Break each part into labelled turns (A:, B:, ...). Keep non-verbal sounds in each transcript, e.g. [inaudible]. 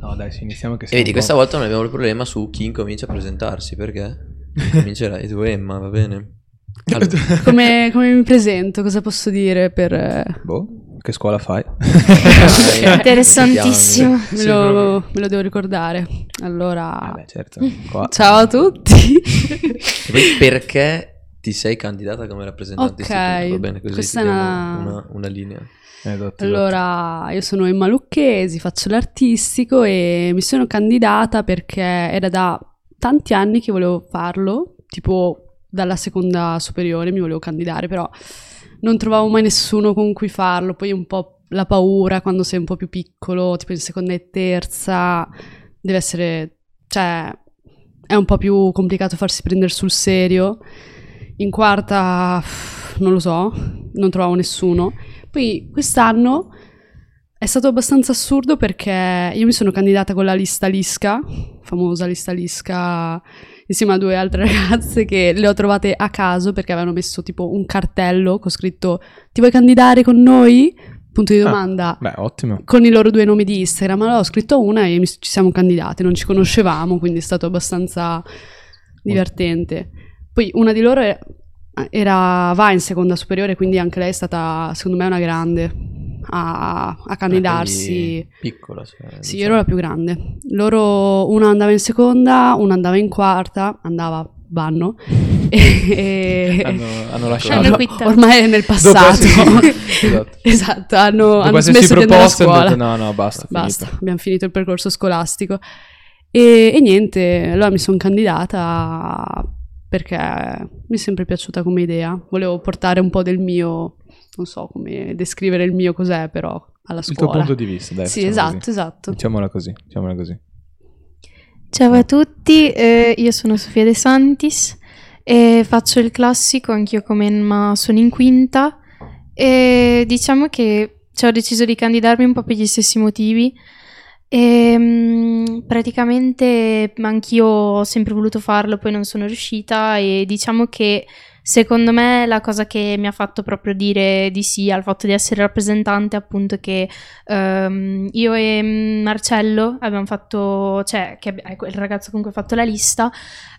A: no, dai, sì, iniziamo che
B: E vedi, questa volta non abbiamo il problema su chi incomincia a presentarsi, perché [laughs] comincerai tu, Emma, va
A: [laughs]
B: bene? Allora,
C: [laughs]
D: Come, come mi presento? Cosa posso dire per... eh,
A: Boh, che scuola fai?
B: dai,
C: Interessantissimo.
B: sentiamo.
D: Me lo, me lo devo ricordare. Allora...
A: [laughs] Eh beh, certo.
D: [laughs]
A: qua.
D: Ciao a tutti.
B: E poi perché ti sei candidata come rappresentante
D: Ok,
B: istituto? Va bene, così
D: questa
B: ti
D: è
B: diamo
D: una-
B: una, una linea.
A: Eh, esatto, esatto.
D: Allora, io sono Emma Lucchesi, faccio l'artistico e mi sono candidata perché era da tanti anni che volevo farlo, tipo dalla seconda superiore mi volevo candidare, però non trovavo mai nessuno con cui farlo, poi un po' la paura quando sei un po' più piccolo, tipo in seconda e terza, deve essere, cioè, è un po' più complicato farsi prendere sul serio. In quarta, pff, non lo so, non trovavo nessuno. Poi quest'anno è stato abbastanza assurdo perché io mi sono candidata con la lista Lisca, famosa lista Lisca, insieme a due altre [laughs] ragazze che le ho trovate a caso perché avevano messo tipo un cartello con scritto ti vuoi candidare con noi? Punto di
A: Ah.
D: domanda
A: Beh, ottimo.
D: con i loro due nomi di Instagram, allora ho scritto una e mi- ci siamo candidate, non ci conoscevamo, quindi è stato abbastanza divertente. Poi una di loro era, era- va in seconda superiore, quindi anche lei è stata, secondo me, una grande a, a
A: Eh,
D: candidarsi.
B: Quindi Piccola. cioè,
D: Sì, io
B: diciamo.
D: ero la più grande. Loro, una andava in seconda, una andava in quarta, andava
A: [laughs]
D: vanno. E,
A: Hanno, hanno lasciato.
C: Hanno quittato.
D: ormai è nel
A: Dopo
D: passato. [laughs]
A: essersi- esatto.
D: esatto, hanno,
A: Dopo
D: hanno
A: essersi
D: smesso di andare a
A: proposto, hanno
D: scuola.
A: detto, no, no, basta.
D: Basta,
A: finito.
D: abbiamo finito il percorso scolastico. E, e niente, allora mi sono candidata perché mi è sempre piaciuta come idea. Volevo portare un po' del mio, non so come descrivere il mio cos'è, però alla
A: Il tuo
D: scuola.
A: punto di vista, dai.
D: sì,
A: facciamo
D: esatto,
A: così.
D: esatto.
A: Diciamola così, diciamola così.
C: Ciao a tutti, eh, io sono Sofia De Santis e faccio il classico anch'io come Emma, sono in quinta e diciamo che ci ho deciso di candidarmi un po' per gli stessi motivi. E, mm, praticamente anch'io ho sempre voluto farlo, poi non sono riuscita e diciamo che secondo me la cosa che mi ha fatto proprio dire di sì al fatto di essere rappresentante è appunto che Ehm, io e mm, Marcello abbiamo fatto, cioè, che abbi- ecco, il ragazzo con cui ho fatto la lista,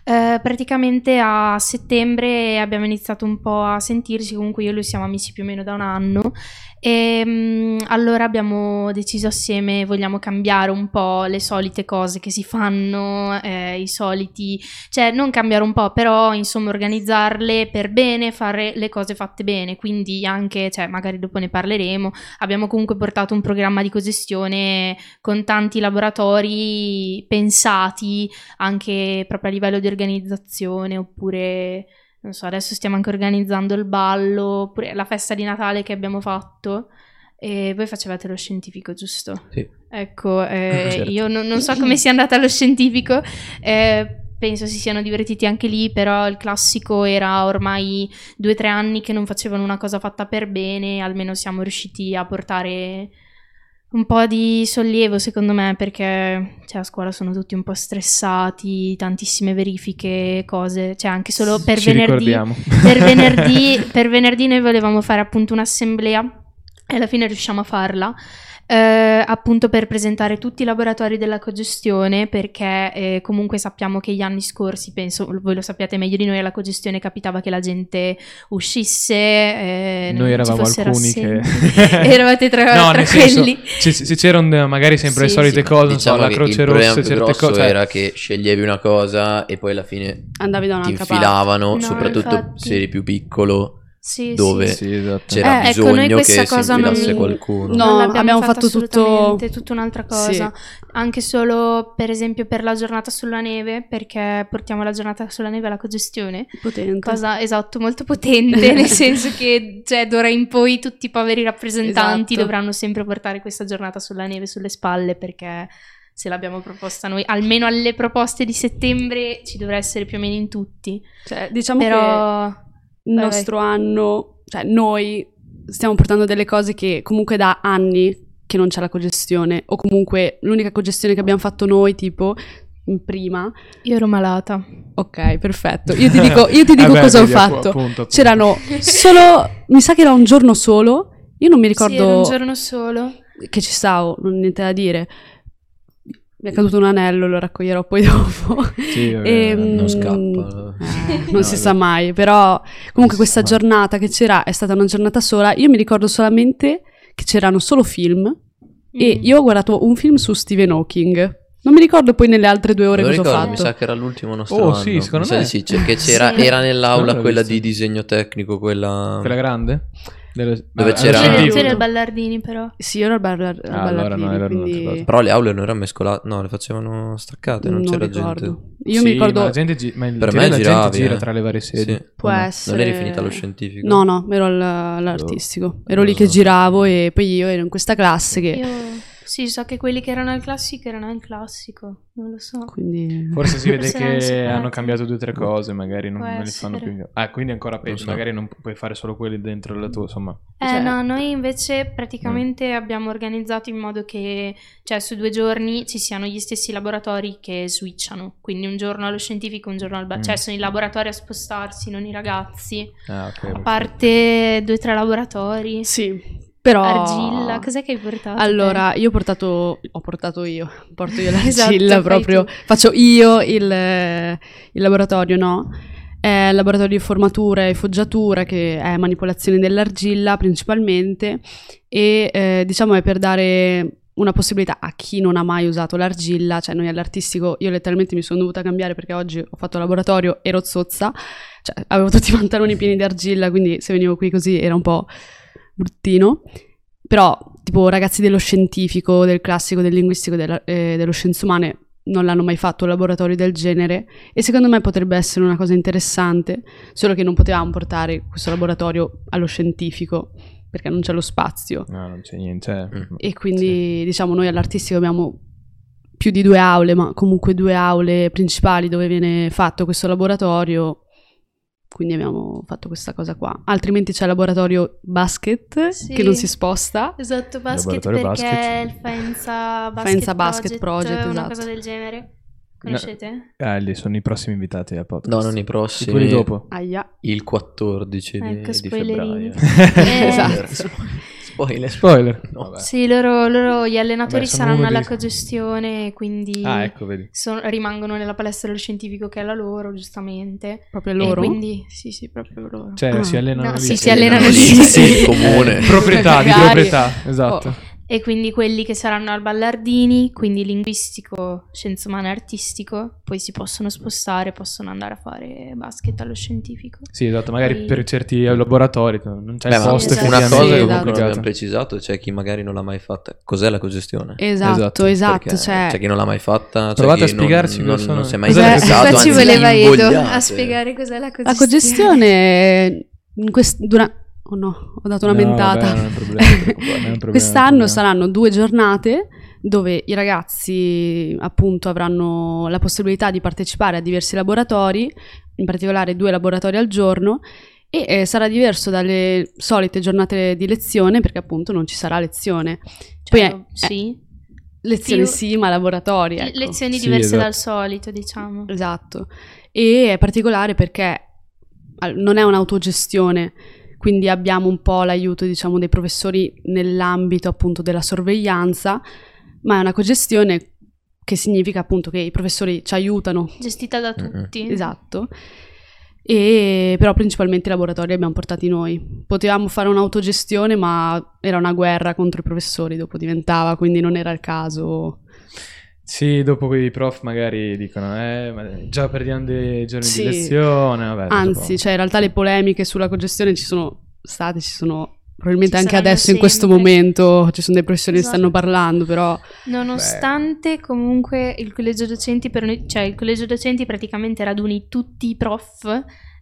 C: eh, praticamente a settembre abbiamo iniziato un po' a sentirci, comunque io e lui siamo amici più o meno da un anno e mm, allora abbiamo deciso assieme, vogliamo cambiare un po' le solite cose che si fanno, eh, i soliti, cioè non cambiare un po', però insomma organizzarle per bene, fare le cose fatte bene, quindi anche, cioè magari dopo ne parleremo, abbiamo comunque portato un programma di cogestione con tanti laboratori pensati anche proprio a livello di organizzazione oppure non so adesso stiamo anche organizzando il ballo oppure la festa di Natale che abbiamo fatto e voi facevate lo scientifico giusto?
B: Sì.
C: ecco eh,
B: Certo.
C: io non, non so come sia andata lo scientifico eh, penso si siano divertiti anche lì però il classico era ormai due o tre anni che non facevano una cosa fatta per bene, almeno siamo riusciti a portare un po' di sollievo, secondo me, perché cioè, a scuola sono tutti un po' stressati, tantissime verifiche, cose, cioè anche solo per
A: Ci
C: venerdì
A: ricordiamo. [laughs]
C: per venerdì, per venerdì noi volevamo fare appunto un'assemblea e alla fine riusciamo a farla. eh, appunto per presentare tutti i laboratori della cogestione perché eh, comunque sappiamo che gli anni scorsi penso voi lo sappiate meglio di noi alla cogestione capitava che la gente uscisse eh, non
A: Noi
C: ci
A: eravamo
C: fossero
A: alcuni che... [laughs]
C: assenti. [laughs] eravate tra,
A: no,
C: tra
A: nel
C: quelli
A: senso, se, se c'erano eh, magari sempre
C: Sì,
A: le solite
C: sì.
A: cose, non
B: Diciamo
A: so, la
B: che
A: Croce
B: il problema
A: Rossa,
B: più
A: certe
B: grosso
A: cose. cioè-
B: era che sceglievi una cosa e poi alla fine
D: Andavi da
B: ti
D: un'altra parte.
B: infilavano,
C: No,
B: soprattutto
C: infatti.
B: se eri più piccolo,
C: Sì, sì.
B: dove
A: Sì, esatto.
B: c'era
C: Eh, ecco,
B: bisogno
C: noi
B: che
C: questa
B: si
C: cosa non-
B: infilasse qualcuno.
D: No,
C: Non
D: abbiamo, fatto, tutto...
C: assolutamente, tutta un'altra cosa.
D: Sì.
C: Anche solo, per esempio, per la giornata sulla neve, perché portiamo la giornata sulla neve alla cogestione.
D: potente.
C: Cosa esatto, molto potente, nel senso che cioè, d'ora in poi tutti i poveri rappresentanti
D: Esatto.
C: dovranno sempre portare questa giornata sulla neve sulle spalle perché se l'abbiamo proposta noi, almeno alle proposte di settembre ci dovrà essere più o meno in tutti.
D: Cioè, diciamo che
C: Però
D: il
C: vai, vai.
D: nostro anno, cioè noi stiamo portando delle cose che comunque da anni che non c'è la cogestione o comunque l'unica cogestione che abbiamo fatto noi, tipo in prima
C: io ero malata.
D: Ok, perfetto. Esatto. Io
A: [laughs]
D: ti dico, io ti dico
A: Eh beh,
D: cosa ho
A: vedi, appu-
D: fatto.
A: appunto, appunto.
D: C'erano solo, mi sa che era un giorno solo. Io non mi
C: Sì, era
D: ricordo
C: un giorno solo.
D: che ci stavo, non ho niente da dire. Mi è caduto un anello, lo raccoglierò poi [laughs] dopo.
A: Sì, vabbè,
D: Ehm,
B: non scappa.
D: Eh,
B: [laughs]
D: non
B: No,
D: si
B: no.
D: sa mai, però
A: Non si
D: comunque questa
A: sa mai.
D: giornata che c'era è stata una giornata sola. Io mi ricordo solamente che c'erano solo film
B: Mm.
D: e
C: Mm.
D: io ho guardato un film su Stephen Hawking. Non mi ricordo poi nelle altre due ore
B: Lo
D: cosa ho
B: ricordo,
D: fatto.
B: mi sa che era l'ultimo nostro
A: Oh,
B: anno.
A: sì, secondo
B: Mi sa
A: me-
B: di
A: [laughs]
B: sì, cioè, che c'era,
C: Sì.
B: era nell'aula
A: Secondo me l'ho
B: quella
A: visto.
B: di disegno tecnico, quella...
A: Quella grande? Ah, Dove
B: c'era-
C: C'era,
D: scientifico.
C: c'era il Ballardini però.
D: Sì, io ero al bar- al
A: Ah, allora
D: Ballardini,
A: no, era un'altra
D: quindi
A: cosa.
B: Però le aule non erano mescolate, no, le facevano staccate, non, c'era
D: ricordo.
B: gente.
D: Io mi ricordo...
A: Ma la gente, gi- ma in
B: Per
A: teoria
B: me
A: la
B: giravi,
A: gente gira
B: eh.
A: tra le varie sedi.
B: Sì.
D: Può
A: No.
D: essere...
B: Non eri finita allo scientifico? Boh.
D: No, no, ero al- all'artistico. Ero lì
B: Allora.
D: che giravo e poi io ero in questa classe che...
C: Io sì, so che quelli che erano al classico erano al classico, non lo so.
D: Quindi...
A: Forse si vede
C: Forse erano
A: che
C: separati.
A: hanno cambiato due o tre cose, magari non,
C: Può
A: non le fanno
C: essere.
A: più. Ah, quindi ancora peggio,
B: so.
A: magari non pu- puoi fare solo quelli dentro la tua, insomma.
C: Eh
D: Cioè-
A: Certo.
C: no, noi invece praticamente
A: Mm.
C: abbiamo organizzato in modo che, cioè su due giorni ci siano gli stessi laboratori che switchano, quindi un giorno allo scientifico, un giorno al... ba-
A: Mm.
C: cioè sono i laboratori a spostarsi, non i ragazzi,
A: Ah, ok.
C: a parte due o tre laboratori,
D: Sì, però...
C: argilla, cos'è che hai portato?
D: Allora, io ho portato, ho portato io, porto
C: [laughs]
D: io
C: Esatto,
D: l'argilla
C: fai
D: proprio,
C: tu.
D: faccio io il, eh, il laboratorio, no? È il laboratorio di formatura e foggiatura che è manipolazione dell'argilla principalmente e eh, diciamo è per dare una possibilità a chi non ha mai usato l'argilla, cioè noi all'artistico, io letteralmente mi sono dovuta cambiare perché oggi ho fatto laboratorio, ero zozza, cioè avevo tutti i [laughs] pantaloni pieni di argilla, quindi se venivo qui così era un po' bruttino. Però, tipo, ragazzi dello scientifico, del classico, del linguistico, della- eh, dello scienze umane non l'hanno mai fatto un laboratorio del genere e secondo me potrebbe essere una cosa interessante, solo che non potevamo portare questo laboratorio allo scientifico perché non c'è lo spazio.
A: No, non c'è niente. cioè-
B: Mm.
D: E quindi, diciamo, noi all'artistico abbiamo più di due aule, ma comunque due aule principali dove viene fatto questo laboratorio. Quindi abbiamo fatto questa cosa qua. Altrimenti c'è il laboratorio basket
C: Sì.
D: che non si sposta.
C: Esatto, basket perché
A: Laboratorio
C: è
A: basket.
C: il Faenza Basket,
D: Faenza Basket Project,
C: una
D: esatto.
C: cosa del genere. Conoscete?
A: Ah, lì sono i prossimi invitati al podcast.
B: No, non i
A: Sì,
B: prossimi.
A: quelli dopo.
D: Aia.
B: Il 14 di-
C: Ecco,
B: di,
C: spoilerini.
A: [laughs]
B: febbraio.
C: Eh,
B: Spoiler.
D: [laughs] Esatto.
B: Spoiler.
A: Spoiler.
B: No.
A: Vabbè.
C: Sì, loro, loro- gli allenatori
A: Beh, sono
C: saranno
A: uno
C: alla
A: dei-
C: cogestione, quindi
A: Ah, ecco, vedi.
C: son- rimangono nella palestra dello scientifico che è la loro, giustamente.
D: Proprio
C: E
D: loro.
C: Eh, quindi sì, sì, proprio loro.
A: Cioè,
B: Mm.
D: Ah.
A: si allenano
C: No,
A: lì.
C: sì, si
B: Sì,
C: allenano
B: no,
C: lì.
B: sì,
C: Sì.
B: il
C: [laughs]
B: comune.
A: Eh, proprietà, di
D: Magari.
A: proprietà, esatto.
D: Oh.
C: E quindi quelli che saranno al Ballardini, quindi linguistico, scienze umane e artistico, poi si possono spostare, possono andare a fare basket allo scientifico.
A: Sì, esatto, magari
C: Poi-
A: per certi laboratori non c'è
B: Beh,
A: il
B: ma
A: posto.
C: Sì, esatto.
B: una cosa
A: effettivamente,
B: che
D: Sì,
A: è
B: comunque
D: esatto.
B: non abbiamo
A: complicato.
B: precisato, c'è chi magari non l'ha mai fatta. Cos'è la cogestione?
D: Esatto, esatto.
B: Perché C'è chi non l'ha mai fatta. c'è
A: Provate
B: chi
A: a spiegarci
B: non,
A: cosa
B: non,
A: sono.
B: non si è mai
A: Cos'è la
B: interessato,
A: cogestione?
C: Qua
A: Esatto,
C: ci
B: anzi,
C: voleva Edo
B: invogliate.
C: a spiegare cos'è la cogestione.
D: La cogestione in quest- dura- oh no, ho dato una
A: No,
D: mentata.
A: vabbè, non è un problema,
D: [laughs]
A: non ti preoccupare, non è un problema,
D: Quest'anno
A: non è un problema.
D: saranno due giornate dove i ragazzi appunto avranno la possibilità di partecipare a diversi laboratori, in particolare due laboratori al giorno e eh, sarà diverso dalle solite giornate di lezione perché appunto non ci sarà lezione. Poi
C: Cioè,
D: è-
C: sì.
D: Lezioni
C: Più-
D: sì, ma laboratori.
C: Le-
D: ecco.
C: Lezioni
A: Sì,
C: diverse
A: esatto.
C: dal solito, diciamo.
D: Esatto. E è particolare perché al- non è un'autogestione, quindi abbiamo un po' l'aiuto, diciamo, dei professori nell'ambito appunto della sorveglianza, ma è una cogestione che significa appunto che i professori ci aiutano,
C: Gestita da
A: Mm,
B: Mm-mm.
C: tutti.
D: esatto. E però principalmente i laboratori li abbiamo portati noi. Potevamo fare un'autogestione, ma era una guerra contro i professori, dopo diventava, quindi non era il caso.
A: Sì, dopo quei prof magari dicono, eh, ma già perdiamo dei giorni
D: Sì.
A: di lezione. Vabbè,
D: Anzi, cioè in realtà le polemiche sulla congestione ci sono state, ci sono probabilmente
C: Ci
D: anche
C: saranno
D: adesso in questo
C: sempre.
D: momento, ci sono dei professori
C: Esatto.
D: che stanno parlando, però
C: Nonostante comunque il collegio docenti, per noi, cioè il collegio docenti praticamente raduni tutti i prof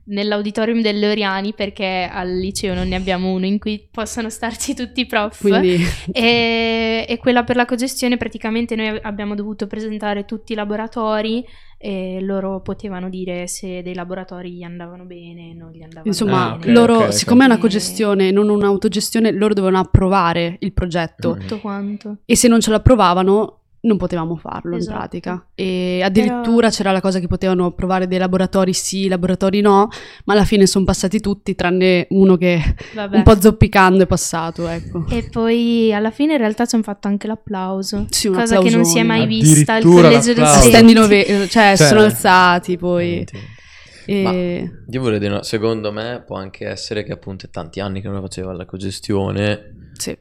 C: nell'auditorium delle Oriani perché al liceo non ne abbiamo uno in cui possono starci tutti i prof
D: quindi
C: e, e quella per la cogestione praticamente noi abbiamo dovuto presentare tutti i laboratori e loro potevano dire se dei laboratori gli andavano bene non gli andavano
D: [laughs] insomma,
A: Ah, ok,
C: bene
D: loro,
A: ok, ok.
D: siccome è una
C: E
D: cogestione, non un'autogestione, loro dovevano approvare il progetto
B: Mm.
C: tutto quanto
D: e se non ce l'approvavano non potevamo farlo
C: Esatto.
D: in pratica. E addirittura c'era la cosa che potevano provare dei laboratori sì, laboratori no, ma alla fine sono passati tutti, tranne uno che
C: Vabbè.
D: un po' zoppicando è passato, ecco.
C: E poi alla fine in realtà ci hanno fatto anche l'applauso.
D: Sì, un
C: cosa che non si è mai
A: applausone.
C: vista al
A: Addirittura
C: collegio dei
A: l'applauso.
C: studenti.
D: Stendi nove- cioè, sono alzati poi.
B: Veramente.
D: E...
B: Io volevo dire, una- secondo me può anche essere che appunto è tanti anni che non la faceva la cogestione
D: Sì.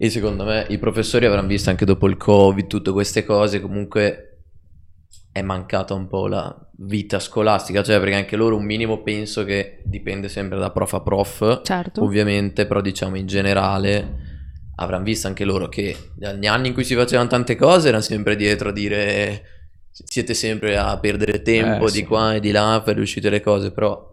B: e secondo me i professori avranno visto anche dopo il covid tutte queste cose, comunque è mancata un po' la vita scolastica, cioè perché anche loro un minimo penso che dipende sempre da prof a prof,
C: Esatto.
D: Certo.
B: ovviamente, però diciamo in generale avranno visto anche loro che negli anni in cui si facevano tante cose erano sempre dietro a dire siete sempre a perdere tempo
A: Eh,
B: di
A: sì.
B: qua e di là per riuscite le cose, però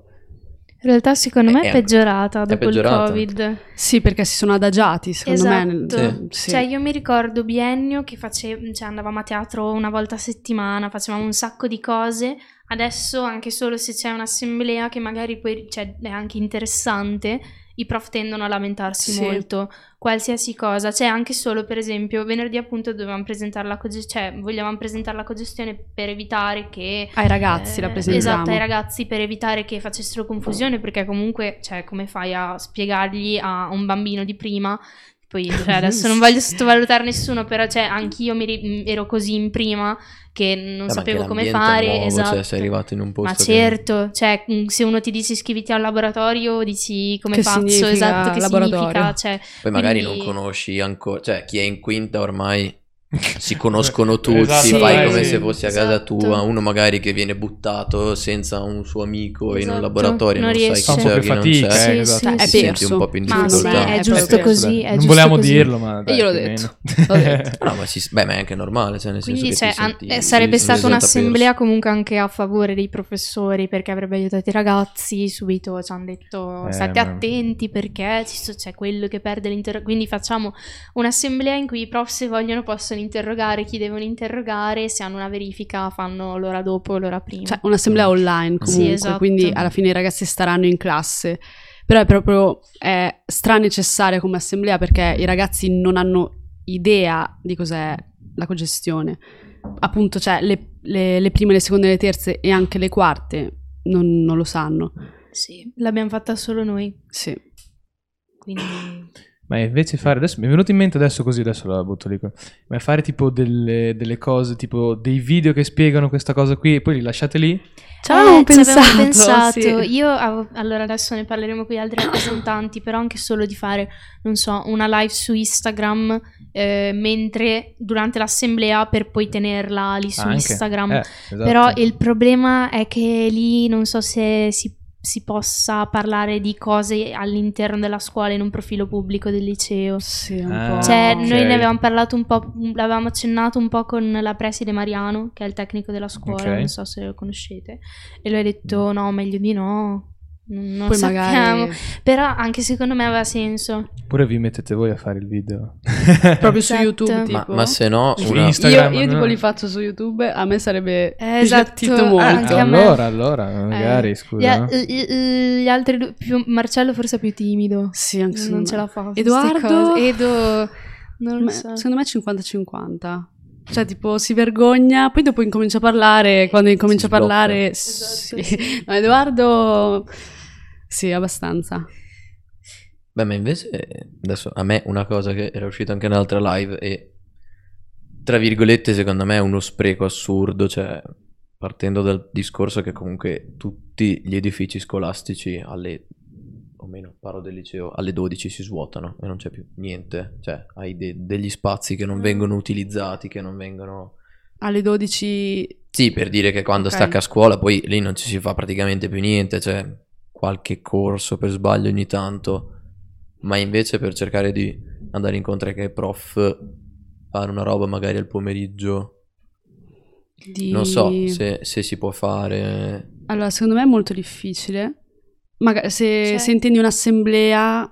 C: In realtà secondo me
B: Eh,
C: è
B: è-
C: peggiorata dopo
B: peggiorata.
C: il Covid.
D: Sì, perché si sono adagiati, secondo me. nel-
C: Esatto.
D: sì.
C: Cioè io mi ricordo biennio che face- cioè, andavamo a teatro una volta a settimana, facevamo un sacco di cose. Adesso anche solo se c'è un'assemblea che magari poi cioè, è anche interessante, i prof tendono a lamentarsi
D: Sì.
C: molto, qualsiasi cosa. Cioè anche solo per esempio venerdì appunto dovevamo presentare la cogestione, cioè volevamo presentare la cogestione per evitare che
D: Ai ragazzi la
C: eh,
D: presentiamo.
C: Esatto, ai ragazzi per evitare che facessero confusione, perché comunque, cioè, come fai a spiegargli a un bambino di prima? Poi,
D: [laughs]
C: cioè, adesso non voglio sottovalutare nessuno, però, cioè, anch'io mi ri- ero così in prima che non
B: Eh, ma anche
C: sapevo
B: l'ambiente
C: come
B: è
C: fare.
B: nuovo,
C: esatto.
B: cioè, sei arrivato in un posto
C: Ma
B: che-
C: certo, cioè, mh, se uno ti dice iscriviti al laboratorio, dici come
D: Che
C: faccio,
D: significa
C: esatto, che
D: laboratorio?
C: significa, cioè,
B: Poi magari
C: Quindi-
B: non conosci ancora, cioè chi è in quinta ormai si conoscono tutti,
A: Esatto,
C: Sì,
B: fai
A: eh,
B: come
A: sì.
B: se fossi a casa
C: esatto.
B: tua, uno magari che viene buttato senza un suo amico in un
C: Esatto,
B: laboratorio, non, sai
C: non
A: Fa
B: chi
A: un
C: riesce.
A: po'
B: c'è,
A: più
B: chi cioè non c'è,
A: fatica,
C: c'è.
A: eh,
C: Sì,
A: esatto.
C: sì,
D: è
B: ti senti
D: perso.
B: un po' più in
C: Ma sì,
B: difficoltà.
C: è giusto
A: Eh,
C: così,
A: dai,
C: è
A: non
C: giusto
A: volevamo
C: così.
A: dirlo, ma dai,
D: Io l'ho
A: più o
D: detto,
A: meno. [laughs]
D: l'ho detto.
B: No, ma, si- beh, ma è anche normale, cioè nel senso
C: Quindi
B: che
C: cioè,
B: ti
C: an-
B: senti-
C: eh, sarebbe
B: ti
C: stata
B: senti
C: un'assemblea
B: perso.
C: comunque anche a favore dei professori perché avrebbe aiutato i ragazzi subito ci hanno detto
A: Eh,
C: state
A: ma-
C: attenti perché ci so- c'è quello che perde l'intero quindi facciamo un'assemblea in cui i prof se vogliono possono interrogare chi devono interrogare se hanno una verifica fanno l'ora dopo l'ora prima
D: Cioè, un'assemblea online
B: Sì,
D: comunque,
C: esatto.
D: quindi alla fine i ragazzi staranno in classe. Però è proprio è stranecessaria come assemblea perché i ragazzi non hanno idea di cos'è la cogestione. Appunto, cioè, le, le- le prime, le seconde, le terze e anche le quarte non, non lo sanno.
C: sì l'abbiamo fatta solo noi
D: Sì.
C: quindi
A: Ma invece fare adesso mi è venuto in mente adesso così, adesso la butto lì. Ma fare tipo delle, delle cose, tipo dei video che spiegano questa cosa qui e poi li lasciate lì.
D: Ci avevamo
C: Eh, ci
D: pensato.
C: avevamo pensato.
D: sì.
C: Io avevo- allora adesso ne parleremo con gli altri rappresentanti, però anche solo di fare, non so, una live su Instagram eh, mentre durante l'assemblea per poi tenerla lì su
A: anche.
C: Instagram.
A: Eh, esatto.
C: Però il problema è che lì non so se si, si possa parlare di cose all'interno della scuola in un profilo pubblico del liceo.
D: Sì, un
A: Ah,
D: po'.
C: Cioè,
A: ok.
C: noi ne avevamo parlato un po', l'avevamo accennato un po' con la preside Mariano, che è il tecnico della scuola,
A: Ok.
C: non so se lo conoscete, e lui ha detto no, meglio di no, n- non
D: Poi
C: sappiamo.
D: magari
C: Però anche secondo me aveva senso.
A: Oppure vi mettete voi a fare il video.
D: proprio su
C: Esatto.
D: YouTube,
C: Ma-
B: Ma,
D: tipo.
B: ma se no,
C: Cioè,
A: Su
B: una-
A: Insta-
D: Io,
A: Instagram,
D: io tipo
A: no?
D: li faccio su YouTube, a me sarebbe
C: Eh,
D: divertito
C: esatto,
A: Ah,
D: molto.
C: [laughs] anche a me. Eh,
A: allora, allora, magari,
C: Gli,
A: scusa. eh. no?
C: gli- gli altri due, più- Marcello forse è più timido,
D: Sì, anche secondo
C: non
D: me.
C: ce la fa.
D: Edoardo?
C: Edo, non lo
D: Ma-
C: so.
D: Secondo me è 50-50. Cioè, tipo, si vergogna, poi dopo incomincia a parlare. Quando incomincia a
B: sblocca.
D: parlare, sì.
C: Esatto, sì.
D: No, Edoardo, sì, abbastanza.
B: Beh, ma invece eh, adesso a me una cosa che era uscita anche in un'altra live e tra virgolette secondo me è uno spreco assurdo, cioè partendo dal discorso che comunque tutti gli edifici scolastici alle o meno parlo del liceo alle 12 si svuotano e non c'è più niente, cioè hai de- degli spazi
C: Mm.
B: che non vengono utilizzati, che non vengono
D: Alle 12,
B: Sì, per dire che quando
D: Ok.
B: stacca a scuola poi lì non ci si fa praticamente più niente, cioè qualche corso per sbaglio ogni tanto, ma invece per cercare di andare incontro anche ai prof, fare una roba magari al pomeriggio,
D: di...
B: non so se, se si può fare.
D: Allora, secondo me è molto difficile. Maga- se,
C: Cioè-
D: se intendi un'assemblea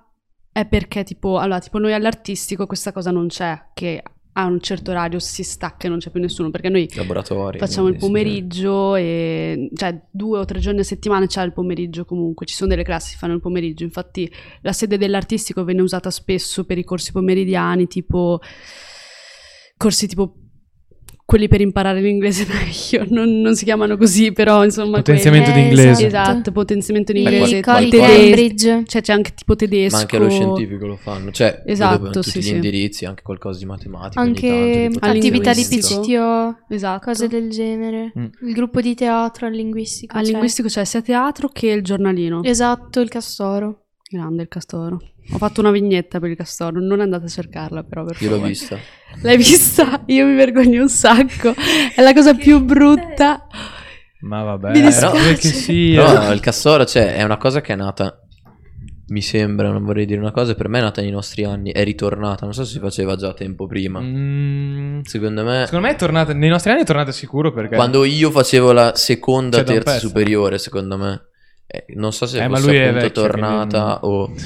D: è perché tipo, allora, tipo noi all'artistico questa cosa non c'è, che a un certo orario si stacca e non c'è più nessuno, perché noi
B: Laboratori.
D: facciamo il
B: quindi, sì, sì.
D: pomeriggio e cioè due o tre giorni a settimana c'è il pomeriggio comunque, ci sono delle classi che fanno il pomeriggio, infatti la sede dell'artistico viene usata spesso per i corsi pomeridiani, tipo corsi tipo quelli per imparare l'inglese [laughs] meglio, non, non si chiamano così, però insomma...
A: Potenziamento
C: Eh,
A: di
D: quelli-
A: inglese.
C: esatto.
D: Esatto, potenziamento in
C: I
D: inglese.
C: coli
B: tedesco.
C: Cambridge.
D: Cioè c'è anche tipo tedesco.
B: Ma anche allo scientifico lo fanno, cioè vedo
D: Esatto,
B: per tutti
D: sì,
B: gli
D: sì.
B: indirizzi, anche qualcosa di matematica, ogni tanto,
C: Anche
B: potenziamento.
C: attività di
D: linguistico.
C: PCTO,
D: Esatto.
C: cose del genere.
A: Mm.
C: Il gruppo di teatro al linguistico.
D: Al
C: cioè.
D: linguistico c'è sia teatro che il giornalino.
C: Esatto, il castoro.
D: Grande il castoro. Ho fatto una vignetta per il castoro, non andate a cercarla però per
B: Io l'ho
D: favore.
B: vista.
D: L'hai vista? Io mi vergogno un sacco. È la cosa più brutta.
A: Ma vabbè,
D: Mi
B: dispiace.
A: dove che eh. sia.
B: Però il cassoro, cioè, è una cosa che è nata. Mi sembra, non vorrei dire una cosa, per me è nata nei nostri anni, è ritornata. Non so se si faceva già tempo prima.
A: Mm,
B: Secondo me,
A: secondo me è tornata, nei nostri anni è tornata sicuro perché...
B: quando io facevo la seconda,
A: C'è da un
B: terza
A: pezzo.
B: superiore, secondo me, eh, non so se
A: Eh, ma
B: fosse
A: lui è
B: appunto
A: vecchio,
B: tornata oh. o,
A: quindi-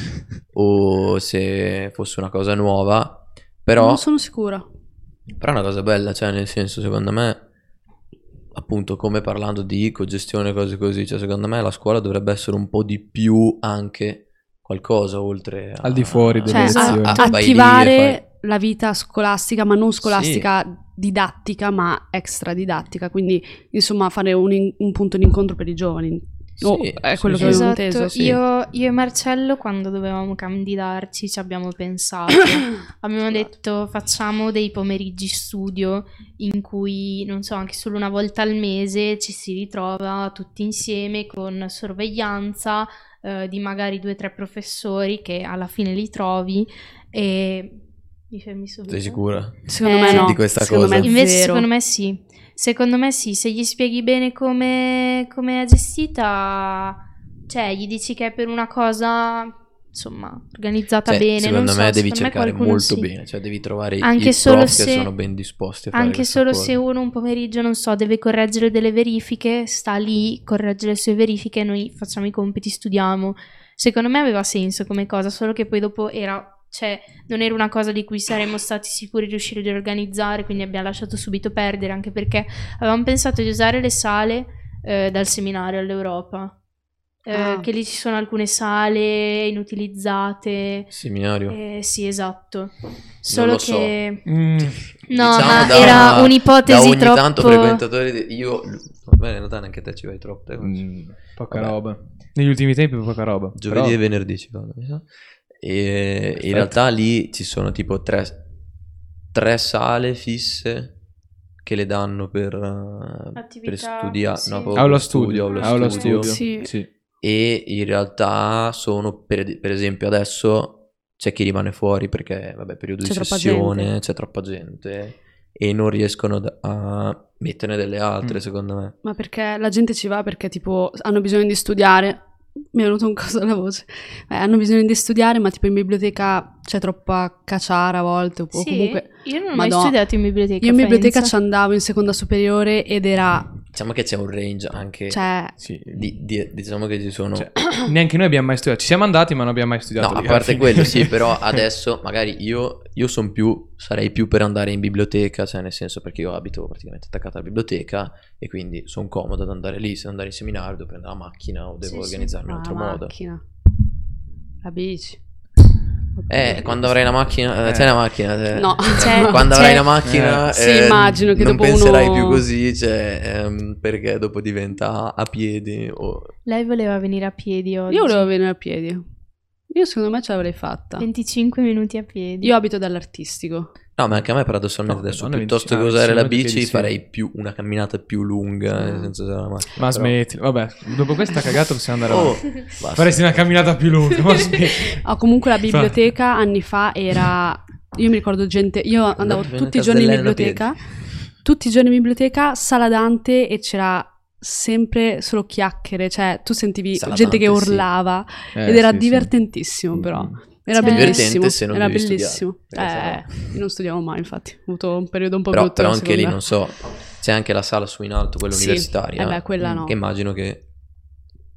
B: o se fosse una cosa nuova. Però,
D: Non sono sicura. Cioè,
B: però è una cosa bella, cioè, nel senso, secondo me, appunto, come parlando di cogestione e cose così, cioè, secondo me la scuola dovrebbe essere un po' di più anche qualcosa oltre a-
A: Al di fuori delle
D: Cioè, a-
A: lezioni.
B: a- vai lì e fai-
D: attivare la vita scolastica, ma non scolastica didattica, ma extradidattica. Quindi, insomma, fare un, in- un punto d'incontro per i giovani. Oh, è quello che
B: sì.
D: avevo
C: Esatto,
D: inteso.
B: sì.
C: io, io e Marcello quando dovevamo candidarci ci abbiamo
D: [coughs]
C: pensato.
D: Esatto.
C: Abbiamo detto facciamo dei pomeriggi studio in cui, non so, anche solo una volta al mese ci si ritrova tutti insieme con sorveglianza eh, di magari due o tre professori che alla fine li trovi e... Mi fermi subito?
B: Sei sicura?
D: Secondo
C: Eh,
D: me no.
B: di questa
D: Secondo
B: cosa.
D: Me
C: Invece
D: zero.
C: secondo me sì. Secondo me sì, se gli spieghi bene come, come è gestita, cioè gli dici che è per una cosa, insomma, organizzata
B: Cioè,
C: bene.
B: secondo
C: non so,
B: me devi
C: secondo
B: cercare
C: qualcuno
B: molto
C: sì.
B: bene, cioè devi trovare
C: Anche
B: i
C: solo
B: prof
C: se-
B: che sono ben disposti a fare
C: Anche
B: questa
C: solo
B: cosa.
C: se uno un pomeriggio, non so, deve correggere delle verifiche, sta lì, corregge le sue verifiche, noi facciamo i compiti, studiamo. Secondo me aveva senso come cosa, solo che poi dopo era, cioè, non era una cosa di cui saremmo stati sicuri di riuscire di organizzare, quindi abbiamo lasciato subito perdere, anche perché avevamo pensato di usare le sale eh, dal seminario all'Europa. Eh,
D: Ah.
C: Che lì ci sono alcune sale inutilizzate.
B: Seminario.
C: Eh, sì, esatto. Solo
B: lo so.
C: che...
A: Mm,
C: No,
B: Diciamo
C: ma
B: da-
C: era
B: Da
C: un'ipotesi
B: ogni
C: troppo...
B: tanto frequentatore di... Io... Va bene, Natana, anche te ci vai troppo. te come-
A: mm, poca
B: Vabbè.
A: roba. Negli ultimi tempi poca roba.
B: Giovedì
A: Però-
B: e venerdì ci vado, mi sa. E
A: Perfetto.
B: in realtà lì ci sono tipo tre, tre sale fisse che le danno per, eh,
C: Attività,
B: per studiare.
C: sì.
B: No, proprio
A: Aula
B: per
A: studio,
B: aula
A: aula
B: studio.
A: studio.
D: Sì.
A: Sì.
B: e in realtà sono per, per esempio adesso c'è chi rimane fuori perché vabbè periodo
D: C'è
B: di
D: troppa
B: sessione
D: gente.
B: c'è troppa gente e non riescono da- a metterne delle altre
A: Mm.
B: secondo me
D: Ma perché la gente ci va perché tipo hanno bisogno di studiare. Mi è venuta un coso alla voce. Eh, hanno bisogno di studiare, ma tipo in biblioteca c'è troppa caciara a volte. O
C: Sì,
D: comunque
C: io non ho mai
D: Madonna.
C: studiato in biblioteca.
D: io in biblioteca ci
C: Faenza.
D: andavo in seconda superiore ed era.
B: diciamo che c'è un range anche
D: Cioè,
A: Sì.
B: di- di- diciamo che ci sono [clears throat]
A: Cioè, neanche noi abbiamo mai studiato. Ci siamo andati, ma non abbiamo mai
B: no
A: studiato.
B: a
A: lì,
B: parte
A: [laughs] alla fine.
B: quello sì però adesso magari io, io son più sarei più per andare in biblioteca cioè nel senso perché io abito praticamente attaccata alla biblioteca e quindi sono comodo ad andare lì se devo andare in seminario devo prendere la macchina o
C: Sì,
B: devo
C: sì.
B: organizzarmi in
D: la
B: un altro modo
D: macchina. La bici.
B: Eh, quando avrai la macchina, eh,
A: Eh.
B: c'è la macchina. cioè, [laughs]
D: No.
B: eh,
C: Cioè,
B: quando
C: cioè-
B: avrai la macchina, ehm,
A: Eh.
D: Sì, immagino che
B: non
D: dopo
B: penserai
D: uno-
B: più così, cioè, ehm, perché dopo diventa a piedi o
C: Lei voleva venire a piedi oggi.
D: cioè, Io volevo venire a piedi. Io secondo me ce l'avrei fatta.
C: 25 minuti a piedi.
D: Io abito dall'artistico.
B: No, ma anche a me paradossalmente
A: No,
B: adesso
A: madonna,
B: piuttosto che
A: 25,
B: usare la
A: sì, sì,
B: bici
A: sì.
B: farei più una camminata più lunga,
D: Ah.
B: nel senso usare la macchina.
A: Ma
B: però-
A: smettila. Vabbè, dopo questa cagata possiamo andare avanti.
B: Oh, basta.
A: Faresti una camminata più lunga.
D: [laughs]
A: Ma smettila.
D: Ah, comunque la biblioteca anni fa era. Io mi ricordo gente. Io andavo
B: Andate
D: tutti i
B: a
D: giorni in
B: Castellello a
D: biblioteca. Tutti i giorni in biblioteca, sala Dante e c'era sempre solo chiacchiere. Cioè, tu sentivi
B: Sala
D: gente che
B: Dante, sì.
D: urlava.
A: Eh,
D: Ed era
A: sì, Mm, sì.
D: divertentissimo, però. Era
C: Cioè-
D: bellissimo.
B: Mm-hmm. Divertente se non
D: era
B: devi
D: bellissimo.
B: studiare,
D: Eh, io non studiavo mai, infatti. Ho avuto un periodo un po'
B: Però,
D: brutto.
B: però
D: la
B: anche lì
D: seconda.
B: non so, c'è anche la sala su in alto, quella
D: Sì,
B: universitaria, mm,
D: eh beh, quella no.
B: che immagino che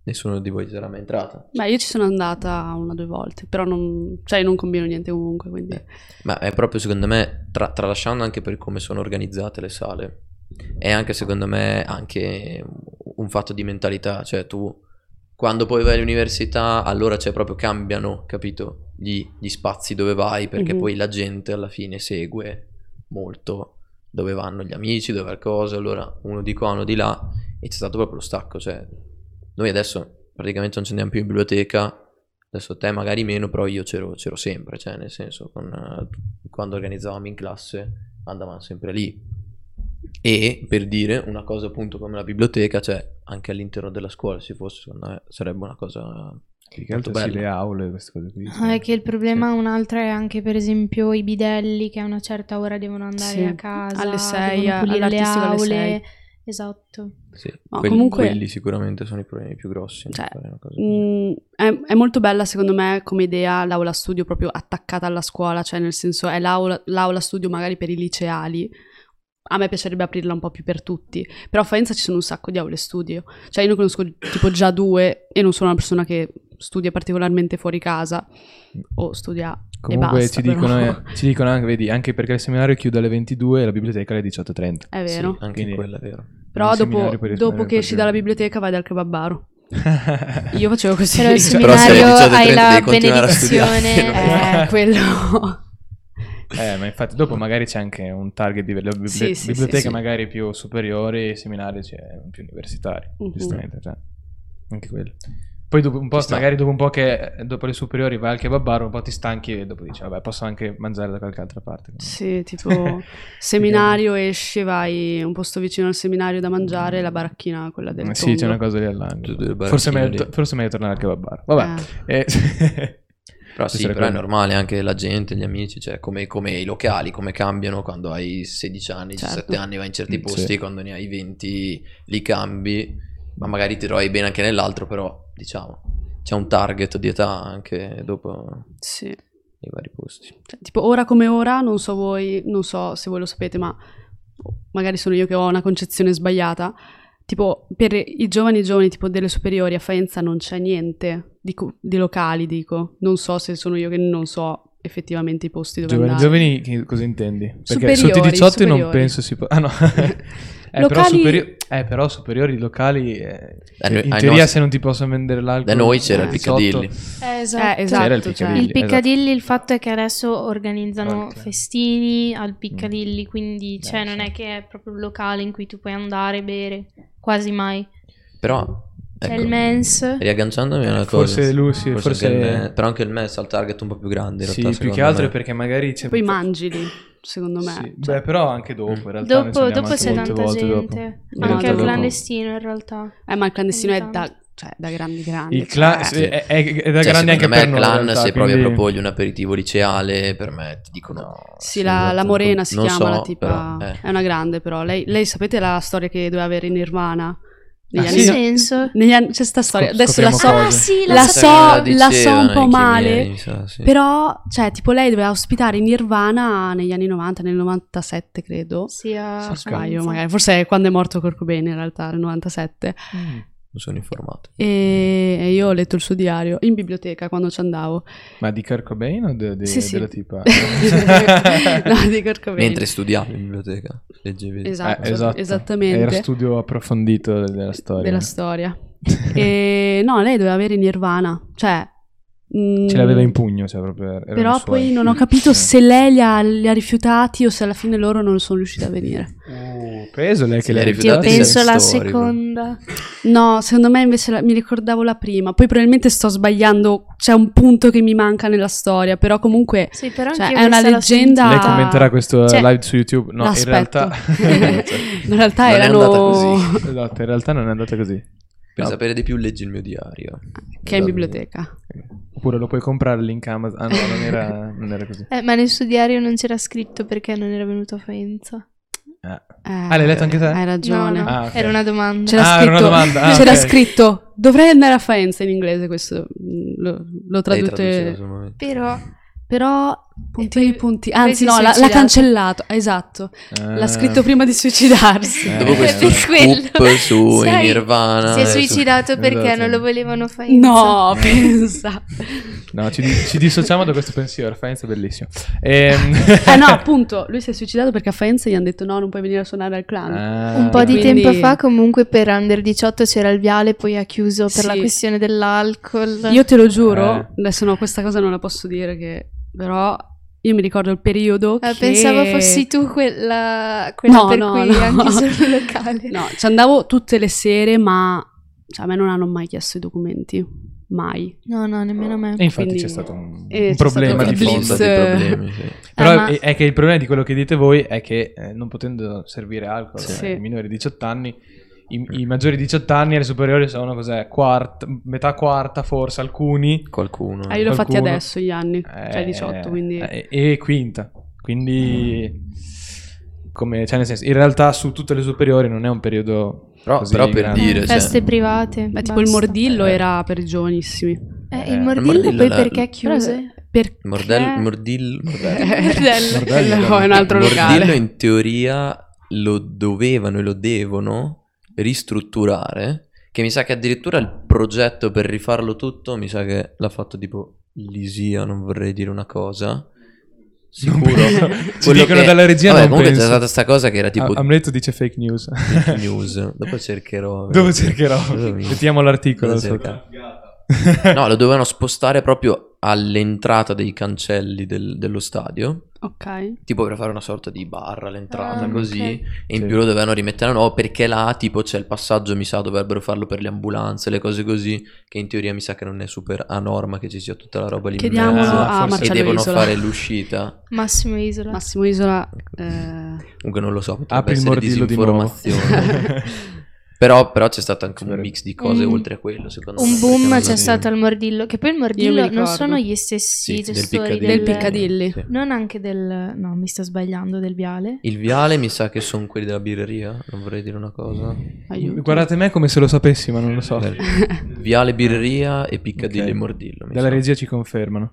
B: nessuno di voi sarà mai entrata.
D: Beh, io ci sono andata una o due volte, però non, cioè, non combino niente comunque, quindi...
B: Eh, Ma è proprio secondo me, tra- tralasciando anche per come sono organizzate le sale, è anche secondo me anche un fatto di mentalità, cioè tu quando poi vai all'università allora cioè proprio cambiano, capito, gli, gli spazi dove vai perché
D: Mhm.
B: poi la gente alla fine segue molto dove vanno gli amici, dove è cosa, allora uno di qua, uno di là, e c'è stato proprio lo stacco, cioè noi adesso praticamente non ci andiamo più in biblioteca, adesso te magari meno, però io c'ero, c'ero sempre, cioè nel senso con, eh, quando organizzavamo in classe andavamo sempre lì. E per dire una cosa appunto come la biblioteca, cioè anche all'interno della scuola, se fosse, secondo me sarebbe una cosa
A: Più che altro
B: molto
A: sì,
B: bello.
A: le aule, queste cose qui.
C: Ah, è che il problema un'altra è anche per esempio i bidelli che a una certa ora devono andare
D: Sì,
C: a casa,
D: alle sei,
C: devono pulire le
D: all'artistico alle
C: aule.
D: sei.
C: Esatto.
B: Sì,
D: Ma
B: quelli,
D: comunque-
B: quelli sicuramente sono i problemi più grossi.
D: Cioè,
B: fare una cosa del genere.
D: Mm, è, è molto bella secondo me come idea l'aula studio proprio attaccata alla scuola, cioè nel senso è l'aula, l'aula studio magari per i liceali. A me piacerebbe aprirla un po' più per tutti, però a Faenza ci sono un sacco di aule studio. Cioè io ne conosco tipo già due e non sono una persona che studia particolarmente fuori casa o studia
A: Comunque
D: basta,
A: ci, dicono,
D: però. [laughs]
A: eh, ci dicono anche, vedi, anche perché il seminario chiude alle 22 e la biblioteca alle 18.30.
D: È vero.
B: Sì, anche
A: Quindi- [laughs]
B: quella è vero.
D: però
A: Un seminario
D: dopo,
A: per il
D: dopo che
A: seminario
D: esci dalla
A: per-
D: biblioteca vai dal kebabbaro. Io
C: [laughs]
D: facevo così.
C: Però il
D: [laughs]
B: Però se alle
C: seminario hai
B: 18.30
C: la
B: devi continuare a studiare.
C: benedizione. [laughs]
D: Eh, quello. [laughs]
A: Eh, ma infatti dopo magari c'è anche un target di la bibli-
D: Sì, sì,
A: biblioteca
D: sì, sì.
A: magari più superiore, i seminari cioè, più universitari,
D: Mhm.
A: giustamente, cioè, anche quello. Poi dopo un po',
B: Ci sta.
A: magari dopo un po' che eh, dopo le superiori vai al kebabbaro, un po' ti stanchi e dopo dici, vabbè, posso anche mangiare da qualche altra parte. [laughs]
D: Sì, tipo seminario, esci, vai un posto vicino al seminario da mangiare, la baracchina, quella del
A: Ma Eh, Sì,
D: tondo.
A: c'è una cosa lì
B: Tutte le
A: all'angolo.
B: baracchine
A: Forse è meglio,
B: lì.
A: forse è meglio tornare al kebabbaro. Vabbè.
D: Eh,
A: Eh, [laughs]
B: Però sì,
A: Questa è la
B: però è
A: cosa.
B: normale anche la gente, gli amici, cioè come, come i locali, come cambiano quando hai 16 anni, 17
D: Certo.
B: anni, vai in certi
A: Mm, sì.
B: posti, quando ne hai 20 li cambi, ma magari ti trovi bene anche nell'altro, però diciamo c'è un target di età anche dopo
D: sì.
B: i vari posti.
D: Cioè, tipo ora come ora, non so voi, non so se voi lo sapete, ma magari sono io che ho una concezione sbagliata. Tipo, per i giovani giovani, tipo delle superiori a Faenza non c'è niente di, co- di locali, dico. Non so se sono io che non so effettivamente i posti dove
A: giovani,
D: andare.
A: giovani, che- cosa intendi? Perché
D: Superiori,
A: sotto i 18 non
D: superiori.
A: penso si possa... Ah no. [laughs] Eh, però,
D: Locali-
A: superi- eh, però superiori locali... eh,
B: Da noi-
A: in
B: ai
A: teoria
B: nostri-
A: se non ti possono vendere l'alcol...
B: Da noi c'era
D: eh,
B: il
A: sotto-
B: Piccadilly.
C: Eh,
D: Eh, esatto,
A: C'era il
D: cioè.
A: Piccadilly.
C: Il Piccadilly, il fatto è che adesso organizzano
A: Ok.
C: festini al Piccadilly, quindi
A: Beh,
C: cioè, non
A: sì.
C: è che è proprio un locale in cui tu puoi andare a bere, quasi mai.
B: Però
C: C'è
B: ecco,
C: il mens.
B: Riagganciandomi a una
A: Forse
B: cosa.
A: lui sì,
B: forse
A: forse...
B: anche il me- però anche il MES ha il target un po' più grande. In
A: Sì,
B: realtà,
A: più che
B: secondo
A: altro
B: me.
A: è perché magari c'è...
D: Poi mangi lì, secondo me.
A: Sì,
D: Cioè,
A: Beh, però anche dopo,
B: Mm.
A: in realtà. ne
C: Dopo,
A: saliamo
C: dopo
A: anche
C: c'è
A: molte
C: tanta
A: volte dopo.
C: gente,
A: In
D: realtà
C: anche al
D: dopo-
C: clandestino in realtà.
D: eh, ma il clandestino è
C: Ogni
D: da, cioè, da grandi grandi.
A: Il clan...
D: cioè.
A: sì, È, è- è da
B: Cioè,
A: grande
B: secondo
A: anche
B: me
A: per
B: il
A: noi.
B: clan,
A: in realtà,
B: se provi a
A: quindi-
B: proporgli un aperitivo liceale, per me ti dicono
D: Sì, la, la
B: esatto.
D: Morena si
B: Non
D: chiama
B: so,
D: la tipa.
B: però, eh.
D: È una grande, però. Lei, lei sapete la storia che doveva avere in Nirvana? Negli
A: Ah,
C: Che
A: sì?
D: anni,
C: senso?
D: negli anni- c'è sta storia. Adesso la so,
A: Scopriamo
C: Ah, sì,
D: La
C: so-
B: Sai cosa
D: so- la so
B: dicevano
D: un po'
B: i
D: male,
B: chimieri, mi sa, sì.
D: però, cioè, tipo, lei doveva ospitare in Nirvana negli anni 90, nel 97, credo.
C: Sì, a
A: Sì,
D: Sbaglio,
C: Faenza.
D: magari. Forse è quando è morto Kurt Cobain, in realtà, nel 97.
A: Mm.
B: Non sono informato.
D: E, e io ho letto il suo diario in biblioteca quando ci andavo.
A: Ma di Kurt Cobain o de- de-
D: Sì, sì.
A: della
D: [laughs]
A: tipa? [laughs] Eh,
D: no, di Kurt Cobain.
B: Mentre studiavo in biblioteca, leggevi. [laughs]
D: Esatto,
A: Eh, esatto.
D: esattamente.
A: Era studio approfondito della storia. [laughs]
D: della storia. e no, lei doveva avere Nirvana, cioè mm,
A: Ce l'aveva in pugno, cioè proprio. erano
D: Però
A: suoi.
D: poi non ho capito
A: Eh.
D: se lei li ha, li ha rifiutati o se alla fine loro non sono riusciti a venire.
A: Uh, peso lei
B: Sì,
A: che l'ha
B: l'hai
C: Io
A: rifiutata.
B: rifiutata, sì.
C: penso la
B: Storico.
C: seconda.
D: No, secondo me invece la- mi ricordavo la prima. Poi probabilmente sto sbagliando, c'è un punto che mi manca nella storia, però
A: [laughs]
D: comunque
C: Sì, però
D: Cioè,
C: anch'io
D: è una
C: questa l'ho
D: leggenda-
A: Lei
C: sentita.
A: commenterà questo eh,
C: Cioè,
A: live su YouTube. No, in
D: Ah. l'aspetto. [laughs]
A: realtà.
B: Cioè,
D: in realtà
B: Non è
D: erano
B: andata così.
A: esatto, in realtà non è andata così.
B: Per
A: No.
B: sapere di più, leggi il mio diario.
D: che è in biblioteca.
A: Oppure lo puoi comprare link Amazon. Ah, no, non era, non era così.
C: Eh, ma nel suo diario non c'era scritto perché non era venuto a Faenza.
A: Ah,
D: Eh,
A: Ah, l'hai letto anche te?
D: Hai ragione.
C: No, no,
A: Ah, ok.
C: era una domanda.
D: C'era
A: Ah, era
D: scritto,
A: una domanda. Ah,
D: c'era
A: ok.
D: scritto, dovrei andare a Faenza in inglese questo, mm, lo, lo
B: Lei
D: tradotto-
B: traduceva sul momento.
C: Però
D: Però, puntini
C: poi-
D: punti,
C: poi
D: anzi
C: si è
D: no, l'ha- l'ha
C: suicidato.
D: cancellato, esatto, l'ha
A: ah.
D: scritto prima di suicidarsi.
A: [laughs]
D: [laughs]
A: Eh.
B: Dopo questo
C: Per
B: scoop
C: quello.
B: su
C: Sai,
B: Nirvana.
C: si è
B: adesso-
C: suicidato perché
A: Esatto.
C: non lo volevano Faenza.
D: No, pensa.
A: No, ci, ci dissociamo da questo pensiero. Faenza è bellissimo. Ehm...
D: [laughs] Eh no, appunto, lui si è suicidato perché a Faenza gli hanno detto no, non puoi venire a suonare al clan.
A: Ah.
C: Un po' di
D: Quindi-
C: tempo fa comunque per Under 18 c'era il viale, poi ha chiuso per
D: Sì.
C: la questione dell'alcol.
D: Io te lo giuro,
A: Eh.
D: adesso no, questa cosa non la posso dire che- però Io mi ricordo il periodo
C: Eh,
D: che...
C: Pensavo fossi tu quella, quella
D: No,
C: per
D: no,
C: cui
D: no.
C: [laughs] anche solo locale.
D: No, ci andavo tutte le sere, ma cioè, a me non hanno mai chiesto i documenti. Mai.
C: No, no, nemmeno a me.
A: E infatti
D: Quindi-
A: c'è stato un,
D: eh,
A: un
D: c'è
A: problema
D: stato
A: di
D: il blitz.
A: fondo.
B: forza di problemi, sì.
A: Però
C: Eh, ma-
A: è, è che il problema di quello che dite voi è che eh, non potendo servire alcol
D: Sì.
A: ai minori di 18 anni, i, i maggiori di 18 anni alle superiori sono cos'è? Quarta, metà quarta forse alcuni.
B: Qualcuno.
D: Ah, io l'ho fatti
A: Qualcuno-
D: adesso gli anni, cioè
A: Eh,
D: 18, quindi...
A: eh, E, quinta. Quindi... Come, cioè nel senso, in realtà su tutte le superiori non è un [laughs] periodo...
B: Però-
A: così
B: però per
A: grande.
B: dire- cioè-
C: Feste private.
D: Ma tipo il
C: basta.
D: mordillo
B: Eh.
D: era per i giovanissimi.
C: Eh,
A: Eh,
C: il mordillo,
B: mordillo
C: poi
B: la-
C: perché è
D: Però- eh,
C: chiuso?
D: Perché...
B: Mordel-
D: [laughs]
B: mordillo. Mordello.
D: Mordello.
A: Mordello.
D: Quello è un altro
B: Mordello
D: locale.
B: in teoria lo dovevano e lo devono ristrutturare, che mi sa che addirittura il progetto per rifarlo tutto, mi sa che l'ha fatto tipo l'ISIA, non vorrei dire una cosa. Sicuro.
A: Ci
B: Quello
A: dicono
B: che-
A: dalla regia
B: Vabbè,
A: non
B: comunque
A: penso.
B: c'è stata sta cosa che era tipo
A: Am- Amleto dice fake news. [laughs]
B: fake news. Dopo cercherò.
A: Dove cercherò?
B: Dove mi-
A: Mettiamo l'articolo.
B: Dove
A: sotto.
B: cercare? No, lo dovevano spostare proprio all'entrata dei cancelli del- dello stadio
D: Ok.
B: tipo per fare una sorta di barra all'entrata
C: Ah,
B: così
C: ok.
B: e in
A: Sì.
B: più lo dovevano rimettere a nuovo perché là tipo c'è il passaggio mi sa dovrebbero farlo per le ambulanze le cose così che in teoria mi sa che non è super a norma che ci sia tutta la roba lì in
D: Chiediamolo
B: mezzo,
A: Ah,
D: a
A: forse-
B: e
D: Marcello
B: eh, devono
D: Isola.
B: fare l'uscita
C: Massimo Isola.
D: Massimo Isola... eh,
B: comunque non lo so potrebbe
A: Apri il
B: essere
A: mordillo di nuovo.
C: [laughs]
B: disinformazione
A: [laughs]
B: però, però c'è stato anche un mix di cose
C: Un-
B: oltre a quello secondo me
C: Un
B: perché
C: boom
B: non
C: c'è
B: lo-
C: stato al mordillo, che poi il mordillo non
D: ricordo.
C: sono gli stessi
B: Sì, del
C: gestori
B: Piccadilly,
D: del Piccadilly.
B: Sì.
C: Non anche del... no, mi sto sbagliando, del viale.
B: il viale mi sa che sono quelli della birreria non vorrei dire una cosa
D: aiuto.
A: Guardate me come se lo sapessi, ma non lo so.
C: [laughs]
B: viale birreria e Piccadilly
A: Ok.
B: e mordillo mi
A: Dalla
B: sa.
A: regia ci confermano.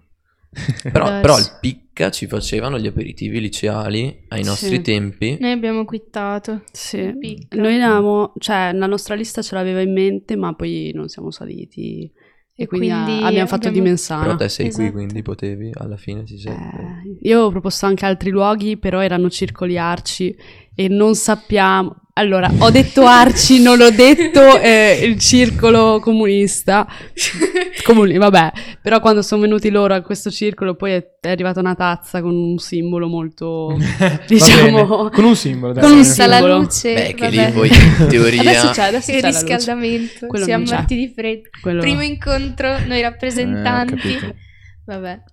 B: Però,
C: Darsi.
B: però al picca ci facevano gli aperitivi liceali ai
D: Sì.
B: nostri tempi.
C: Noi abbiamo quittato.
D: Sì.
C: Picca.
D: Noi eravamo... Cioè, la nostra lista ce l'aveva in mente, ma poi non siamo saliti. E,
C: E
D: quindi, a-
C: quindi
D: abbiamo fatto
C: abbiamo-
B: Però
D: Dimensana.
B: te sei qui,
C: Esatto.
B: quindi potevi, alla fine si sei.
D: Eh, io ho proposto anche altri luoghi, però erano circoli arci e non sappiamo. Allora, ho detto arci, non ho detto eh, il circolo comunista. Comuni- vabbè, però quando sono venuti loro a questo circolo poi è, è arrivata una tazza con un simbolo [laughs] molto...
A: [laughs] Va
D: Diciamo-
A: bene, con un simbolo. dai.
D: Con un
C: Sta la
D: Simbolo.
C: luce.
B: Beh, che
C: Eh, vabbè.
B: lì
C: [laughs]
B: poi in teoria...
D: Adesso c'è, adesso
C: Il
D: c'è la luce.
C: riscaldamento,
D: Quello
C: siamo
D: non c'è.
C: morti di freddo.
D: Quello-
C: Primo incontro, noi rappresentanti.
A: Eh, ho capito.
C: Vabbè,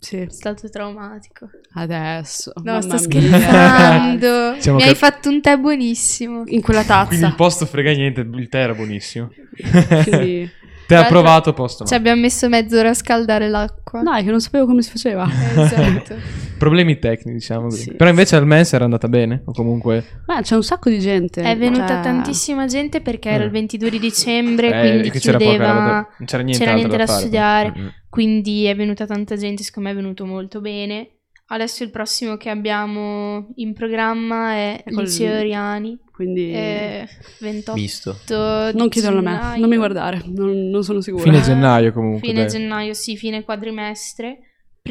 D: sì,
C: è stato traumatico.
D: adesso.
C: No,
D: mamma
C: sto
D: mia.
C: scherzando.
A: [laughs] Siamo
C: Mi
A: cap-
C: hai fatto un tè buonissimo.
D: In quella
A: Quindi il
D: tazza.
A: posto frega niente, il tè era buonissimo. [laughs]
D: Quindi-
A: Te ha
C: l'altro-
A: provato posto. no.
C: Ci abbiamo messo mezz'ora a scaldare l'acqua.
D: Dai, che non sapevo come si faceva. [laughs]
C: Eh, esatto.
A: Problemi tecnici, diciamo così.
D: Sì.
A: Però invece al mens era andata bene, o comunque...
D: Beh, c'è un sacco di gente.
C: È venuta
D: cioè-
C: tantissima gente perché era il 22 di dicembre,
A: Eh,
C: quindi
A: che c'era
C: chiudeva,
A: poca roba da- non c'era niente
C: c'era
A: altro
C: niente da,
A: da fare.
C: studiare,
B: Mm-mm.
C: quindi è venuta tanta gente, secondo me è venuto molto bene. Adesso il prossimo che abbiamo in programma è
D: È col-
C: Liceo Oriani,
D: Quindi...
C: eh, 28
B: Misto.
D: Non chiederlo a me,
C: gennaio.
D: non mi guardare, non, non sono sicura.
A: Fine gennaio comunque.
C: Fine
A: dai.
C: gennaio, sì, fine quadrimestre,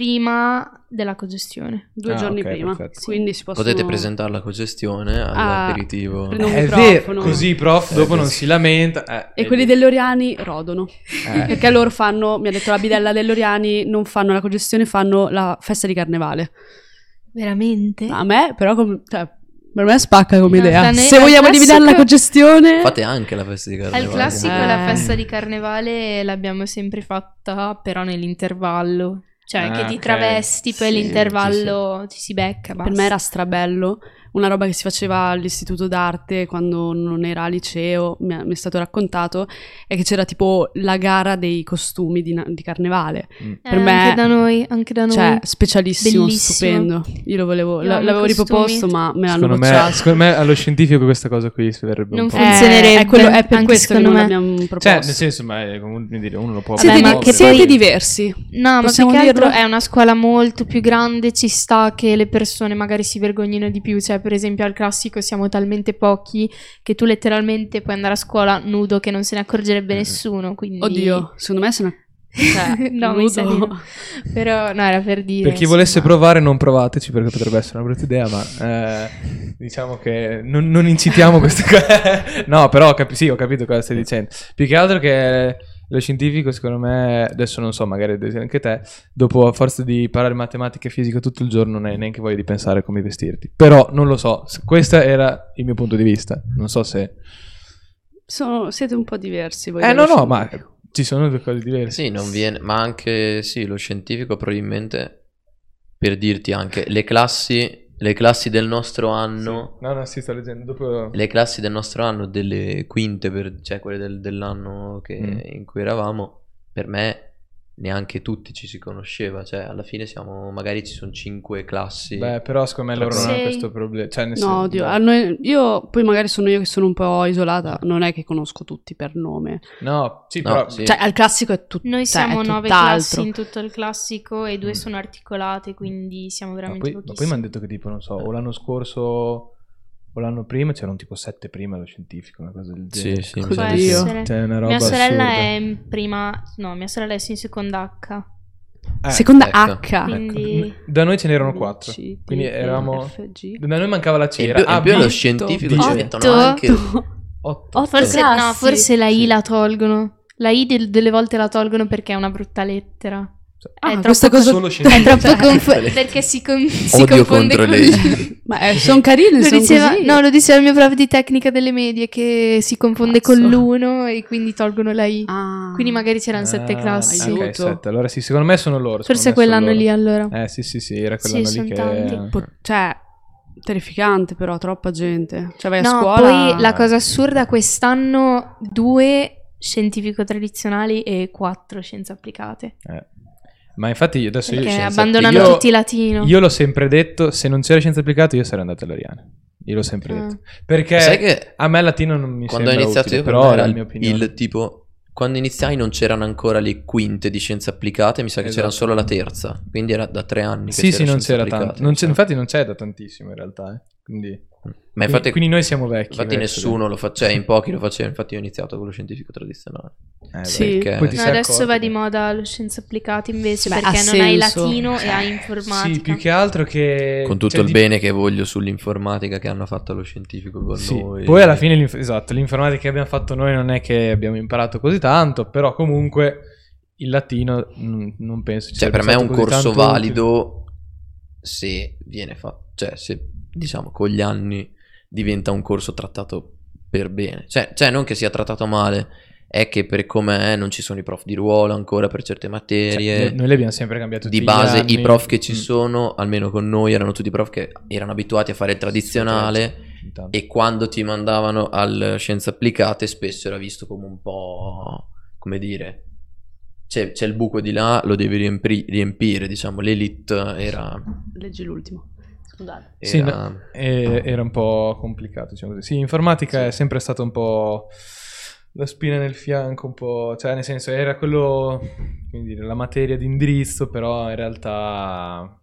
C: prima della cogestione.
D: Due
A: Ah,
D: giorni
A: ok,
D: prima,
A: perfetto.
D: quindi si possono...
B: Potete presentarla con gestione
C: Ah,
B: all'aperitivo.
D: prendo-
A: È
D: microfono.
A: vero, così prof,
B: Eh,
A: dopo non
B: così.
A: si lamenta. eh,
D: E
A: vedi.
D: quelli dell'Oriani rodono,
C: [laughs]
A: Eh,
D: perché loro fanno, mi ha detto la bidella dell'Oriani, non fanno la cogestione, fanno la festa di carnevale.
C: Veramente?
D: A me però, com- cioè, per me spacca come
C: No,
D: idea.
C: da noi-
D: Se
C: al
D: vogliamo
C: classico-
D: dividere la cogestione...
B: [laughs] Fate anche la festa di carnevale.
C: Al classico
D: Eh.
C: la festa di carnevale l'abbiamo sempre fatta però nell'intervallo. Cioè
A: Ah,
C: che ti
A: ok.
C: travesti, poi
D: Sì,
C: l'intervallo ci si becca.
D: Per me era strabello, una roba che si faceva all'istituto d'arte quando non era al liceo, mi, ha- mi è stato raccontato, è che c'era tipo la gara dei costumi di, na- di carnevale.
A: mm.
D: per me-
C: Eh, Anche da noi, anche da noi.
D: Cioè, specialissimo,
C: Bellissimo.
D: stupendo. Io lo volevo,
C: Io
D: la-
C: amo i
D: l'avevo
C: costumi.
D: riproposto, ma me l'hanno
A: Secondo me,
D: bocciato.
A: secondo me allo scientifico questa cosa qui si verrebbe
C: Non
A: un po'.
C: funziona.
D: Eh, è, quello- è per
C: anche
D: questo che
C: secondo
D: non
C: me.
D: l'abbiamo proposto.
A: Cioè, nel senso, ma è come dire, uno lo può
C: Vabbè,
D: siete,
C: ma
A: promuovere.
C: che
D: siete
C: poi-
D: diversi.
C: No, ma più
D: Possiamo
C: che altro
D: dirlo?
C: è una scuola molto più grande, ci sta che le persone magari si vergognino di più, cioè per esempio al classico siamo talmente pochi che tu letteralmente puoi andare a scuola nudo che non se ne accorgerebbe
A: Eh.
B: Mm.
C: nessuno, quindi...
D: [laughs]
C: [laughs]
D: Oddio, secondo me sono... Cioè,
C: No, mi sa di no. Però no, era per dire...
A: Per chi volesse
C: insomma.
A: provare, non provateci perché potrebbe essere una brutta idea, ma eh, diciamo che non, [laughs] non incitiamo queste cose. no, però ho capi- sì, ho capito cosa stai dicendo. Più che altro che Lo scientifico, secondo me, adesso non so, magari Desi, anche te, dopo a forza di parlare matematica e fisica tutto il giorno, non hai neanche voglia di pensare come vestirti. Però non lo so, s- questo era il mio punto di vista. Non so se.
D: Sono- siete un po' diversi voi.
A: Eh, no,
D: dello
A: no, ma
D: scientifico.
A: ci sono due cose diverse.
B: Sì, non viene, ma anche sì, lo scientifico probabilmente per dirti anche le classi, le classi del nostro anno,
A: No, no, sì, sto leggendo. Dopo.
B: le classi del nostro anno delle quinte, per, cioè quelle del- dell'anno che-
A: Mm.
B: in cui eravamo, per me neanche tutti ci si conosceva, cioè alla fine siamo, magari ci sono cinque classi.
A: Beh, però secondo me loro non hanno
C: Sei.
A: questo problema. Cioè, nel
D: No,
A: senso-
D: oddio, a noi- io poi magari sono io che sono un po' isolata, non è che conosco tutti per nome.
A: No, sì,
B: No,
A: però.
B: sì.
D: Cioè, al classico è tutto
C: Noi siamo
D: è
C: nove classi
D: tutt'altro.
C: in tutto il classico e
A: Cioè, Mm.
C: due sono articolate, quindi siamo
A: Ma
C: veramente
A: poi, ma poi mi hanno detto che tipo, non so,
B: Eh.
A: o l'anno scorso o l'anno prima c'erano tipo sette prima lo scientifico, una cosa del
B: Sì,
A: genere.
B: sì, Eh.
A: Cosa
B: mi sa
A: del
B: di sì.
A: genere. Cioè, è una roba
C: Mia sorella
A: assurda.
C: è in prima, no, mia sorella è in seconda H.
A: Eh,
D: Seconda
B: ecco.
D: H.
C: Quindi
A: Da noi ce n'erano quattro.
D: B, C, D,
A: Quindi
D: E,
A: eravamo-
D: F, G.
A: Da noi mancava la
B: E in
A: cera.
B: più, in
A: Ah,
B: più lo
A: B,
B: scientifico
A: dice.
B: ci mettono anche...
A: otto.
D: Otto
C: Oh, forse,
D: classi.
C: no, forse la I
A: Sì.
C: la tolgono. La I del- delle volte la tolgono perché è una brutta lettera.
D: Ah,
C: è
D: questa
C: troppo
D: cosa...
A: cioè,
C: [laughs]
A: Solo
C: È
A: scientifico.
C: troppo conf-
B: Lettera.
C: [laughs] perché si, con- si
B: Odio
C: confonde
B: contro
C: con [laughs]
B: lei.
D: Ma eh, sono carine,
C: Lo
D: sono
C: diceva,
D: così.
C: no, lo diceva il mio prof di tecnica delle medie che si confonde con
D: Cazzo.
C: l'uno e quindi tolgono la I.
D: Ah.
C: Quindi magari c'erano sette
A: Ah,
C: classi.
A: Ok,
D: Aiuto.
A: sette. Allora sì, secondo me sono loro.
C: Forse
A: secondo me
C: quell'anno lì
A: sono
C: allora.
A: loro. Eh sì, sì, sì, era
C: Sì,
A: quell'anno lì
C: son
A: che...
C: tanti.
A: Mm.
D: Po- cioè, terrificante però, troppa gente. Cioè, vai a
C: no,
D: scuola...
C: poi la cosa assurda, quest'anno due scientifico tradizionali e quattro scienze applicate.
A: Eh. Ma infatti io adesso... io-
C: Perché
B: scienze
C: abbandonano
A: applicate.
C: tutti latino.
A: Io l'ho sempre detto, se non c'era scienza applicata io sarei andato all'Ariane. Io l'ho sempre
C: Ah.
A: detto. Perché
B: Sai che
A: a me il latino non mi
B: quando ho
A: sembra
B: iniziato
A: utile,
B: io, per
A: però
B: me
A: era
B: era
A: la mia opinione.
B: il tipo quando iniziai non c'erano ancora le quinte di scienze applicate, mi sa che c'era
A: Esatto.
B: solo la terza, quindi era da tre anni. che
A: Sì, sì, non
B: scienze
A: c'era
B: applicate,
A: tanto. Non
B: mi
A: c'è-
B: sa.
A: infatti non c'è da tantissimo in realtà. eh. Quindi,
B: cioè. Ma
A: quindi-
B: infatti,
A: quindi noi siamo vecchi.
B: infatti
A: verso-
B: nessuno lo faceva, in pochi lo faceva, infatti io ho iniziato con lo scientifico tradizionale.
A: Eh,
D: Sì.
A: perché-
B: No,
A: poi ti
C: No,
A: sei
C: adesso
A: accorto
C: va
A: che-
C: di moda lo scienze applicate invece
D: Beh, ha
C: perché non hai
D: senso.
C: latino e hai
A: Sì,
C: informatica.
A: più che altro che...
B: Con tutto
A: cioè,
B: il
A: di-
B: bene che voglio sull'informatica che hanno fatto lo scientifico con
A: Sì,
B: noi. eh.
A: Poi alla fine l'inf- esatto, l'informatica che abbiamo fatto noi non è che abbiamo imparato così tanto, però comunque il latino mm, non penso ci
B: Cioè,
A: sarebbe
B: per me è
A: stato
B: un
A: così
B: corso
A: tanto utile.
B: valido se viene fatto, cioè se diciamo con gli anni diventa un corso trattato per bene, cioè, cioè non che sia trattato male, è che per come è non ci sono i prof di ruolo ancora per certe materie.
A: Cioè, noi- noi le abbiamo sempre cambiate
B: di
A: tutti gli
B: base i
A: anni.
B: prof che ci
A: Mm.
B: sono, almeno con noi, erano tutti prof che erano abituati a fare il
A: certo.
B: tradizionale
A: Intanto.
B: e quando ti mandavano al scienze applicate spesso era visto come un po' come dire c'è, c'è il buco di là lo devi riempri- riempire diciamo l'elite era,
D: Leggi l'ultimo. Scusate.
A: Sì,
B: era-
A: E- era un po' complicato, diciamo così. Sì, informatica è sempre stata un po' la spina nel fianco, un po', cioè nel senso era quello, come dire, la materia di indirizzo, però in realtà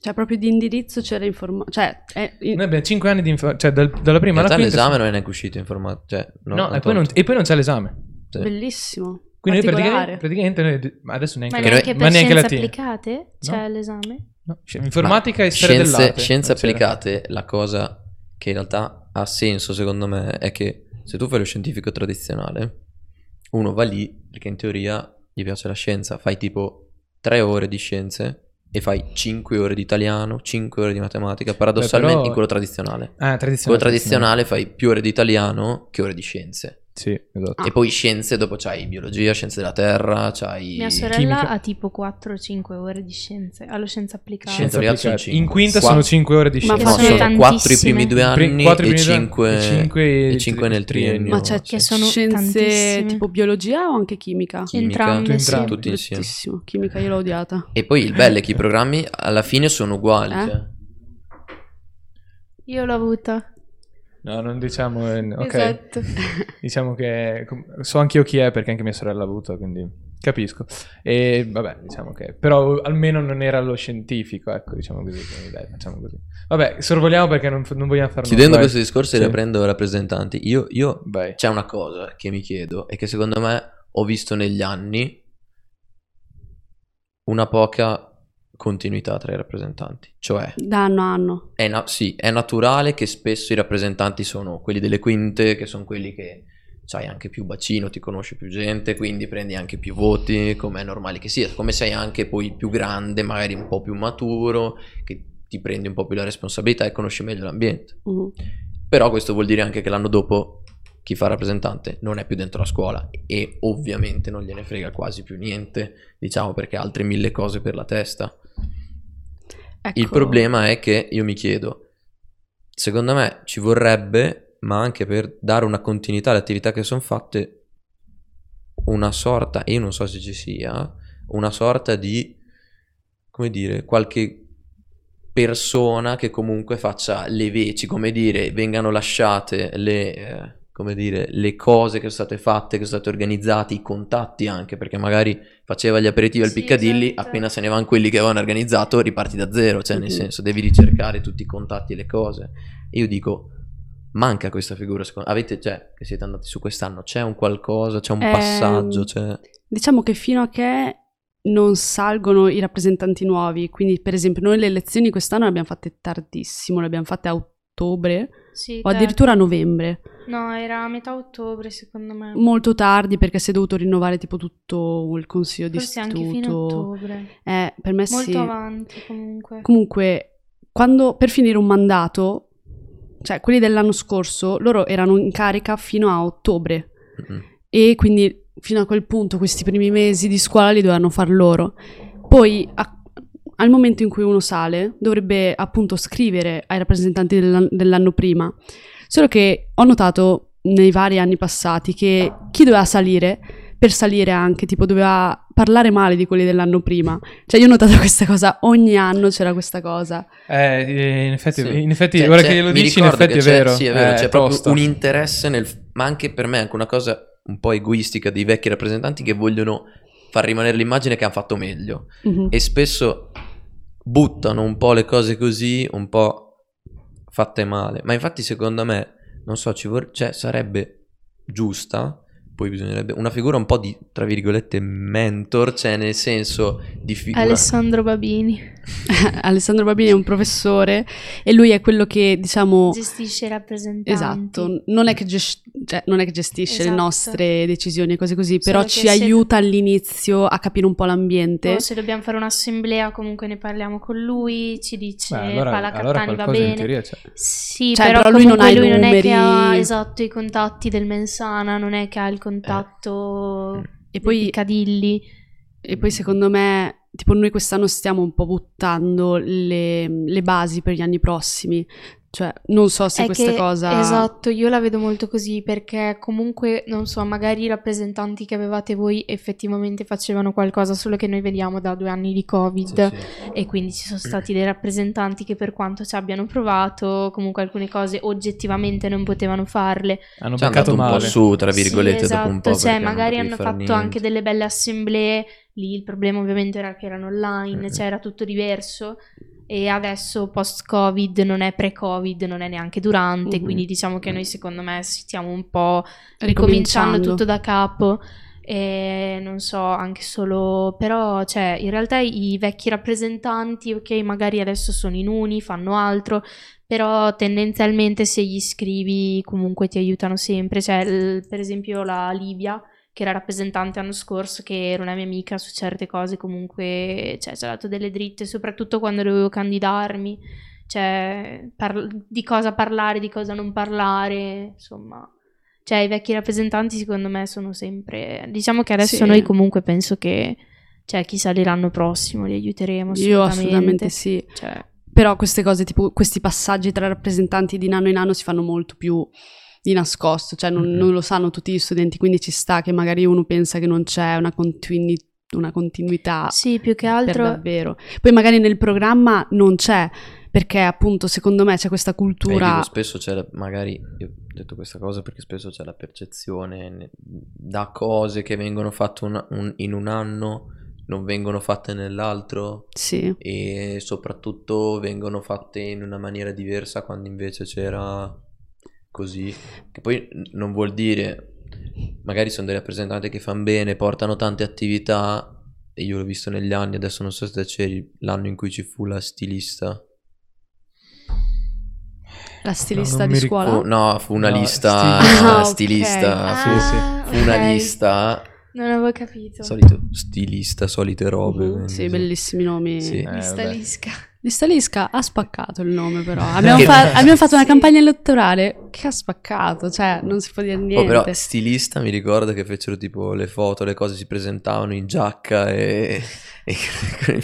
D: Cioè, proprio di indirizzo c'era informazione. Cioè, è- in-
A: noi abbiamo 5 anni di infor- cioè dal- dalla
B: in
A: prima alla
B: realtà
A: quinta.
B: l'esame non è neanche uscito in formato cioè, no, cioè,
A: no,
B: hanno
A: e poi, non,
B: tolto.
A: e poi non c'è l'esame.
B: Sì.
D: bellissimo.
A: Quindi noi
D: particolare.
A: praticamente, praticamente noi- ma adesso neanche,
C: Ma
B: Che
C: neanche
A: ma
C: per
A: neanche
C: scienze
A: latino.
C: applicate Cioè, c'è
A: No.
C: l'esame?
A: No, sci- informatica e storia
B: scienze,
A: dell'arte.
B: scienze
A: non c'era.
B: applicate, la cosa che in realtà ha senso secondo me è che se tu fai lo scientifico tradizionale, uno va lì perché in teoria gli piace la scienza, fai tipo 3 ore di scienze e fai 5 ore di italiano, 5 ore di matematica, paradossalmente
A: però-
B: in quello tradizionale.
A: Ah,
B: Quello
A: tradizionale.
B: tradizionale fai più ore di italiano che ore di scienze.
A: Sì, esatto.
D: Ah.
B: E poi scienze, dopo c'hai biologia, scienze della terra, c'hai...
C: Mia sorella
A: chimica.
C: ha tipo 4 o 5 ore di scienze, allo scienze applicate.
A: Scienze
B: Scienze teoria sono
A: applicate.
B: cinque.
A: In quinta
B: Qua-
A: sono 5 ore di
D: Ma
A: scienze.
B: No,
C: sono
B: sono 4 i
C: tantissime.
B: primi due
A: Pri-
B: anni
A: quattro
B: e
A: primi due anni,
B: 5,
A: e cinque il tri-
B: nel
A: il
B: triennio.
A: triennio.
D: Ma c'è
C: che
B: sì.
C: sono
D: Scienze
C: tantissime.
D: tipo biologia o anche chimica?
C: Sì, Entrambe,
A: sì.
B: entrambe, tutti
A: Entrambe.
B: insieme.
D: Bruttissimo. Chimica io l'ho odiata.
B: E poi il bello è che i programmi alla fine sono uguali.
D: Eh?
B: cioè.
C: Io l'ho avuta.
A: No, non diciamo... eh, no, ok.
C: Esatto.
A: [laughs] Diciamo che com- so anch'io chi è perché anche mia sorella l'ha avuto, quindi capisco. E vabbè, diciamo che però almeno non era lo scientifico, ecco, diciamo così, quindi dai, facciamo così. Vabbè, sorvoliamo perché non, f- non vogliamo farlo.
B: Chiudendo questo discorso,
A: Sì.
B: riprendo rappresentanti. Io, io
A: Vai.
B: c'è una cosa che mi chiedo e che secondo me ho visto negli anni una poca continuità tra i rappresentanti. Cioè,
D: Da anno a anno.
B: è, na- sì, è naturale che spesso i rappresentanti sono quelli delle quinte, che sono quelli che sai anche più bacino, ti conosci più gente, quindi prendi anche più voti, come è normale che sia, come sei anche poi più grande, magari un po' più maturo, che ti prendi un po' più la responsabilità e conosci meglio l'ambiente.
D: Mhm.
B: Però questo vuol dire anche che l'anno dopo chi fa rappresentante non è più dentro la scuola e ovviamente non gliene frega quasi più niente, diciamo perché ha altre mille cose per la testa. Il
D: Ecco.
B: problema è che io mi chiedo, secondo me ci vorrebbe, ma anche per dare una continuità alle attività che sono fatte, una sorta, e io non so se ci sia, una sorta di, come dire, qualche persona che comunque faccia le veci, come dire, vengano lasciate le, eh, come dire, le cose che sono state fatte, che sono state organizzate, i contatti anche, perché magari faceva gli aperitivi al
C: Sì,
B: Piccadilly,
C: esatto.
B: appena se ne vanno quelli che avevano organizzato, riparti da zero, cioè nel
D: Mhm.
B: senso devi ricercare tutti i contatti e le cose. E io dico, manca questa figura, secondo avete, cioè, che siete andati su quest'anno, c'è un qualcosa, c'è un
D: Ehm,
B: passaggio, c'è...
D: Diciamo che fino a che non salgono i rappresentanti nuovi, quindi per esempio noi le elezioni quest'anno le abbiamo fatte tardissimo, le abbiamo fatte a ottobre
C: Sì,
D: o addirittura a novembre,
C: No, era a metà ottobre secondo me.
D: molto tardi perché si è dovuto rinnovare tipo tutto il consiglio di
C: Forse anche fino a
D: istituto.
C: ottobre.
D: Eh, per me
C: Molto
D: sì.
C: avanti comunque.
D: Comunque, quando, per finire un mandato, cioè quelli dell'anno scorso, loro erano in carica fino a ottobre.
B: Mm.
D: e quindi fino a quel punto questi primi mesi di scuola li dovevano far loro. Poi a- al momento in cui uno sale dovrebbe appunto scrivere ai rappresentanti dell'an- dell'anno prima, solo che ho notato nei vari anni passati che chi doveva salire per salire anche tipo doveva parlare male di quelli dell'anno prima. Cioè io ho notato [laughs] questa cosa, ogni anno c'era questa cosa.
A: Eh, in effetti,
B: Sì.
A: in effetti
B: Cioè,
A: ora
B: c'è-
A: che lo
B: mi
A: dici, in
B: ricordo
A: effetti
B: che
A: è
B: c'è-
A: vero.
B: Sì, è vero,
A: Eh,
B: c'è proprio
A: tosta.
B: un interesse nel... Ma anche per me è anche una cosa un po' egoistica dei vecchi rappresentanti che vogliono far rimanere l'immagine che hanno fatto meglio.
D: Mhm.
B: E spesso buttano un po' le cose così, un po' fatte male. Ma infatti secondo me, non so, ci vor- cioè, sarebbe giusta, poi bisognerebbe, una figura un po' di, tra virgolette, mentor, cioè nel senso di figura...
C: Alessandro Babini
D: [laughs] Alessandro Babini è un professore e lui è quello che diciamo
C: gestisce i rappresentanti.
D: Esatto, non è che, ges- cioè, non è che gestisce le
C: Esatto.
D: nostre decisioni e cose così,
C: Solo
D: però
C: che
D: ci
C: se-
D: aiuta all'inizio a capire un po' l'ambiente.
C: O se dobbiamo fare un'assemblea comunque ne parliamo con lui, ci dice
A: Beh, allora,
C: Pala
A: allora
C: Cattani Eh, va
A: qualcosa in
C: bene.
A: teoria c'è.
C: Sì,
D: Cioè,
C: però,
D: però lui non
C: comunque
D: ha i
C: lui non è
D: numeri. Eh.
C: che ha esatto i contatti del Mensana, non è che ha il contatto
D: E,
C: poi
D: poi,
C: Piccadilly.
D: e poi secondo me, tipo noi quest'anno stiamo un po' buttando le, le basi per gli anni prossimi. Cioè, non so se
C: È
D: questa
C: che-
D: cosa...
C: Esatto, io la vedo molto così perché comunque, non so, magari i rappresentanti che avevate voi effettivamente facevano qualcosa, solo che noi veniamo da due anni di Covid e quindi ci sono stati dei rappresentanti che per quanto ci abbiano provato, comunque alcune cose oggettivamente non potevano farle.
A: Hanno
B: Ci hanno
A: beccato
B: dato un po'
A: male.
B: su, tra virgolette,
C: Sì,
B: dopo un
C: esatto,
B: po'.
C: cioè
B: perché non
C: magari
B: potevi
C: hanno
B: far
C: fatto
B: niente.
C: anche delle belle assemblee, lì il problema ovviamente era che erano online,
B: Mm.
C: cioè era tutto diverso e adesso post covid non è pre-covid, non è neanche durante,
B: Mm-hmm.
D: Mhm.
C: quindi diciamo che noi secondo me stiamo un po'
D: ricominciando
C: ricominciando tutto da capo e non so, anche solo però cioè in realtà i vecchi rappresentanti, ok, magari adesso sono in uni, fanno altro, però tendenzialmente se gli iscrivi comunque ti aiutano sempre, cioè l- per esempio la Livia che era rappresentante l'anno scorso, che era una mia amica su certe cose, comunque cioè, ci ha dato delle dritte, soprattutto quando dovevo candidarmi, cioè par- di cosa parlare, di cosa non parlare, insomma. Cioè, i vecchi rappresentanti, secondo me, sono sempre. Diciamo che adesso
D: Sì.
C: noi comunque penso che. Cioè, chi salirà l'anno prossimo li aiuteremo.
D: Io assolutamente sì.
C: Cioè,
D: Però queste cose, tipo questi passaggi tra rappresentanti di nano in anno si fanno molto più di nascosto, cioè non,
B: Mhm.
D: non lo sanno tutti gli studenti, quindi ci sta che magari uno pensa che non c'è una, continui- una continuità
C: sì, più che
D: Ah, per
C: altro.
D: davvero. Poi magari nel programma non c'è, perché appunto secondo me c'è questa
B: Eh, io dico,
D: cultura...
B: spesso c'è la- magari io ho detto questa cosa perché spesso c'è la percezione ne- da cose che vengono fatte un- un- in un anno non vengono fatte nell'altro
D: Sì,
B: e soprattutto vengono fatte in una maniera diversa quando invece c'era così che poi n- non vuol dire magari sono dei rappresentanti che fanno bene portano tante attività e io l'ho visto negli anni adesso non so se te c'eri l'anno in cui ci fu la stilista
D: La
A: No,
D: stilista
A: non
D: di
A: mi
D: scuola?
B: Fu- no, fu una
A: No,
B: lista
A: stilista.
C: [laughs] Ah, ok.
B: stilista.
A: sì, sì.
B: Fu una
C: Ah, ok.
B: lista.
C: Non avevo capito.
B: Solito stilista, solite robe.
D: Mhm,
B: quindi
D: Sì, bellissimi nomi.
B: Sì.
A: Eh,
C: Lista
A: vabbè.
C: lisca.
D: Di Stalisca ha spaccato il nome, però. Abbiamo,
B: Che-
D: fa- abbiamo fatto una
C: Sì.
D: campagna elettorale che ha spaccato, cioè non si può dire
B: Oh,
D: niente.
B: però stilista mi ricordo che fecero tipo le foto, le cose si presentavano in giacca e... e- [laughs]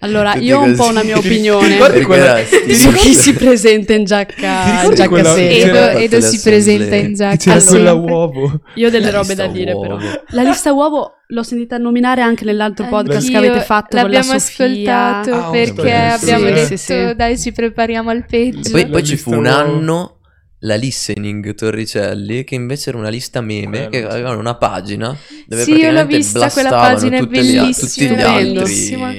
D: Allora,
B: tutte
D: io ho un po'
B: così. [laughs]
D: una mia
A: Ti ri-
D: opinione.
A: ti ricordi
B: Perché
A: quella-
B: era
A: ti
D: Su
B: stilista.
A: ricordi-
D: chi [laughs] si presenta in giacca,
A: ricordi
D: giacca
A: quella- cioè-
D: sera.
A: c'era-
C: Edo,
B: fatte
C: Edo
B: le
C: si
B: assemblee.
C: presenta in giacca.
A: C'era
C: al
A: quella [laughs]
C: sempre.
A: uovo.
D: Io ho delle
B: La
D: robe da
B: lista
D: dire,
B: uovo.
D: però. La lista uovo l'ho sentita nominare anche nell'altro podcast che
C: Anch'io,
D: avete fatto con la
C: Eh, L'abbiamo
D: Sofia.
C: ascoltato
A: Ah,
C: perché
B: ok.
C: abbiamo
A: Sì,
C: detto
D: sì, sì.
C: dai ci prepariamo al peggio.
B: Poi,
A: La
B: poi ci
A: lista
B: fu un
A: uovo.
B: anno la listening Torricelli che invece era una lista
A: Quella
B: meme che
A: non so.
B: avevano una pagina dove
C: Sì, io l'ho
B: praticamente
C: vista, quella
B: blastavano
C: pagina è
B: tutte le- tutti
C: bellissima,
B: gli altri
C: bellissima.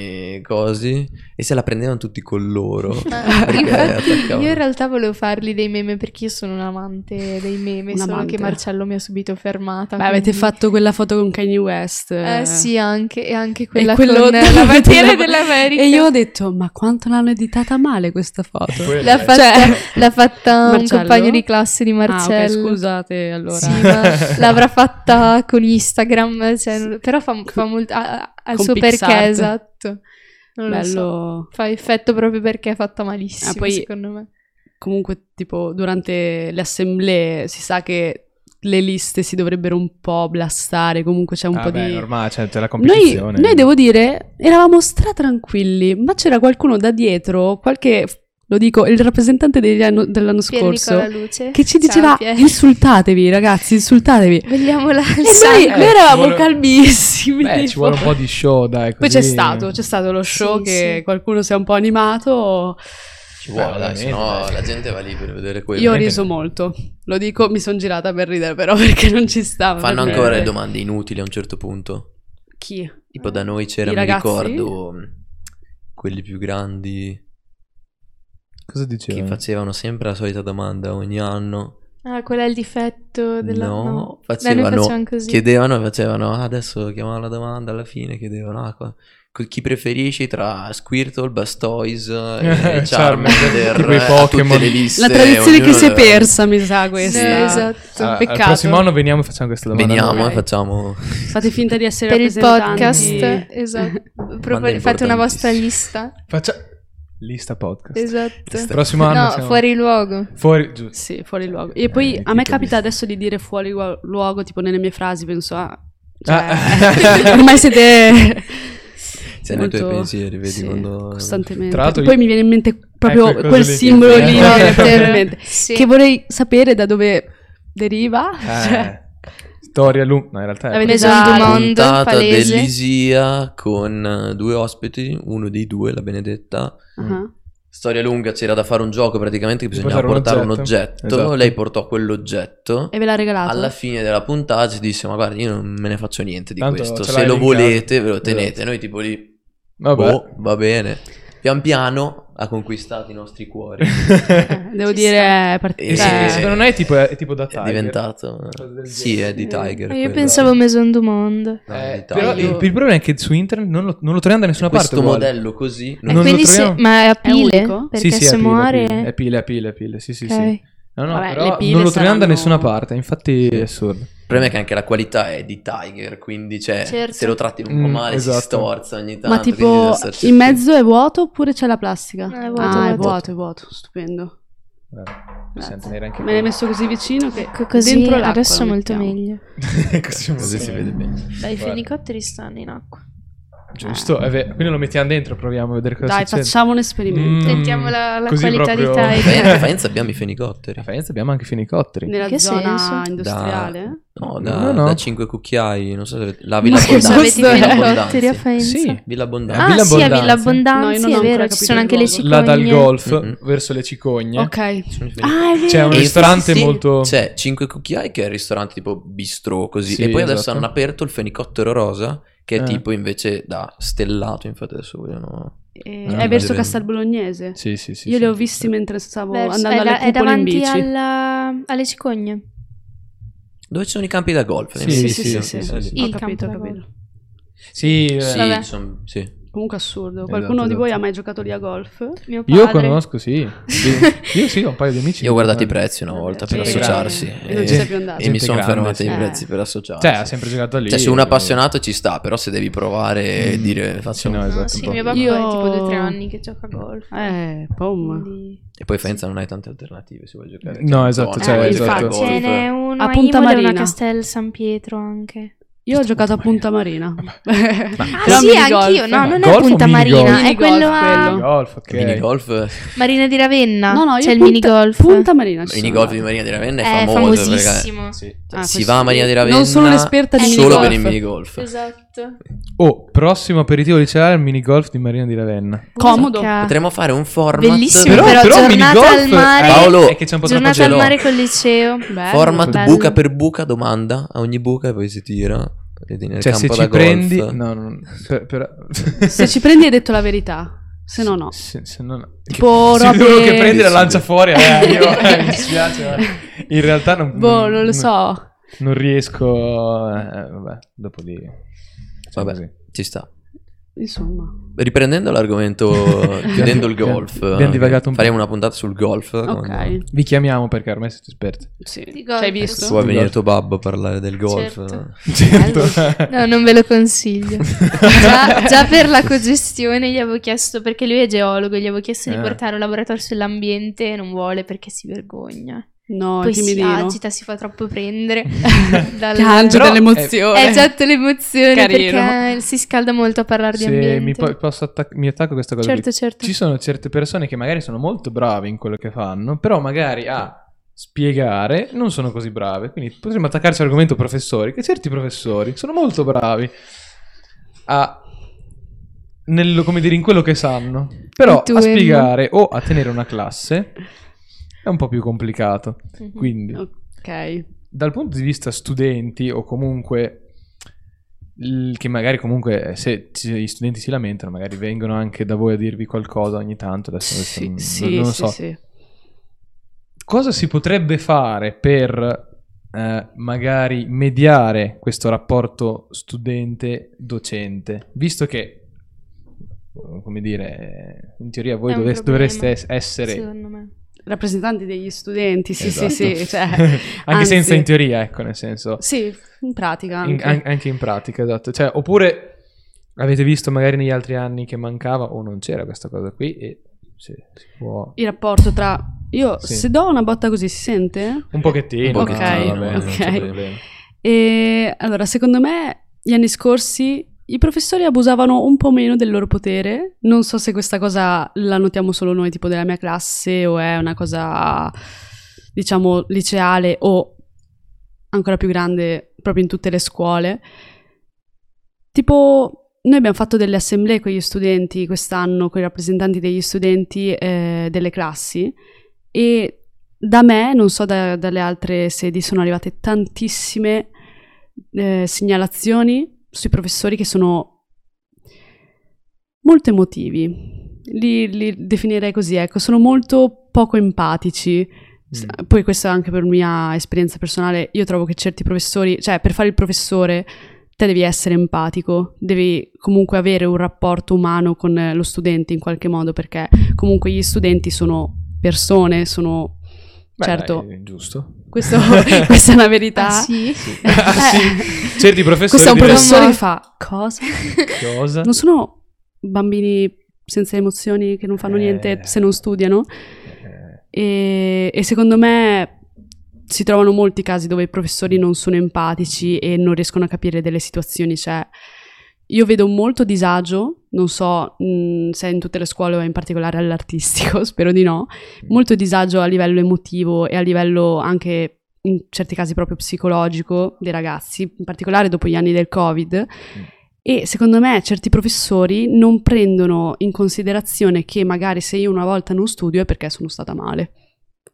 B: cosi e se la prendevano tutti con loro
C: Ma-
B: Perché
D: Ah,
C: Infatti, io
B: attaccavano.
C: in realtà volevo farli dei meme perché io sono un amante dei meme,
D: Un
C: solo
D: amante.
C: che Marcello mi ha subito fermata.
D: Beh, avete
C: quindi-
D: fatto quella foto con Kanye West.
C: Eh sì, anche, e anche quella
D: E quello
C: con la bandiera
D: [laughs] della-
C: dell'America.
D: E io ho detto, ma quanto l'hanno editata male questa foto?
A: Quella
C: L'ha
A: è-
C: fatta,
D: Cioè-
C: l'ha fatta un
D: Marcello?
C: compagno di classe di
D: Ah, ok,
C: Marcello.
D: scusate, allora.
C: Sì,
D: [laughs]
C: ma l'avrà fatta con Instagram, cioè,
D: Sì.
C: però fa, fa molto ha- ha- ha il
D: Con
C: suo
D: PixArt.
C: perché, esatto. Non lo so.
D: Bello.
C: Fa effetto proprio perché è fatta malissimo,
D: Ah, poi-
C: secondo me.
D: Comunque, tipo, durante le assemblee si sa che le liste si dovrebbero un po' blastare, comunque c'è un
A: Ah,
D: po'
A: beh,
D: di...
A: normale, cioè, c'è la
D: Noi,
A: competizione.
D: noi devo dire, eravamo stra tranquilli, ma c'era qualcuno da dietro, qualche, lo dico, il rappresentante degli anno- dell'anno scorso,
C: Luce.
D: che ci diceva insultatevi ragazzi, insultatevi. E
C: Vogliamo la
D: noi, noi
A: Eh, ci
D: eravamo
A: vuole-
D: calmissimi.
A: Beh, ci
D: tipo.
A: vuole un po' di show, dai.
D: Poi
A: così-
D: c'è stato, c'è stato lo show
C: Sì,
D: che
C: sì.
D: qualcuno si è un po' animato.
B: ci vuole dai
A: veramente,
B: sennò
A: dai.
B: la gente va lì per vedere quello
D: Io ho
A: veramente
D: riso
A: no.
D: molto. Lo dico, mi sono girata per ridere, però, [laughs] perché non ci stava.
B: fanno
D: per
B: ancora
D: niente.
B: domande inutili a un certo punto
D: Chi?
B: Tipo da noi c'era,
D: I
B: mi
D: ragazzi?
B: ricordo, mh, quelli più grandi
A: Cosa
B: che
A: dicevi?
B: facevano sempre la solita domanda ogni anno.
C: Ah, quello è il difetto della...
B: no,
C: Dai, noi
B: facevano,
C: facevamo così.
B: chiedevano e facevano, "Ah, adesso chiamavano la domanda alla fine, chiedevano, ah, qua- co- chi preferisci tra Squirtle, Blastoise e
A: Eh, Charmander,
B: Charmander,
A: tipo i
B: eh, a
A: Pokémon.
B: tutte le liste,
D: La tradizione che
B: ognuno
D: si è
B: le-
D: persa, mi sa,
C: Sì,
D: questa.
C: esatto.
A: Ah,
D: Peccato.
A: Al prossimo anno veniamo e facciamo questa domanda.
B: Veniamo
A: noi.
B: e facciamo...
D: Fate finta di essere
C: Per il
D: rappresentanti.
C: podcast, esatto. Propone- fate una vostra lista.
A: Faccia- Lista podcast.
C: Esatto.
A: Il prossimo anno
C: No,
A: siamo-
C: fuori luogo.
A: Fuori, giusto.
D: [laughs] Sì, fuori luogo. E poi
B: Eh,
D: a me
B: tipo-
D: capita adesso di dire fuori luo- luogo, tipo nelle mie frasi, penso a... Cioè,
A: Ah.
D: [laughs] ormai siete...
B: Siamo nei tuoi
D: molto-
B: pensieri, vedi,
D: sì,
B: quando-
D: costantemente.
A: Tra l'altro
D: Poi
A: io-
D: mi viene in mente proprio
A: quel coso
D: quel
A: lì.
D: simbolo
A: Eh, no,
D: lì, mi
C: [laughs]
D: viene
A: no,
D: proprio in
A: no.
D: mente.
C: Sì.
D: che vorrei sapere da dove deriva. [laughs] Cioè,
A: Eh, storia lunga. No, in realtà è quella.
D: Avete già-
C: Esatto. Mondo,
B: puntata
C: palese.
B: dell'Isia con eh, due ospiti, uno dei due, la benedetta,
D: ah,
B: Storia lunga, c'era da fare un gioco praticamente che
A: Di
B: bisognava
A: portare
B: portare
A: un
B: un oggetto.
A: oggetto. Esatto.
B: Lei portò quell'oggetto.
C: Esatto.
D: E ve l'ha regalato?
B: Alla fine della puntata ci disse: Ma guarda, io non me ne faccio niente di
A: Tanto
B: questo.
A: ce
B: Se
A: l'hai
B: lo
A: lì in
B: volete,
A: casa."
B: ve lo tenete.
A: Esatto.
B: Noi, tipo lì,
A: Vabbè. [laughs]
B: boh, va bene. Pian piano ha conquistato i nostri
A: [laughs]
B: cuori.
D: Eh, devo
C: Ci
D: dire, è cioè, partita-
B: Eh,
A: Sì,
B: Eh.
A: sì, sì, non è tipo, è tipo da
B: È
A: Tiger.
B: diventato. eh,
A: Cosa del
B: Sì,
A: genere.
B: è di Tiger.
C: Eh, Io
B: quello.
C: pensavo Maison du Monde.
B: No,
A: Eh,
B: di
A: però
B: Tiger.
A: il, il problema è che su internet non lo, non lo troviamo da nessuna
B: Questo
A: parte. uguale. Eh,
B: modello così.
A: Non lo
C: Eh, Quindi se-
A: troviamo?
C: ma è a pile?
D: unico?
C: Perché
A: sì, sì,
C: se
A: è pile,
C: muore...
A: È pile, è pile, è pile, è pile, Sì, sì,
C: Ok.
A: sì. No, no,
D: Vabbè,
A: però
D: le pile
A: non lo troviamo da
D: saranno-
A: nessuna parte. Infatti è assurdo.
B: Il problema è che anche la qualità è di Tiger, quindi cioè,
C: Certo.
B: se lo tratti un po'
A: Mm,
B: male
A: esatto.
B: si storza ogni tanto.
D: Ma
B: quindi deve
D: tipo,
B: starci
D: in
B: attento.
A: [laughs]
D: mezzo è vuoto oppure c'è la plastica?
C: No, è Eh, vuoto,
D: ah, è
C: vuoto.
D: vuoto, è vuoto. Stupendo.
A: Guarda, non
D: Grazie.
A: Eh, si sente neanche
D: Me l'hai messo così vicino che
C: Ecco, così
D: dentro l'acqua
C: adesso è
D: lo
C: molto
D: mettiamo.
C: meglio.
A: [laughs] Così
B: Così si vede bene.
C: Dai, i
A: Guarda.
C: fenicotteri stanno in acqua.
A: Giusto, è vero. quindi lo mettiamo dentro, proviamo a vedere cosa
D: Dai,
A: succede.
D: facciamo un esperimento.
A: Mm,
C: Sentiamo la- la
A: così
C: qualità di
A: proprio- [laughs]
C: Tiger.
B: Beh, a Faenza abbiamo i fenicotteri.
A: A Faenza abbiamo anche i fenicotteri.
D: Nella
C: che
D: zona
C: senso?
D: industriale?
B: Da, no, da,
A: No, no.
B: da cinque cucchiai, non so se avete... La
D: Ma
B: Villa
D: che
C: Forse
D: Giusto,
B: Abbondanza.
C: avete
D: eh.
C: i
B: Villa
C: fenicotteri a
B: Abbondanza.
C: Faenza?
A: Sì.
B: Villa Abbondanza.
C: Ah,
A: Villa
C: sì, a
A: Abbondanza.
C: Villa
D: No, io
C: Abbondanza,
D: non ho
C: è
D: ancora
C: vero, ci
D: capito
C: sono
D: il
C: anche le
D: luogo.
C: cicogne.
A: La dal golf
B: Mhm.
A: verso le cicogne.
D: Ok.
B: Sono i fenicotteri.
D: Ah, è vero.
A: C'è un
B: E-
A: ristorante
D: sì, sì.
A: molto.
B: C'è Cioè, cinque cucchiai che è il ristorante tipo bistrò così.
A: Sì,
B: e poi adesso
A: esatto.
B: hanno aperto il fenicottero rosa che è
A: Eh.
B: tipo invece da stellato, infatti adesso vogliono...
D: Eh,
A: Ah,
D: è verso
B: direi.
D: Castel Bolognese.
A: Sì, sì, sì.
D: Io
A: sì.
D: li ho visti mentre stavo
C: Verso-
D: andando
C: è,
D: alle
C: la-
D: cupole
C: è
D: in
C: davanti
D: bici.
C: alla- alle cicogne.
B: Dove ci sono i campi da golf?
A: Sì,
B: nel
A: sì,
B: senso?
A: sì, sì, sì, sì.
D: Ho
C: Il
D: capito, ho
C: campo da
D: capito.
A: Sì, eh,
B: Sì,
C: Vabbè.
B: son- sì.
D: Comunque assurdo.
B: Esatto,
D: Qualcuno di voi
B: esatto.
D: ha mai giocato lì a golf? Eh, Mio
A: Io
D: padre.
A: conosco, sì. Sì. Io sì, ho un paio di amici.
B: Io ho guardato i
A: Vabbè.
B: prezzi una volta per
A: Gente
B: associarsi
A: grande.
B: e,
A: Non ci sei più
D: andato.
B: e mi
A: Gente
B: sono
A: grande,
B: fermato ai
D: sì.
B: prezzi
D: Eh.
B: per associarsi.
A: Cioè, ha sempre giocato lì.
B: Cioè, se un appassionato ci sta, però se devi provare e
A: Mm.
B: dire faccio
A: Sì, no, esatto,
C: No, sì,
A: un po'.
C: mio papà
D: Io-
C: è tipo due o tre anni che gioca a golf.
D: Eh, pom.
C: quindi-
B: E poi Faenza non hai tante alternative se vuoi giocare.
A: No, esatto,
B: zona,
A: cioè,
B: vuoi
D: Eh,
B: giocare a
A: esatto.
B: golf.
C: Ce n'è uno
D: A
C: a,
D: Punta
C: Punta Imola e
D: Marina.
C: una a Castel San Pietro anche.
D: Io ho giocato a Punta Marina. [laughs]
C: Ah
D: Però
C: sì,
D: minigolf.
C: anch'io. No,
A: Ma
C: non
A: golf
C: è
A: o
C: Punta
A: minigolf?
C: Marina, è
D: Minigolf,
C: quello a
D: quello.
A: Golf, ok.
B: Minigolf, il
C: Marina di Ravenna.
D: No, no, io
C: C'è il
D: Punta-
C: minigolf.
D: Punta Marina. ci sono
B: minigolf di
D: andata.
B: Marina di Ravenna è,
C: è
B: famoso. perché-
C: famosissimo.
A: Sì.
B: cioè,
D: Eh, Ah,
B: si
D: questo
B: va a
D: sì.
B: Marina di Ravenna
D: Non sono un'esperta di
B: solo
D: minigolf.
B: per il minigolf.
C: Esatto.
A: Oh, prossimo aperitivo liceale al minigolf di Marina di Ravenna.
D: Comodo.
C: Porca.
B: Potremmo fare un format.
C: Bellissimo, Però- giornata al mare-
B: Paolo,
A: è che c'è un po' troppa
C: Giornata al
A: gente.
C: mare col liceo.
D: Bello.
B: Format
C: Bello.
B: buca per buca, domanda a ogni buca e poi si tira. Vedi, nel
A: Cioè, se
B: campo
A: ci
B: da golf.
A: prendi... No, no, no, per- per-
D: Se ci prendi hai detto la verità, se no no.
A: [laughs] Se, se no, no.
D: Tipo
A: Se uno
D: robe-
A: che
D: [laughs]
A: prende la lancia
B: Sì.
A: fuori, eh, io, eh, mi dispiace. ma In realtà non...
D: Boh, non lo so.
A: Non riesco... eh, vabbè, dopo lì...
B: Vabbè.
A: Così.
B: Ci sta.
D: Insomma.
B: Riprendendo
A: [laughs]
B: l'argomento, chiudendo il golf,
A: Abbiamo divagato un po'.
B: faremo una puntata sul golf.
D: Ok.
B: quando-
A: Vi chiamiamo perché ormai siete esperti.
D: Sì.
C: Di golf.
D: Ci hai
B: Se
D: visto?
B: vuoi venire tuo babbo a parlare del golf,
C: Certo.
A: [laughs] Certo.
C: No, non ve lo consiglio. già, già per la cogestione gli avevo chiesto, perché lui è geologo, gli avevo chiesto
A: Eh.
C: di portare un laboratorio sull'ambiente e non vuole perché si vergogna.
D: No,
C: Poi si
D: timidino.
C: agita, si fa troppo prendere. dal-
D: Piange
A: Però- eh,
D: dall'emozione.
C: È esatto l'emozione
D: Carino.
C: perché si scalda molto a parlare di
A: Se
C: ambiente.
A: mi, po- posso attac- mi attacco a questa cosa qui.
C: certo, certo.
A: Ci sono certe persone che magari sono molto brave in quello che fanno, però magari a spiegare non sono così brave. Quindi potremmo attaccarci all'argomento professori, che certi professori sono molto bravi a... nel- come dire, in quello che sanno. Però
C: Il tuo
A: a spiegare o a tenere una classe è un po' più complicato.
C: Mhm.
A: Quindi...
D: Ok.
A: dal punto di vista studenti o comunque il- che magari comunque eh, se ci- gli studenti si lamentano magari vengono anche da voi a dirvi qualcosa ogni tanto adesso, adesso
D: Sì,
A: non,
D: sì,
A: non lo
D: sì,
A: so
D: sì.
A: cosa si potrebbe fare per eh, magari mediare questo rapporto studente docente visto che eh, come dire eh, in teoria voi
C: È un
A: dovest-
C: problema,
A: dovreste es- essere
C: Secondo me.
D: Rappresentanti degli studenti, sì,
A: Esatto.
D: sì, sì. Cioè,
A: [laughs] anche
D: anzi-
A: senza in teoria ecco nel senso
D: sì, in pratica.
A: In-
D: Anche.
A: an- anche in pratica, esatto. Cioè, oppure avete visto magari negli altri anni che mancava o non c'era questa cosa qui e se si può...
D: Il rapporto tra... Io,
A: Sì.
D: se do una botta così si sente?
A: Un pochettino.
B: Un pochettino,
A: va bene, Mm. non
D: ok.
A: c'è problema.
D: E allora, secondo me, gli anni scorsi i professori abusavano un po' meno del loro potere. Non so se questa cosa la notiamo solo noi, tipo della mia classe, o è una cosa, diciamo, liceale o ancora più grande proprio in tutte le scuole. Tipo, noi abbiamo fatto delle assemblee con gli studenti quest'anno, con i rappresentanti degli studenti eh, delle classi e da me, non so da- dalle altre sedi, sono arrivate tantissime eh, segnalazioni sui professori che sono molto emotivi. Li, li definirei così, ecco, sono molto poco empatici. S-
A: Mm.
D: Poi questo è anche per mia esperienza personale, io trovo che certi professori, cioè per fare il professore te devi essere empatico, devi comunque avere un rapporto umano con eh, lo studente in qualche modo, perché comunque gli studenti sono persone, sono...
A: Beh,
D: certo,
A: dai, giusto.
D: questo- [laughs] questa è una verità.
C: Ah, sì?
D: [laughs]
A: Ah, [laughs] sì. Certi professori
D: Eh. Questo è un
A: direbbero,
D: professore che
C: direbbero-
D: fa cosa?
A: "Cosa?"
D: Non sono bambini senza emozioni che non fanno
A: Eh.
D: niente se non studiano.
A: Eh,
D: E, e secondo me si trovano molti casi dove i professori non sono empatici e non riescono a capire delle situazioni. Cioè, io vedo molto disagio, non so mh, se in tutte le scuole o in particolare all'artistico, [laughs] spero di no, molto disagio a livello emotivo e a livello anche in certi casi proprio psicologico dei ragazzi, in particolare dopo gli anni del Covid. E secondo me certi professori non prendono in considerazione che magari se io una volta non studio è perché sono stata male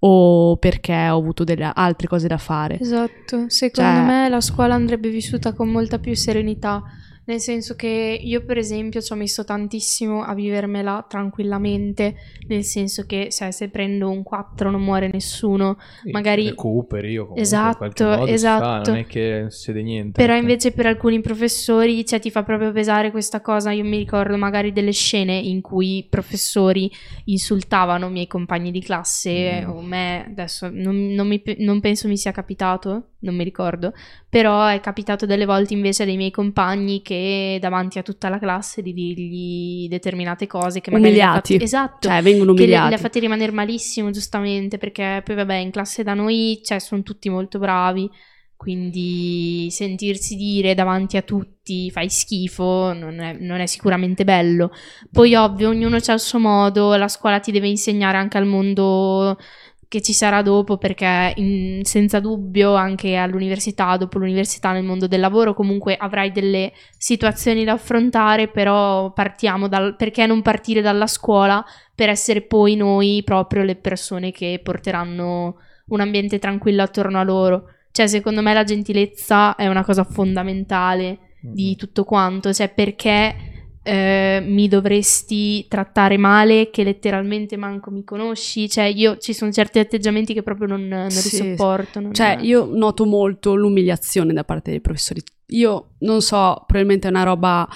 D: o perché ho avuto delle altre cose da fare.
C: Esatto, secondo
D: Cioè-
C: me la scuola andrebbe vissuta con molta più serenità Nel senso che io, per esempio, ci ho messo tantissimo a vivermela tranquillamente, nel senso che cioè, se prendo un 4 non muore nessuno,
A: Sì,
C: magari-
A: recuperi io comunque, in
C: Esatto,
A: qualche modo si fa,
C: esatto.
A: non è che succede niente
C: Però
A: ecco.
C: invece per alcuni professori cioè, ti fa proprio pesare questa cosa. Io mi ricordo magari delle scene in cui i professori insultavano i miei compagni di classe
A: Mm.
C: o me. Adesso non, non mi pe- non penso mi sia capitato, non mi ricordo. Però è capitato delle volte invece dei miei compagni che davanti a tutta la classe di dirgli determinate cose che magari... li ha
D: Umiliati.
C: fatti- Esatto
D: Cioè, vengono
C: che le,
D: umiliati.
C: le ha fatti rimanere malissimo, giustamente, perché poi vabbè, in classe da noi cioè, sono tutti molto bravi, quindi sentirsi dire davanti a tutti fai schifo non è, non è sicuramente bello. Poi ovvio, ognuno ha il suo modo, la scuola ti deve insegnare anche al mondo che ci sarà dopo perché in- senza dubbio anche all'università, dopo l'università nel mondo del lavoro comunque avrai delle situazioni da affrontare, però partiamo dal perché non partire dalla scuola per essere poi noi proprio le persone che porteranno un ambiente tranquillo attorno a loro. Cioè, secondo me la gentilezza è una cosa fondamentale
A: Mm.
C: di tutto quanto, cioè perché eh, mi dovresti trattare male che letteralmente manco mi conosci, cioè io ci sono certi atteggiamenti che proprio non, non
D: Sì,
C: li sopporto. non-
D: Cioè, io noto molto l'umiliazione da parte dei professori. Io non so, probabilmente è una roba.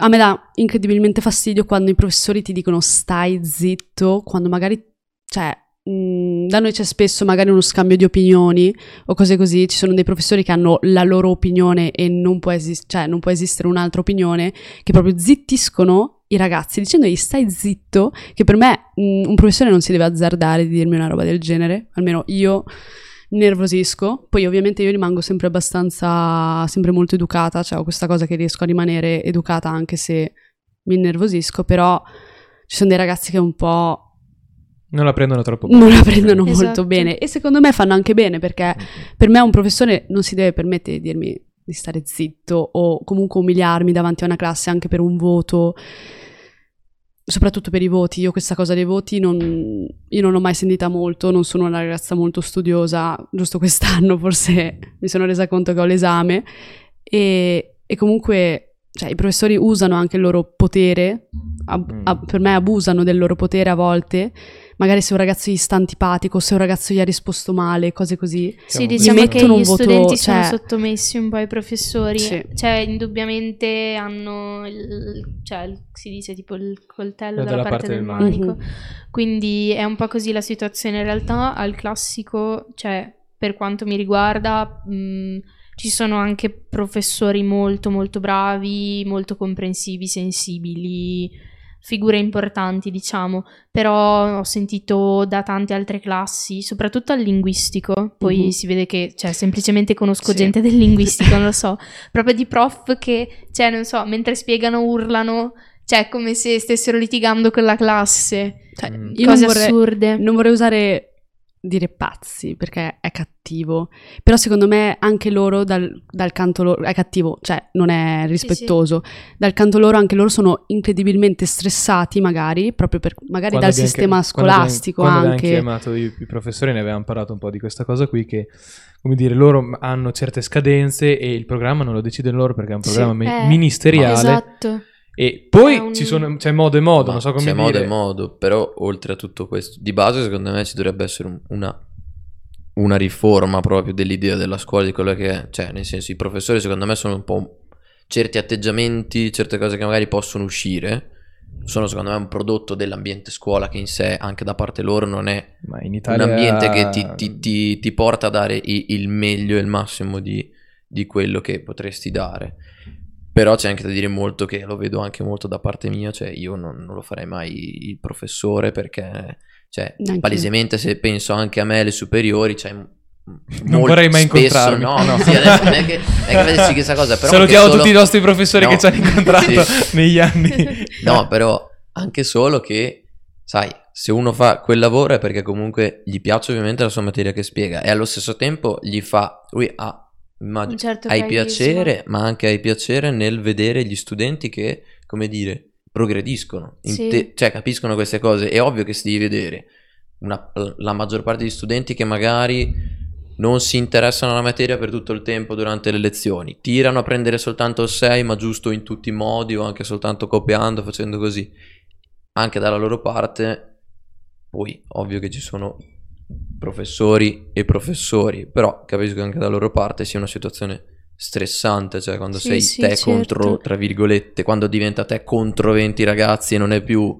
D: A me dà incredibilmente fastidio quando i professori ti dicono stai zitto, quando magari. Cioè, mh, da noi c'è spesso magari uno scambio di opinioni o cose così. Ci sono dei professori che hanno la loro opinione e non può, esis- cioè, non può esistere un'altra opinione, che proprio zittiscono i ragazzi dicendogli stai zitto, che per me mh, un professore non si deve azzardare di dirmi una roba del genere, almeno io mi nervosisco, poi ovviamente io rimango sempre abbastanza, sempre molto educata, cioè ho questa cosa che riesco a rimanere educata anche se mi innervosisco, però ci sono dei ragazzi che un po'
A: non la prendono troppo bene. Eh,
D: non la prendono
C: Esatto.
D: molto bene e secondo me fanno anche bene perché per me un professore non si deve permettere di dirmi di stare zitto o comunque umiliarmi davanti a una classe anche per un voto, soprattutto per i voti. Io questa cosa dei voti non, io non l'ho mai sentita molto, non sono una ragazza molto studiosa, giusto quest'anno forse [laughs] mi sono resa conto che ho l'esame e, e comunque cioè, i professori usano anche il loro potere, ab-
A: Mm.
D: ab- per me abusano del loro potere a volte. Magari se un ragazzo gli sta antipatico, se un ragazzo gli ha risposto male, cose così.
C: Sì,
A: Siamo
C: diciamo
A: messi-
C: che
D: mettono un
C: gli
D: voto,
C: studenti sono
D: cioè-
C: sottomessi un po' ai professori,
D: Sì.
C: cioè indubbiamente hanno il, cioè, il- si dice tipo il coltello dalla, parte, del manico, Mm-hmm.
D: manico.
C: quindi è un po' così la situazione in realtà al classico, cioè per quanto mi riguarda mm, mh, ci sono anche professori molto molto bravi, molto comprensivi, sensibili, figure importanti diciamo, però ho sentito da tante altre classi, soprattutto al linguistico, poi
D: Mhm.
C: si vede che cioè, semplicemente conosco
D: Sì.
C: gente del linguistico, non lo so, proprio di prof che, cioè non so, mentre spiegano urlano, cioè è come se stessero litigando con la classe,
D: Cioè,
A: Mm.
D: io non
C: cose
D: vorrei,
C: assurde.
D: non vorrei usare dire pazzi perché è cattivo, però secondo me anche loro dal, dal canto loro è cattivo, cioè non è rispettoso. Dal canto loro anche loro sono incredibilmente stressati magari proprio per magari
A: Quando
D: dal
A: abbiamo
D: sistema
A: chi- quando abbiamo-
D: scolastico
A: quando abbiamo
D: anche.
A: chiamato i, i professori ne avevamo parlato un po' di questa cosa qui che come dire loro m- hanno certe scadenze e il programma non lo decidono loro perché è un
D: Sì,
A: programma mi-
C: eh,
A: ministeriale
C: Esatto.
A: e poi
C: È un-
A: ci sono- c'è modo e modo
B: Ma
A: non so come
B: c'è
A: dire
B: modo e modo, però oltre a tutto questo, di base secondo me ci dovrebbe essere un- una, una riforma proprio dell'idea della scuola, di quello che è, cioè nel senso i professori secondo me sono un po' certi atteggiamenti, certe cose che magari possono uscire, sono secondo me un prodotto dell'ambiente scuola che in sé anche da parte loro non è
A: ma in Italia
B: un ambiente che ti, ti- ti- ti porta a dare i- il meglio e il massimo di, di quello che potresti dare. Però c'è anche da dire molto che lo vedo anche molto da parte mia, cioè io non, non lo farei mai il professore perché, cioè,
D: Neanch'io.
B: palesemente se penso anche a me alle superiori, cioè... m-
A: Non
B: mol-
A: vorrei mai
B: spesso,
A: incontrarmi.
B: no,
A: [laughs] No.
B: sì, adesso non è che, non è che
A: [laughs]
B: facessi questa cosa, però
A: salutiamo
B: anche solo-
A: tutti i nostri professori
B: No.
A: che ci hanno incontrato
B: [laughs] Sì.
A: negli anni
B: No, però anche solo che, sai, se uno fa quel lavoro è perché comunque gli piace ovviamente la sua materia che spiega e allo stesso tempo gli fa, lui ha, immagino,
C: [laughs] Un certo
B: hai
C: carisma.
B: piacere, ma anche hai piacere nel vedere gli studenti che, come dire, progrediscono, in
C: Sì.
B: te- cioè capiscono queste cose. È ovvio che si devi vedere una- la maggior parte degli studenti che magari non si interessano alla materia per tutto il tempo durante le lezioni, tirano a prendere soltanto il 6 ma giusto in tutti i modi o anche soltanto copiando, facendo così, anche dalla loro parte, poi ovvio che ci sono professori e professori, però capisco che anche dalla loro parte sia una situazione stressante, cioè quando
C: Sì,
B: sei
C: sì,
B: te
C: certo.
B: contro, tra virgolette, quando diventa te contro 20 ragazzi e non è più...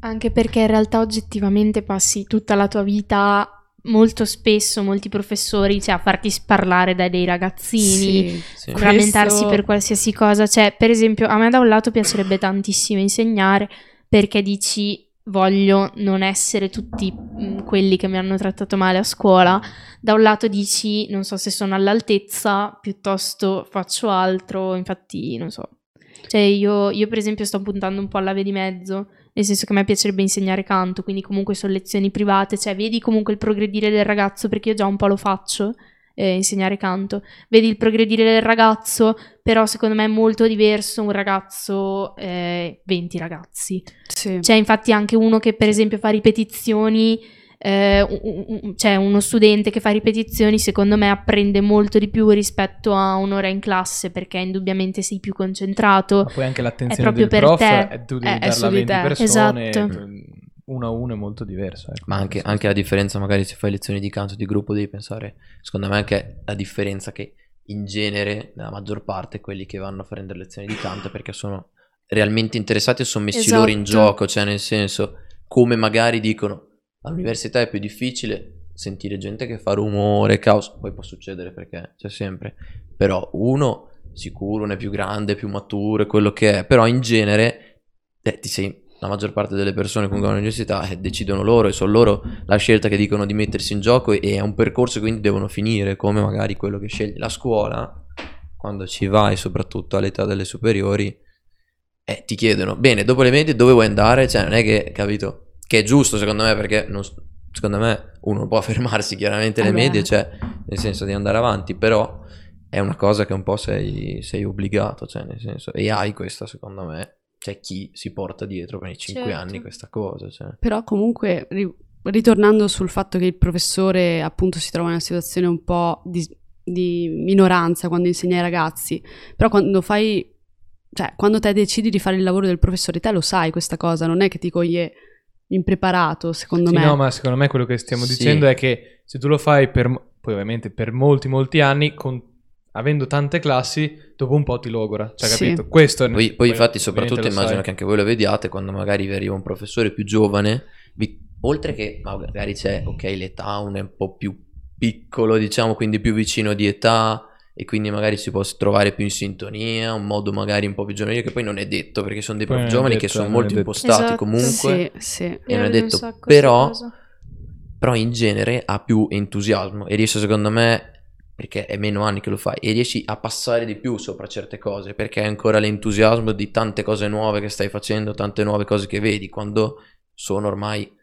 C: Anche perché in realtà oggettivamente passi tutta la tua vita molto spesso, molti professori, cioè a farti sparlare da dei ragazzini,
D: Sì.
B: sì.
D: Questo-
C: lamentarsi per qualsiasi cosa. Cioè, per esempio, a me da un lato piacerebbe tantissimo insegnare perché dici voglio non essere tutti mh, quelli che mi hanno trattato male a scuola. Da un lato dici non so se sono all'altezza, piuttosto faccio altro, infatti non so. Cioè io, io per esempio sto puntando un po' alla via di mezzo, nel senso che a me piacerebbe insegnare canto, quindi comunque sono lezioni private, cioè vedi comunque il progredire del ragazzo perché io già un po' lo faccio, eh, insegnare canto vedi il progredire del ragazzo, però secondo me è molto diverso un ragazzo, eh, 20 ragazzi.
D: Sì.
C: C'è infatti anche uno che per esempio fa ripetizioni, eh, un- un- un- c'è uno studente che fa ripetizioni, secondo me apprende molto di più rispetto a un'ora in classe perché indubbiamente sei più concentrato.
A: Ma poi anche
C: È
A: l'attenzione
C: proprio
A: del
C: per
A: prof
C: te.
A: è tu devi
D: È- è
A: darla
D: su
A: a
D: di
A: 20
D: te.
A: persone,
C: Esatto.
A: mm, uno a uno è molto diverso. ecco.
B: Ma anche, anche la differenza, magari se fai lezioni di canto di gruppo, devi pensare, secondo me, anche la differenza che in genere, nella maggior parte, quelli che vanno a prendere lezioni di canto è perché sono realmente interessati e sono messi
C: Esatto.
B: loro in gioco, cioè nel senso, come magari dicono, all'università è più difficile sentire gente che fa rumore, caos, poi può succedere perché c'è sempre, però uno sicuro, uno è più grande, più maturo, è quello che è, però in genere eh, ti sei- la maggior parte delle persone con vanno all'università eh, decidono loro e sono loro la scelta che dicono di mettersi in gioco e, e è un percorso che quindi devono finire, come magari quello che sceglie la scuola, quando ci vai soprattutto all'età delle superiori, eh, ti chiedono, bene, dopo le medie dove vuoi andare? Cioè non è che, capito, che è giusto secondo me perché non s- secondo me uno può [laughs] fermarsi chiaramente le
D: Eh beh.
B: medie, cioè nel senso di andare avanti, però è una cosa che un po' sei, sei obbligato, cioè nel senso, e hai questa secondo me, c'è chi si porta dietro per i cinque
C: Certo.
B: anni questa cosa, cioè.
D: Però comunque, ri- ritornando sul fatto che il professore appunto si trova in una situazione un po' di, di minoranza quando insegna ai ragazzi, però quando fai, cioè quando te decidi di fare il lavoro del professore, te lo sai questa cosa, non è che ti coglie impreparato, secondo
A: Sì,
D: me.
A: no, ma secondo me quello che stiamo
B: Sì.
A: dicendo è che se tu lo fai per, mo- poi ovviamente per molti, molti anni, con- avendo tante classi, dopo un po' ti logora. Cioè,
D: Sì.
A: capito? Questo è
B: Poi, poi infatti, soprattutto
A: ovviamente lo
B: immagino
A: sai.
B: che anche voi lo vediate quando magari vi arriva un professore più giovane, vi- oltre che magari c'è, ok, l'età un è un po' più piccolo, diciamo, quindi più vicino di età e quindi magari si può trovare più in sintonia, un modo magari un po' più giovane, che poi non è detto perché sono dei
A: Poi non
B: prof
A: Eh, è
B: giovani che
A: detto,
B: sono
A: non è
B: molto
A: detto.
B: impostati
C: Esatto.
B: comunque
D: Sì, sì.
B: e non è
C: vedo un
B: detto,
C: sacco sta
B: però,
C: cosa.
B: però in genere ha più entusiasmo e riesce secondo me, perché è meno anni che lo fai, e riesci a passare di più sopra certe cose, perché hai ancora l'entusiasmo di tante cose nuove che stai facendo, tante nuove cose che vedi, quando sono ormai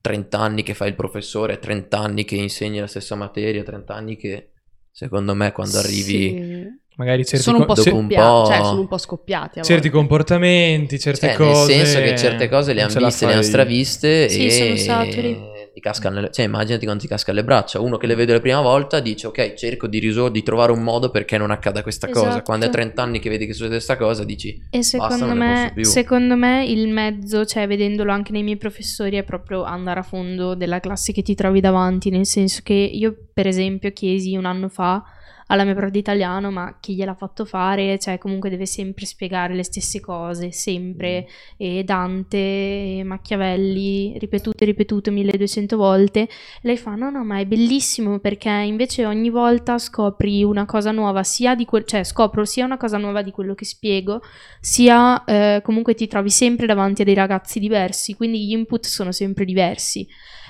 B: 30 anni che fai il professore, 30 anni che insegni la stessa materia, 30 anni che secondo me quando arrivi...
D: Sì.
A: Magari certi,
D: sono un
A: co-
D: po'
A: se-
B: dopo un
D: scoppiati,
B: po'.
D: cioè sono un po' scoppiati a
A: certi
D: volte.
A: comportamenti, certe
B: Cioè,
A: cose...
B: nel senso che certe cose le
A: non
B: hanno
A: ce la
B: viste, le
A: fai.
B: hanno straviste
C: Sì,
B: e
C: sono saturi.
B: ti cascano le- cioè, immaginati quando ti casca le braccia. Uno che le vede la prima volta dice: Ok, cerco di, risol- di trovare un modo perché non accada questa cosa.
C: Esatto.
B: Quando hai 30 anni che vedi che succede questa cosa, dici:
C: E
B: Basta,
C: secondo
B: non ne
C: me,
B: posso più.
C: secondo me il mezzo, cioè vedendolo anche nei miei professori, è proprio andare a fondo della classe che ti trovi davanti, nel senso che io per esempio chiesi un anno fa alla mia prof di italiano, ma chi gliel'ha fatto fare, cioè comunque deve sempre spiegare le stesse cose, sempre,
B: Mm.
C: e Dante, e Machiavelli, ripetute, ripetute 1200 volte, lei fa: No, no, ma è bellissimo perché invece ogni volta scopri una cosa nuova, sia di quel, cioè scopro sia una cosa nuova di quello che spiego, sia eh, comunque ti trovi sempre davanti a dei ragazzi diversi, quindi gli input sono sempre diversi.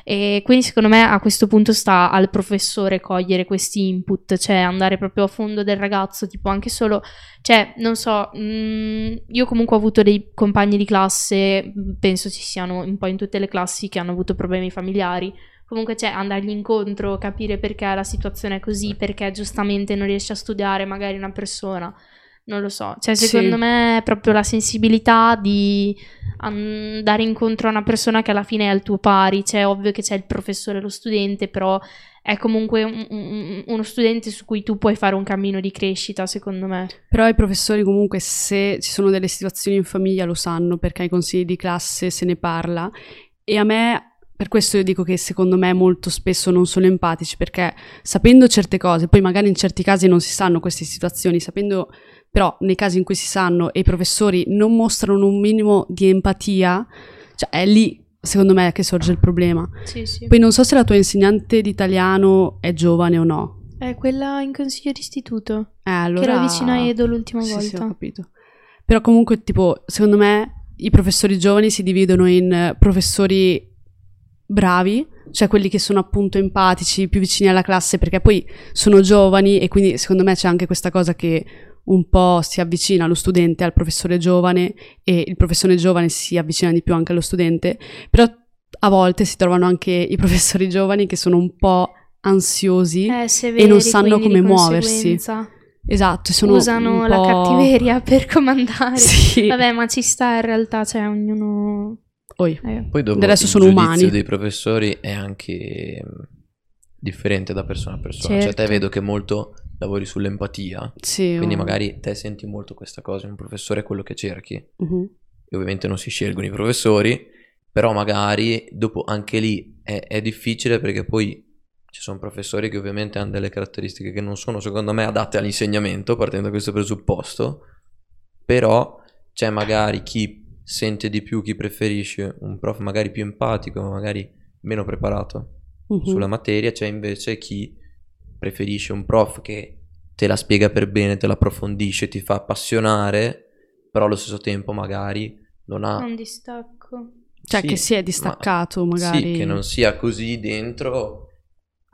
C: E quindi secondo me a questo punto sta al professore cogliere questi input, cioè andare proprio a fondo del ragazzo, tipo anche solo, cioè non so, mm, io comunque ho avuto dei compagni di classe, mm, penso ci siano un po' in tutte le classi che hanno avuto problemi familiari, comunque c'è andargli incontro, capire perché la situazione è così, perché giustamente non riesce a studiare magari una persona, non lo so. Cioè,
D: Sì.
C: secondo me è proprio la sensibilità di
E: andare incontro a una persona che alla fine è al tuo pari, cioè è ovvio che c'è il professore e lo studente, però è comunque un- un- uno studente su cui tu puoi fare un cammino di crescita, secondo me.
D: Però i professori comunque se ci sono delle situazioni in famiglia lo sanno perché ai consigli di classe se ne parla e a me per questo io dico che secondo me molto spesso non sono empatici perché sapendo certe cose, poi magari in certi casi non si sanno queste situazioni, sapendo però nei casi in cui si sanno e i professori non mostrano un minimo di empatia, cioè è lì secondo me che sorge il problema.
E: Sì, sì.
D: Poi non so se la tua insegnante di italiano è giovane o no.
E: Eh,
C: È quella in consiglio di istituto.
D: Eh, allora...
C: Che era vicino a Edo l'ultima
D: sì, Sì, ho
C: volta.
D: capito. Però comunque, tipo, secondo me i professori giovani si dividono in eh, professori bravi, cioè quelli che sono appunto empatici, più vicini alla classe, perché poi sono giovani e quindi secondo me c'è anche questa cosa che un po' si avvicina lo studente al professore giovane e il professore giovane si avvicina di più anche allo studente, però a volte si trovano anche i professori giovani che sono un po' ansiosi.
E: Eh, severi,
D: e non sanno
E: quindi di
D: come muoversi.
E: conseguenza
D: Esatto, sono
E: Usano
D: un
E: la
D: po'-
E: cattiveria [laughs] per comandare.
D: [laughs] Sì.
E: Vabbè, ma ci sta in realtà, cioè ognuno...
D: Oi.
E: eh,
B: Poi dopo
D: Del resto
B: il
D: sono
B: giudizio
D: umani.
B: dei professori è anche mm, differente da persona a persona.
D: Certo.
B: Cioè, te vedo che molto lavori sull'empatia,
D: Sì,
B: quindi
D: oh.
B: magari te senti molto questa cosa in un professore, è quello che cerchi. E
D: Mhm.
B: ovviamente non si scelgono i professori, però magari dopo anche lì è, è difficile perché poi ci sono professori che ovviamente hanno delle caratteristiche che non sono, secondo me, adatte all'insegnamento, partendo da questo presupposto, però c'è magari chi sente di più, chi preferisce un prof magari più empatico, magari meno preparato
D: Mhm.
B: sulla materia, c'è invece chi preferisce un prof che te la spiega per bene, te la approfondisce, ti fa appassionare, però allo stesso tempo magari non ha...
E: Un distacco.
D: Cioè
B: Sì,
D: che si è distaccato magari.
B: Sì, che non sia così dentro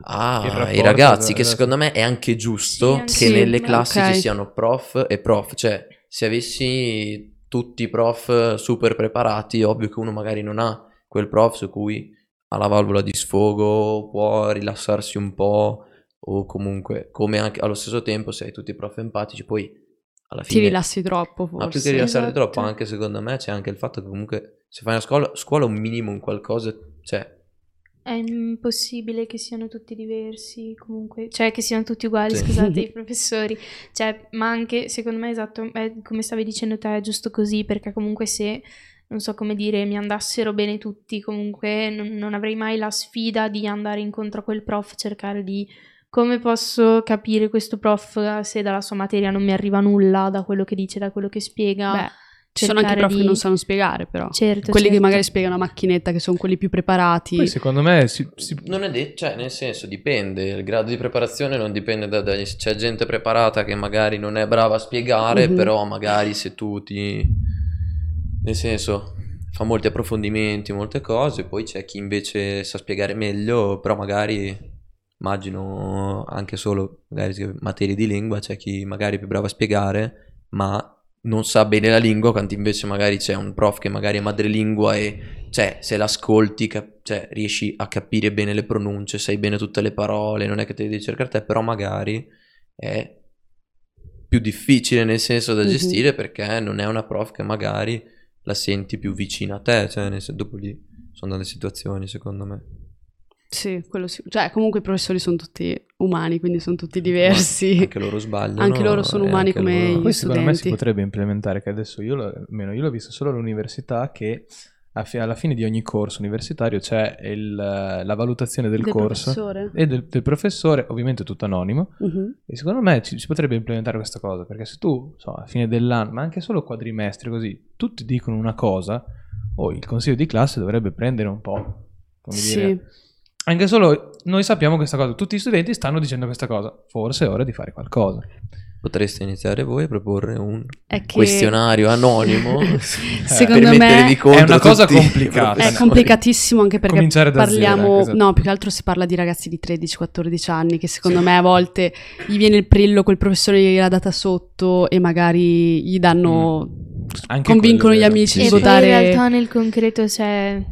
A: Il
B: ai
A: rapporto,
B: ragazzi, che
A: esatto.
B: secondo me è anche giusto
E: Sì, anche
B: che
D: sì,
B: nelle
E: ma-
B: classi
D: ok.
B: ci siano prof e prof, cioè se avessi tutti i prof super preparati, ovvio che uno magari non ha quel prof su cui ha la valvola di sfogo, può rilassarsi un po' o comunque come anche allo stesso tempo se hai tutti i prof empatici poi alla
D: Ti
B: fine
D: rilassi troppo forse.
B: ma più che rilassare
E: Esatto.
B: troppo, anche secondo me c'è anche il fatto che comunque se fai una scuola, scuola un minimo, un qualcosa, cioè
E: È impossibile che siano tutti diversi, comunque, cioè che siano tutti uguali,
B: Sì.
E: scusate, i professori. Cioè, ma anche, secondo me, esatto, è come stavi dicendo te, è giusto così, perché comunque se, non so come dire, mi andassero bene tutti, comunque non, non avrei mai la sfida di andare incontro a quel prof, cercare di... Come posso capire questo prof se dalla sua materia non mi arriva nulla, da quello che dice, da quello che spiega?
D: Beh, Ci sono anche i
E: cercare
D: prof che
E: di-
D: non sanno spiegare però.
E: certo,
D: quelli che
E: certo.
D: magari spiegano a macchinetta, che sono quelli più preparati.
A: Poi secondo me si, si-
B: non è detto, cioè nel senso dipende, il grado di preparazione non dipende da, da- c'è gente preparata che magari non è brava a spiegare,
D: Mhm.
B: però magari se tu ti nel senso fa molti approfondimenti, molte cose, poi c'è chi invece sa spiegare meglio, però magari immagino anche solo magari se- materie di lingua, c'è chi magari è più bravo a spiegare, ma non sa bene la lingua, quanto invece magari c'è un prof che magari è madrelingua e cioè, se l'ascolti, cap- cioè, riesci a capire bene le pronunce, sai bene tutte le parole, non è che te le devi cercare te, però magari è più difficile nel senso da
D: Mhm.
B: gestire perché non è una prof che magari la senti più vicina a te, cioè, nel senso, dopo lì sono delle situazioni, secondo me.
D: Sì, quello sì. Cioè comunque i professori sono tutti umani, quindi sono tutti diversi. [laughs]
B: Anche loro sbagliano.
D: Anche loro sono
B: e
D: umani
B: anche
D: come
B: loro-
D: io.
A: poi secondo me si
D: studenti.
A: potrebbe implementare che adesso io l'ho- almeno io l'ho visto solo all'università che a fi- alla fine di ogni corso universitario c'è il, eh, la valutazione del,
D: Del
A: corso
D: professore.
A: e del, del professore, ovviamente tutto anonimo.
D: Mhm.
A: E secondo me ci- si potrebbe implementare questa cosa, perché se tu, so, a fine dell'anno, ma anche solo quadrimestre così, tutti dicono una cosa, o il consiglio di classe dovrebbe prendere un po', come dire,
D: Sì.
A: anche solo noi sappiamo questa cosa, tutti gli studenti stanno dicendo questa cosa, forse è ora di fare qualcosa.
B: Potreste iniziare voi a proporre un
D: È che-
B: questionario
D: [laughs]
B: anonimo.
E: Eh,
D: Secondo
B: per
D: me
B: mettere di contro
A: è una cosa
B: tutti i
A: complicata.
B: [laughs]
D: È
B: professori.
D: complicatissimo anche perché
A: Cominciare da
D: parliamo,
A: zero, anche se-
D: no, più che altro si parla di ragazzi di 13-14 anni che secondo me a volte gli viene il prillo, quel professore gliela data sotto e magari gli danno,
A: Anche
D: convincono
A: quello è
D: gli
A: vero.
D: amici
B: Sì,
D: di
E: E
B: sì.
E: poi in
D: votare.
E: realtà nel concreto c'è,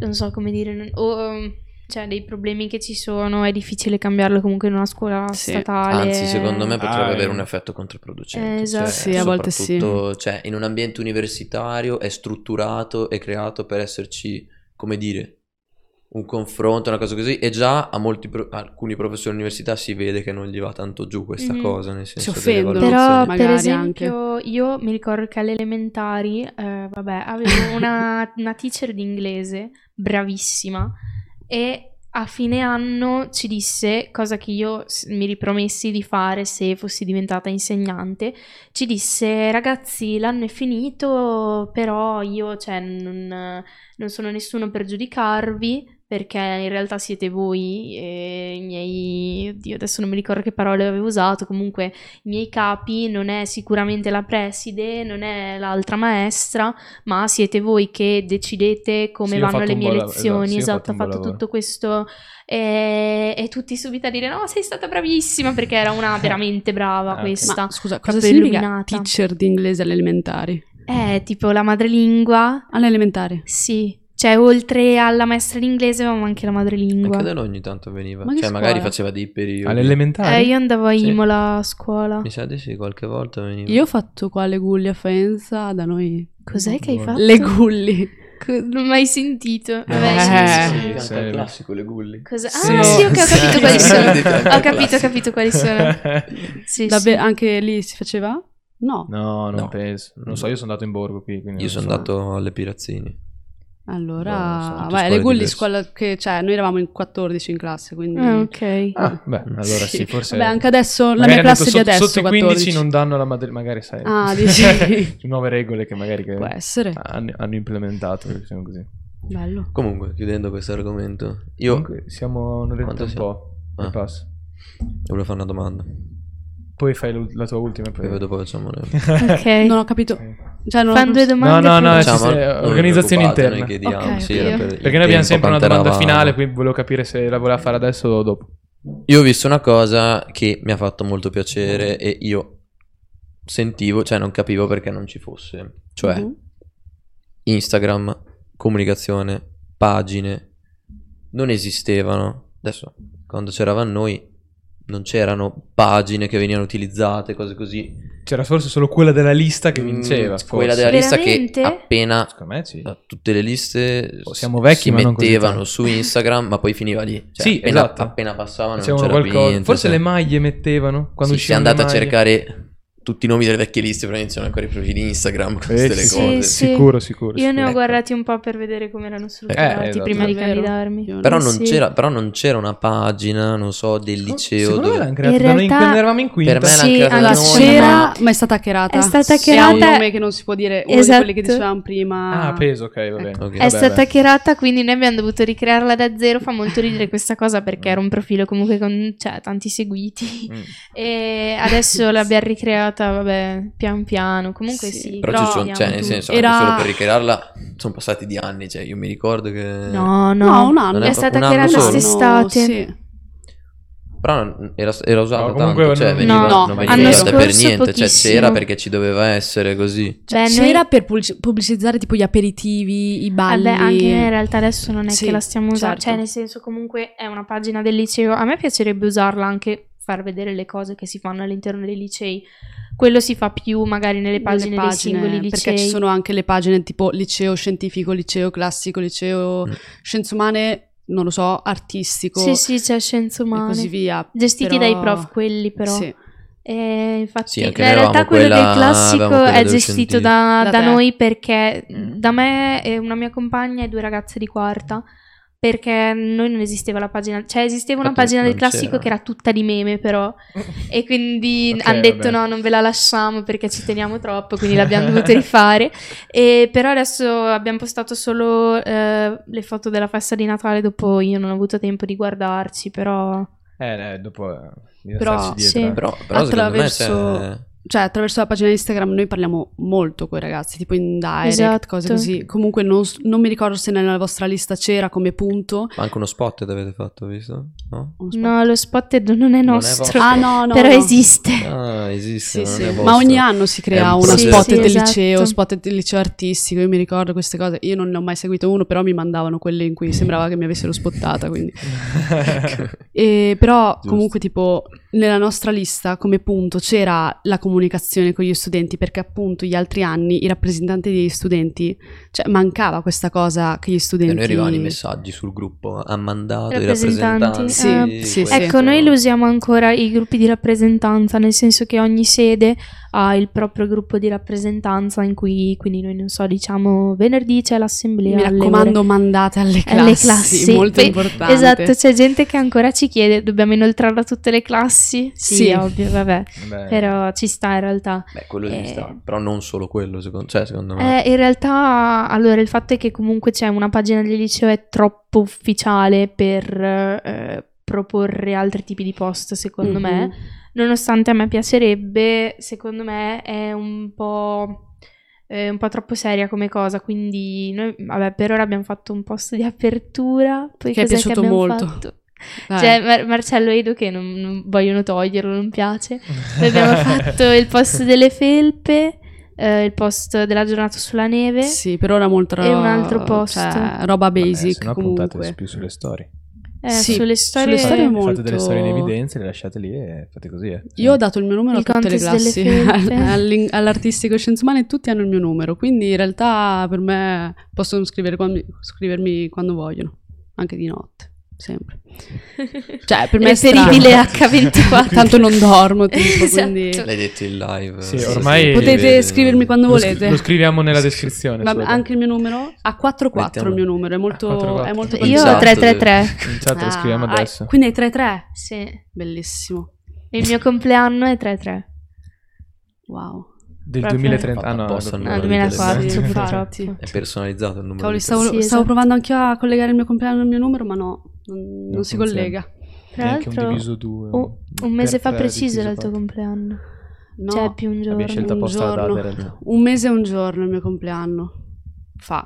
E: non so come dire, non- o, um,
C: cioè, dei problemi che ci sono, è difficile cambiarlo comunque in una scuola
D: Sì.
C: statale.
B: Anzi, secondo me potrebbe
A: Ah,
B: avere
A: eh.
B: un effetto controproducente.
C: Eh, esatto.
B: Cioè,
D: Sì, a volte sì.
B: soprattutto- Cioè, in un ambiente universitario è strutturato e creato per esserci, come dire, un confronto, una cosa così. E già a molti pro- a alcuni professori all'università si vede che non gli va tanto giù questa
C: Mhm.
B: cosa. Nel senso delle
D: offendono.
B: valutazioni.
D: so,
C: Però, per
D: magari
C: esempio, io mi ricordo che alle elementari, eh, vabbè, avevo una, una teacher di inglese bravissima e a fine anno ci disse, cosa che io s- mi ripromessi di fare se fossi diventata insegnante, ci disse ragazzi l'anno è finito, però io cioè, non, non sono nessuno per giudicarvi. Perché in realtà siete voi e i miei. Oddio, adesso non mi ricordo che parole avevo usato. Comunque, i miei capi, non è sicuramente la preside, non è l'altra maestra, ma siete voi che decidete come
A: Sì, ho
C: vanno
A: fatto
C: le
A: un
C: mie
A: buon lav-
C: lezioni.
A: esatto, sì, ho fatto
C: Esatto, ha
A: un buon
C: fatto
A: lavoro.
C: tutto questo eh, e, tutti subito a dire no, sei stata bravissima perché
A: [laughs]
C: era una veramente brava
A: Ah, ok.
C: questa.
D: Ma scusa, cosa
C: proprio
D: significa
C: illuminata.
D: teacher di inglese alle elementari?
C: Eh, tipo la madrelingua,
D: Alle elementari.
C: sì. Cioè, oltre alla maestra d'inglese avevamo anche la madrelingua.
B: Anche da noi ogni tanto veniva.
D: Ma che
B: cioè, magari
D: scuola?
B: faceva dei periodi.
A: All'elementare?
C: Eh, io andavo a
B: Sì.
C: Imola a scuola.
B: Mi sa di sì, qualche volta veniva.
D: Io ho fatto qua le gulli a Faenza da noi.
C: Cos'è che hai
A: Buono.
C: fatto? Eh
D: Le gulli.
C: Co- non ho mai sentito. Vabbè,
A: Eh,
C: sì, sì.
A: sì,
B: Canta il
A: sì.
B: classico, le gulli.
D: Eh,
C: Cosa-
A: Sì.
C: Ah, sì, ho capito
A: Sì.
C: quali sono.
A: [laughs] Sì.
C: Ho capito, ho capito quali sono. Sì,
D: Davve-
C: sì.
D: Anche lì si faceva? No.
A: [laughs] No, non
B: No.
A: penso. Non so, io sono andato in borgo qui. quindi
B: Io
A: non
B: sono
A: so.
B: andato alle Pirazzini. No, sono
D: Allora,
B: tutte
D: vai,
B: scuole
D: le gulli
B: diverse.
D: scuola che, cioè, noi eravamo in 14 in classe, quindi...
C: Ah, ok.
A: Ah, beh, allora sì,
D: Mm. Sì.
A: forse...
D: Vabbè, anche adesso, la
A: Magari
D: mia
A: hanno detto
D: classe di
A: sotto-
D: adesso,
A: Sotto i
D: 14.
A: 15 non danno la madre... Magari sai... [laughs]
D: Ah, dici?
A: Nuove regole che magari che
D: Può essere.
A: hanno, hanno implementato. Diciamo così.
D: Bello.
B: Comunque, chiudendo questo argomento, io
A: Comunque, siamo un'oretta
B: Quanto
A: un
B: siamo?
A: po'.
B: Ah.
A: e passa.
B: volevo fare una domanda.
A: Poi fai l'ul- la tua ultima e poi...
B: Poi dopo
A: [laughs]
B: facciamo le...
C: Ok.
D: Non ho capito.
A: Eh.
D: Cioè, non ho-
C: Fanno due
A: No,
C: domande.
A: no, no,
C: poi-
A: Ah, sì,
B: Diciamo,
A: sì,
B: non vi
A: organizzazione
B: preoccupate,
A: interna.
B: noi chiediamo,
C: Ok,
B: sì,
C: ok.
B: era per il
A: Perché noi abbiamo
B: tempo,
A: sempre una
B: quanto
A: domanda
B: eravamo.
A: finale, quindi volevo capire se la voleva fare adesso o dopo.
B: Io ho visto una cosa che mi ha fatto molto piacere e io sentivo, cioè non capivo perché non ci fosse. Cioè,
C: Mm.
D: Mhm.
B: Instagram, comunicazione, pagine, non esistevano. Adesso, quando c'eravamo noi, non c'erano pagine che venivano utilizzate, cose così.
A: C'era forse solo quella della lista che vinceva.
B: Mm,
A: forse.
B: Quella della lista che
C: Veramente?
B: appena
A: Secondo me sì.
B: da Eh, tutte le liste
A: Oh, siamo vecchi,
B: si
A: ma non così
B: mettevano
A: tanto.
B: su Instagram, ma poi finiva lì. Cioè,
A: Sì,
B: appena,
A: esatto.
B: appena passavano non
A: Facevano
B: c'era più
A: qualcosa.
B: niente,
A: Forse
B: cioè.
A: le maglie mettevano quando
B: sì, se
A: uscivano
B: andate
A: le
B: a
A: maglie.
B: cercare tutti i nomi delle vecchie liste, probabilmente sono ancora i profili Instagram, queste
A: Eh,
B: le
A: sì,
B: cose.
C: sì.
A: Sicuro, sicuro.
C: Io ne ho
A: sicuro.
C: guardati un po' per vedere come erano strutturati
A: esatto.
C: prima di
D: Davvero?
C: candidarmi.
D: Io
B: Però
C: Sì.
B: non, c'era, però non c'era una pagina, non so, del liceo
A: Secondo me
B: dove... Mm.
A: l'hanno creato
C: In
A: da noi
C: realtà-
A: quando eravamo in quinta.
B: Per me l'hanno
C: Sì,
B: creata da
C: anche
B: noi.
C: se-
D: C'era, ma è stata hackerata.
C: È stata
D: Sì, ha un
C: hackerata-
D: nome che non si può dire, uno
C: Esatto.
D: di quelli che dicevamo prima.
A: Ah, peso, ok, va bene.
D: Ecco.
B: Ok.
C: È
A: Vabbè,
C: Eh, stata
A: vabbè.
C: hackerata, quindi noi abbiamo dovuto ricrearla da zero. Fa molto
B: [laughs]
C: ridere questa cosa perché era un profilo comunque con cioè, tanti seguiti. [laughs]
A: Mm.
B: [laughs]
C: E adesso l'abbiamo ricreata, vabbè, pian piano. Comunque
D: Sì,
C: sì.
B: Però
D: però
B: ci sono, cioè,
C: abbiamo
B: nel
C: tutto.
B: senso,
D: Era-
B: anche solo per ricrearla sono passati di anni, cioè, io mi ricordo che...
C: No, no.
D: No, un anno.
B: Non
C: è
B: è
C: stata
B: un anno
C: hackerata
B: solo.
C: quest'estate.
D: Sì.
B: Però non- era, era usato
A: No, comunque
B: tanto, cioè,
A: non-
B: veniva,
C: No,
B: non
A: no,
B: veniva
A: l'anno
B: usata per
C: scorso
B: niente, cioè,
C: pochissimo.
B: c'era perché ci doveva essere così.
C: Cioè, noi-
D: C'era per pubblic- pubblicizzare tipo gli aperitivi, i balli.
C: Vabbè, anche in realtà adesso non è
D: Sì,
C: che la stiamo usando,
D: certo.
C: cioè nel senso comunque è una pagina del liceo, a me piacerebbe usarla anche far vedere le cose che si fanno all'interno dei licei, quello si fa più magari nelle
D: Nelle
C: pagine, dei singoli licei.
D: perché ci sono anche le pagine tipo liceo scientifico, liceo classico, liceo
B: Mm.
D: scienze umane, non lo so, artistico
C: Sì, sì, c'è scienze
D: e
C: umane.
D: così via.
C: Gestiti
D: Però-
C: dai prof quelli però.
D: Sì.
C: E infatti,
B: Sì, anche
C: beh,
B: noi
C: in realtà
B: avevamo
C: quello
B: quella-
C: del classico
B: avevamo quella
C: è
B: dello
C: gestito
B: scientifico.
C: da,
D: Da
C: da
D: te.
C: noi perché
B: Mm.
C: da me e una mia compagna e due ragazze di quarta. Perché noi non esisteva la pagina, cioè esisteva una
B: Infatti
C: pagina del
B: non
C: classico
B: c'era.
C: che era tutta di meme, però. E quindi
A: Ok,
C: hanno
A: vabbè.
C: detto: no, non ve la lasciamo perché ci teniamo troppo, quindi l'abbiamo dovuta rifare. E però adesso abbiamo postato solo eh, le foto della festa di Natale. Dopo io non ho avuto tempo di guardarci, però.
A: Eh, eh, dopo... eh, di
C: Però,
A: starci dietro,
C: sì.
A: eh.
B: Però, però secondo me,
D: Attraverso-
B: cioè,
D: cioè attraverso la pagina Instagram noi parliamo molto con i ragazzi, tipo in direct,
F: Esatto.
D: cose così. Comunque non, s- non mi ricordo se nella vostra lista c'era come punto.
B: Ma anche uno spot avete fatto, visto? No?
D: Non so.
C: No, lo spot non è
B: vostro.
C: nostro,
D: Ah no, no.
C: [laughs] però
D: no.
C: esiste.
B: Ah,
D: Sì,
B: esiste, non
D: sì.
B: è
D: Ma
B: vostro.
D: ogni anno si
B: È
D: crea
B: un
D: una
B: progetto.
D: spot
C: Sì,
D: del
C: esatto.
D: liceo, spot del liceo artistico, io mi ricordo queste cose, io non ne ho mai seguito uno, però mi mandavano quelle
B: [laughs]
D: in cui sembrava che mi avessero spottata, quindi.
A: eh.
D: E però comunque tipo nella nostra lista come punto c'era la comunicazione con gli studenti perché appunto gli altri anni i rappresentanti degli studenti, cioè mancava questa cosa che gli
B: E
D: studenti...
B: noi arrivavano i messaggi sul gruppo, ha mandato i
C: Rappresentanti.
B: rappresentanti.
D: Ah, Sì, sì,
B: Ah,
D: sì.
C: Ecco, noi lo usiamo ancora i gruppi di rappresentanza, nel senso che ogni sede ha il proprio gruppo di rappresentanza in cui, quindi noi non so, diciamo venerdì c'è l'assemblea.
D: Mi
C: alle
D: raccomando,
C: ore-
D: mandate alle classi,
C: alle classi.
D: [laughs] molto
C: Beh,
D: importante.
C: Esatto, c'è gente che ancora ci chiede, dobbiamo inoltrarla a tutte le classi? Sì,
D: Sì. Eh.
C: ovvio, vabbè,
A: [laughs] Beh,
C: però ci sta in realtà.
B: Beh, quello
C: Eh.
B: ci sta, però non solo quello, secondo, cioè, secondo me.
C: Eh, in realtà, allora, il fatto è che comunque c'è una pagina del liceo è troppo ufficiale per eh, proporre altri tipi di post, secondo
D: Mm-hmm.
C: me. Nonostante a me piacerebbe, secondo me è un po'... eh, un po' troppo seria come cosa, quindi noi, vabbè, per ora abbiamo fatto un post di apertura. Poi
D: Che è
C: cos'è
D: piaciuto
C: abbiamo
D: molto.
C: fatto?
D: Mm-hmm. Dai.
C: Cioè, Mar- Marcello e Edo che non, non vogliono toglierlo, non piace. Poi abbiamo
D: [laughs]
C: fatto il post delle felpe, eh, il post della giornata sulla neve.
D: Sì, per ora molto
C: E un altro posto.
D: cioè, roba
A: vabbè,
D: basic
A: se no puntate
D: comunque.
A: più sulle storie.
C: Eh,
D: Sì,
C: sulle storie,
D: storie
A: Fate-
D: molto-
A: Fate delle storie in evidenza, le lasciate lì e fate così. eh.
D: Io ho dato il mio numero
C: Il
D: a tutte le
C: contest
D: classi,
C: delle
D: [laughs]
C: felpe.
D: all'in- all'artistico e scienze umane tutti hanno il mio numero, quindi in realtà per me possono scrivere quando- scrivermi quando vogliono, anche di notte,
C: [laughs]
D: sempre. Cioè per me è [laughs]
C: Reperibile
D: strano.
C: H24.
D: tanto non dormo, tipo,
C: [laughs] Esatto.
D: quindi
B: L'hai detto in live.
A: Sì,
B: stasera.
A: ormai-
D: Eh. potete
B: Vede-
D: scrivermi quando
A: Lo, scri-
D: volete.
A: lo scriviamo nella descrizione.
D: Vabbè,
A: sulla-
D: anche il mio numero a 44 il mio numero, è molto, è
A: 44.
D: molto
C: Io ho
B: Esatto.
C: 333.
A: In chat lo scriviamo
D: Ah,
A: adesso.
D: Quindi hai 3-3.
C: Sì.
D: Bellissimo.
C: Il mio compleanno è 33.
D: Wow.
A: Del
C: proprio-
A: 2030. Ah
B: Fatto
A: no,
B: apposta,
A: dopo-
B: non
C: No,
B: lo
D: Sì,
C: 2004
D: infatti.
C: purtroppo.
B: È personalizzato il numero.
D: Cavoli,
B: di
D: stavo,
C: Sì,
D: stavo
C: esatto.
D: provando anche io a collegare il mio compleanno al mio numero, ma no, non, non si
A: funziona.
D: collega.
C: Tra
A: Neanche un
C: l'altro,
A: diviso due,
C: un-
A: un
C: un mese fa
A: per tre
C: preciso
A: diviso
C: era il tuo
A: quattro.
C: compleanno.
D: No,
C: Cioè, più un
A: Abbiamo
C: giorno.
A: scelto apposta la data in
D: giorno.
A: realtà.
D: un mese e un giorno il mio compleanno. Fa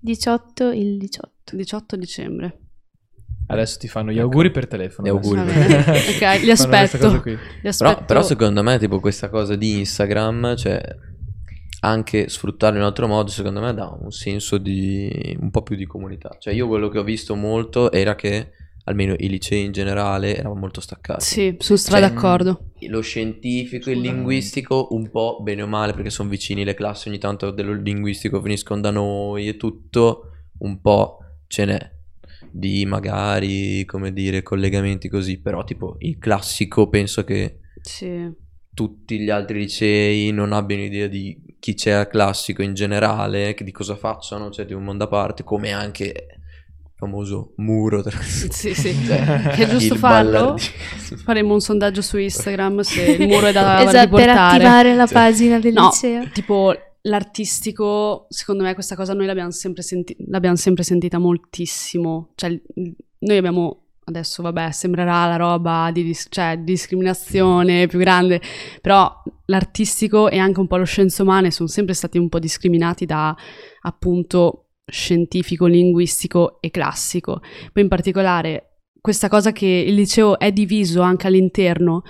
C: 18, il 18.
D: 18 dicembre.
A: Adesso ti fanno gli
B: Ecco.
A: auguri per telefono.
B: Gli auguri.
A: adesso.
D: Va bene. Ok,
A: [laughs]
D: li
A: Fanno questa
D: aspetto.
A: cosa qui.
D: Li aspetto.
B: Però, però secondo me, tipo, questa cosa di Instagram, cioè, anche sfruttarlo in un altro modo, secondo me, dà un senso di un po' più di comunità. Cioè, io quello che ho visto molto era che, almeno i licei in generale, erano molto staccati.
D: Sì, sono stra
B: Cioè,
D: d'accordo.
B: Lo scientifico, il
A: Scusa.
B: linguistico, un po' bene o male, perché sono vicini le classi, ogni tanto dello linguistico finiscono da noi e tutto, un po' ce n'è di magari, come dire, collegamenti così, però tipo il classico penso che
D: Sì.
B: tutti gli altri licei non abbiano idea di chi c'è al classico in generale, che- di cosa facciano, cioè di un mondo a parte, come anche il famoso muro tra...
D: Sì, sì.
B: [laughs] Cioè,
D: Che è giusto
B: il
D: farlo?
B: ballardino.
D: Faremo un sondaggio su Instagram se il muro è da
C: esatto, per
D: riportare.
C: attivare la pagina del
D: No,
C: liceo.
D: tipo l'artistico, secondo me questa cosa noi l'abbiamo sempre, senti- l'abbiamo sempre sentita moltissimo. Cioè, il- noi abbiamo, adesso vabbè, sembrerà la roba di dis- cioè, discriminazione più grande, però l'artistico e anche un po' lo scienze umane sono sempre stati un po' discriminati da appunto scientifico, linguistico e classico. Poi in particolare questa cosa che il liceo è diviso anche all'interno,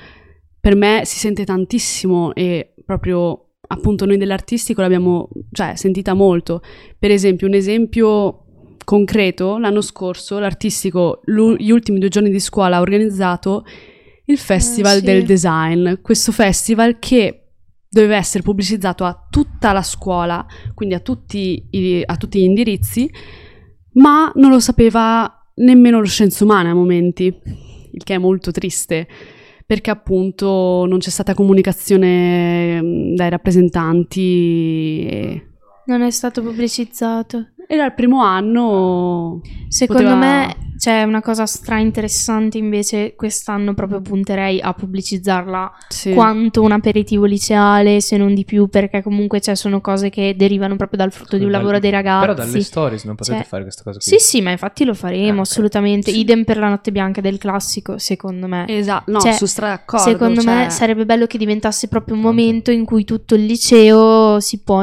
D: per me si sente tantissimo e proprio appunto noi dell'artistico l'abbiamo cioè, sentita molto. Per esempio, un esempio concreto, l'anno scorso l'artistico l'u- gli ultimi due giorni di scuola ha organizzato il Festival
C: Eh, sì.
D: del Design, questo festival che doveva essere pubblicizzato a tutta la scuola, quindi a tutti, i- a tutti gli indirizzi, ma non lo sapeva nemmeno lo scienze umane a momenti, il che è molto triste, perché appunto non c'è stata comunicazione mm, dai rappresentanti e,
C: Non è stato pubblicizzato.
D: era il primo anno...
C: Secondo
D: Poteva-
C: me, C'è una cosa stra interessante invece quest'anno proprio punterei a pubblicizzarla
D: Sì.
C: quanto un aperitivo liceale, se non di più, perché comunque cioè, sono cose che derivano proprio dal frutto di un
A: Dal-
C: lavoro dei ragazzi.
A: Però dalle stories non potete
C: Cioè,
A: fare questa cosa qui.
C: Sì, sì, ma infatti lo faremo
A: Ah, ok.
C: assolutamente.
A: Sì.
C: Idem per la notte bianca del classico, secondo me.
D: Esatto, no,
C: Cioè,
D: sono stra d'accordo.
C: secondo
D: cioè-
C: me sarebbe bello che diventasse proprio un momento in cui tutto il liceo si può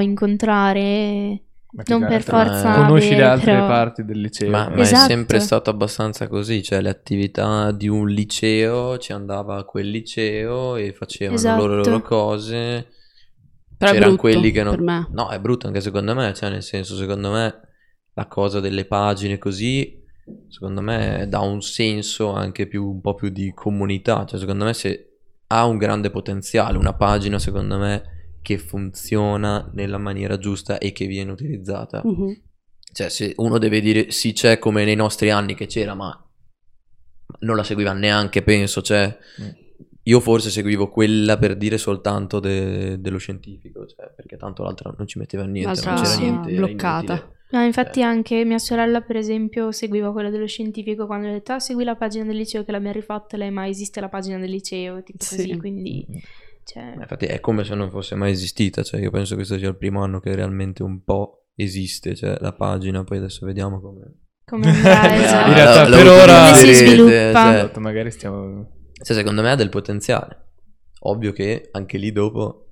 C: incontrare.
A: Ma più
C: Non
A: che
C: per
A: altro,
C: forza.
A: Conosci le
C: avere,
A: altre
C: però-
A: parti del liceo.
B: Ma, ma
C: Esatto.
B: è sempre stato abbastanza così, cioè le attività di un liceo, ci andava a quel liceo e facevano
C: Esatto.
B: loro, loro cose.
D: Però è
B: C'erano
D: brutto
B: quelli che non...
D: per me.
B: No, è brutto anche secondo me, cioè nel senso secondo me la cosa delle pagine così, secondo me dà un senso anche più, un po' più di comunità, cioè secondo me se ha un grande potenziale, una pagina secondo me che funziona nella maniera giusta e che viene utilizzata.
D: Mhm.
B: Cioè, se uno deve dire sì, c'è come nei nostri anni che c'era, ma non la seguiva neanche, penso. Cioè, io forse seguivo quella per dire soltanto de- dello scientifico, cioè, perché tanto l'altra non ci metteva niente,
D: L'altra
B: non c'era
D: sì,
B: niente. era
D: bloccata.
B: inutile.
C: No, infatti
B: Eh.
C: anche mia sorella, per esempio, seguiva quella dello scientifico quando ho detto ah, segui la pagina del liceo che l'abbiamo rifatta, lei ma esiste la pagina del liceo, tipo
D: Sì.
C: così, quindi...
A: Eh.
C: Cioè...
B: Ma Eh, Infatti, è come se non fosse mai esistita. Cioè, io penso che questo sia il primo anno che realmente un po' esiste, cioè, la pagina. Poi adesso vediamo come.
C: Come andrà,
A: [laughs] In
C: esatto.
A: realtà,
B: La- la
A: per ora-
B: utilizzerete,
C: Come si sviluppa?
B: cioè.
A: Esatto, magari stiamo...
B: Cioè, secondo me ha del potenziale. Ovvio che anche lì dopo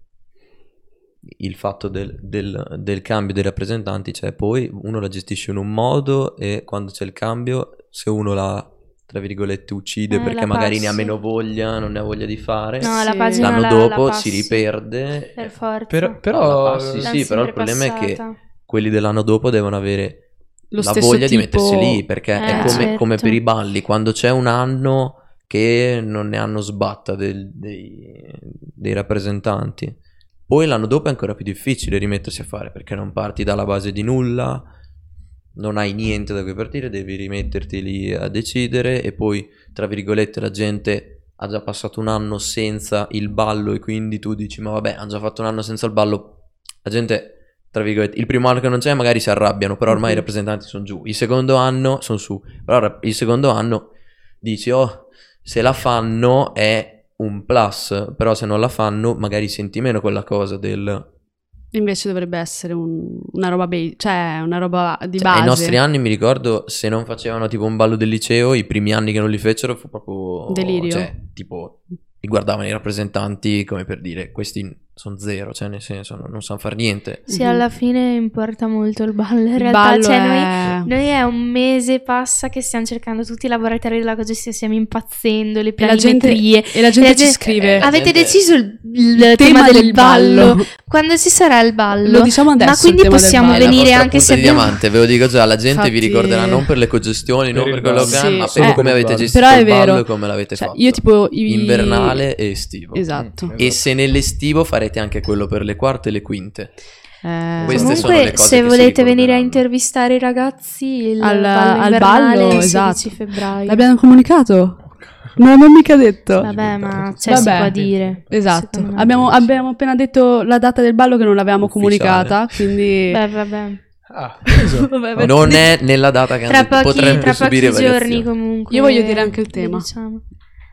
B: il fatto del, del- del cambio dei rappresentanti, cioè poi uno la gestisce in un modo e quando c'è il cambio, se uno la, tra virgolette, uccide
C: Eh,
B: perché
C: la
B: magari ne ha
C: passi.
B: meno voglia, non ne ha voglia di fare,
C: No, la
D: Sì.
C: pagina
B: cioè, l'anno
C: la-
B: dopo
C: la
B: si
C: passi,
B: riperde.
C: Per forza.
A: Però,
B: La
A: però
B: passi,
C: L'han
B: sì, però il
C: sempre
B: problema è che-
C: passata.
B: Quelli dell'anno dopo devono avere
D: Lo
B: la
D: stesso
B: voglia di
D: tipo-
B: mettersi lì perché è
C: Eh,
B: come,
C: certo.
B: come per i balli quando c'è un anno che non ne hanno sbatta del- dei, dei rappresentanti poi l'anno dopo è ancora più difficile rimettersi a fare perché non parti dalla base di nulla non hai niente da cui partire devi rimetterti lì a decidere e poi tra virgolette la gente ha già passato un anno senza il ballo e quindi tu dici ma vabbè hanno già fatto un anno senza il ballo la gente tra virgolette, il primo anno che non c'è magari si arrabbiano, però ormai
D: Mhm.
B: i rappresentanti sono giù. Il secondo anno sono su, però ra- il secondo anno dici, oh, se la fanno è un plus, però se non la fanno magari senti meno quella cosa del...
D: Invece dovrebbe essere un- una roba be- cioè una roba di
B: Cioè,
D: base.
B: ai nostri anni mi ricordo se non facevano tipo un ballo del liceo, i primi anni che non li fecero fu proprio...
D: Delirio.
B: Cioè, tipo, li guardavano i rappresentanti come per dire, questi sono zero, cioè nel senso non, non sanno fare niente.
C: Sì,
D: Mhm.
C: alla fine importa molto il ballo. In
D: Il
C: realtà,
D: ballo
C: cioè, noi,
D: è...
C: noi è un mese e passa che stiamo cercando tutti i laboratori della cosgestione, stiamo impazzendo, le
D: e, la gente,
C: planimetrie.
D: e la gente
C: la
D: ci
C: gente-
D: scrive
B: eh, la
C: Avete
B: gente-
C: deciso il, il tema, del, ballo. Quando ci sarà il
D: Lo
C: ballo?
D: diciamo adesso. il
C: quindi
D: tema del
C: possiamo
D: ballo.
B: È la
C: venire
B: vostra
C: anche
B: punta
C: se
B: di
C: abbiamo-
B: diamante, ve lo dico già, la gente vi
D: Infatti-
B: ricorderà non per le cogestioni,
A: Per
B: non per
A: il
B: quello
A: ballo.
B: che hanno, ma
D: Sì,
B: per
D: eh,
B: come avete
A: però
B: gestito
D: è
B: il ballo
D: vero.
B: e come l'avete
D: Cioè,
B: fatto.
D: io tipo i-
B: Invernale e estivo.
A: Mm,
D: Esatto.
B: E se nell'estivo farete anche quello per le quarte e le quinte.
D: Eh,
B: Queste sono
C: Comunque,
B: le cose
C: se
B: che si
C: volete venire a
B: ricorderanno.
C: intervistare i ragazzi, il
D: Al-
C: ballo,
D: al
C: invernale
D: ballo,
C: è il 16
D: esatto.
C: febbraio.
D: L'abbiamo
B: [laughs]
D: comunicato? Non l'abbiamo mica detto.
C: Vabbè, ma cioè,
D: Vabbè.
C: si può dire.
D: Esatto,
C: secondo me.
D: abbiamo, abbiamo appena detto la data del ballo che non l'avevamo
B: Ufficiale.
D: comunicata, quindi...
C: [laughs] Beh, vabbè.
A: Ah,
C: [laughs]
A: preso.
D: [laughs] Vabbè,
B: Non è nella data che
C: Tra
B: hanno detto,
C: pochi,
B: potrebbe
C: tra pochi
B: subire
C: giorni
B: variazioni.
C: comunque.
D: Io voglio dire anche il
C: lo
D: tema.
C: diciamo.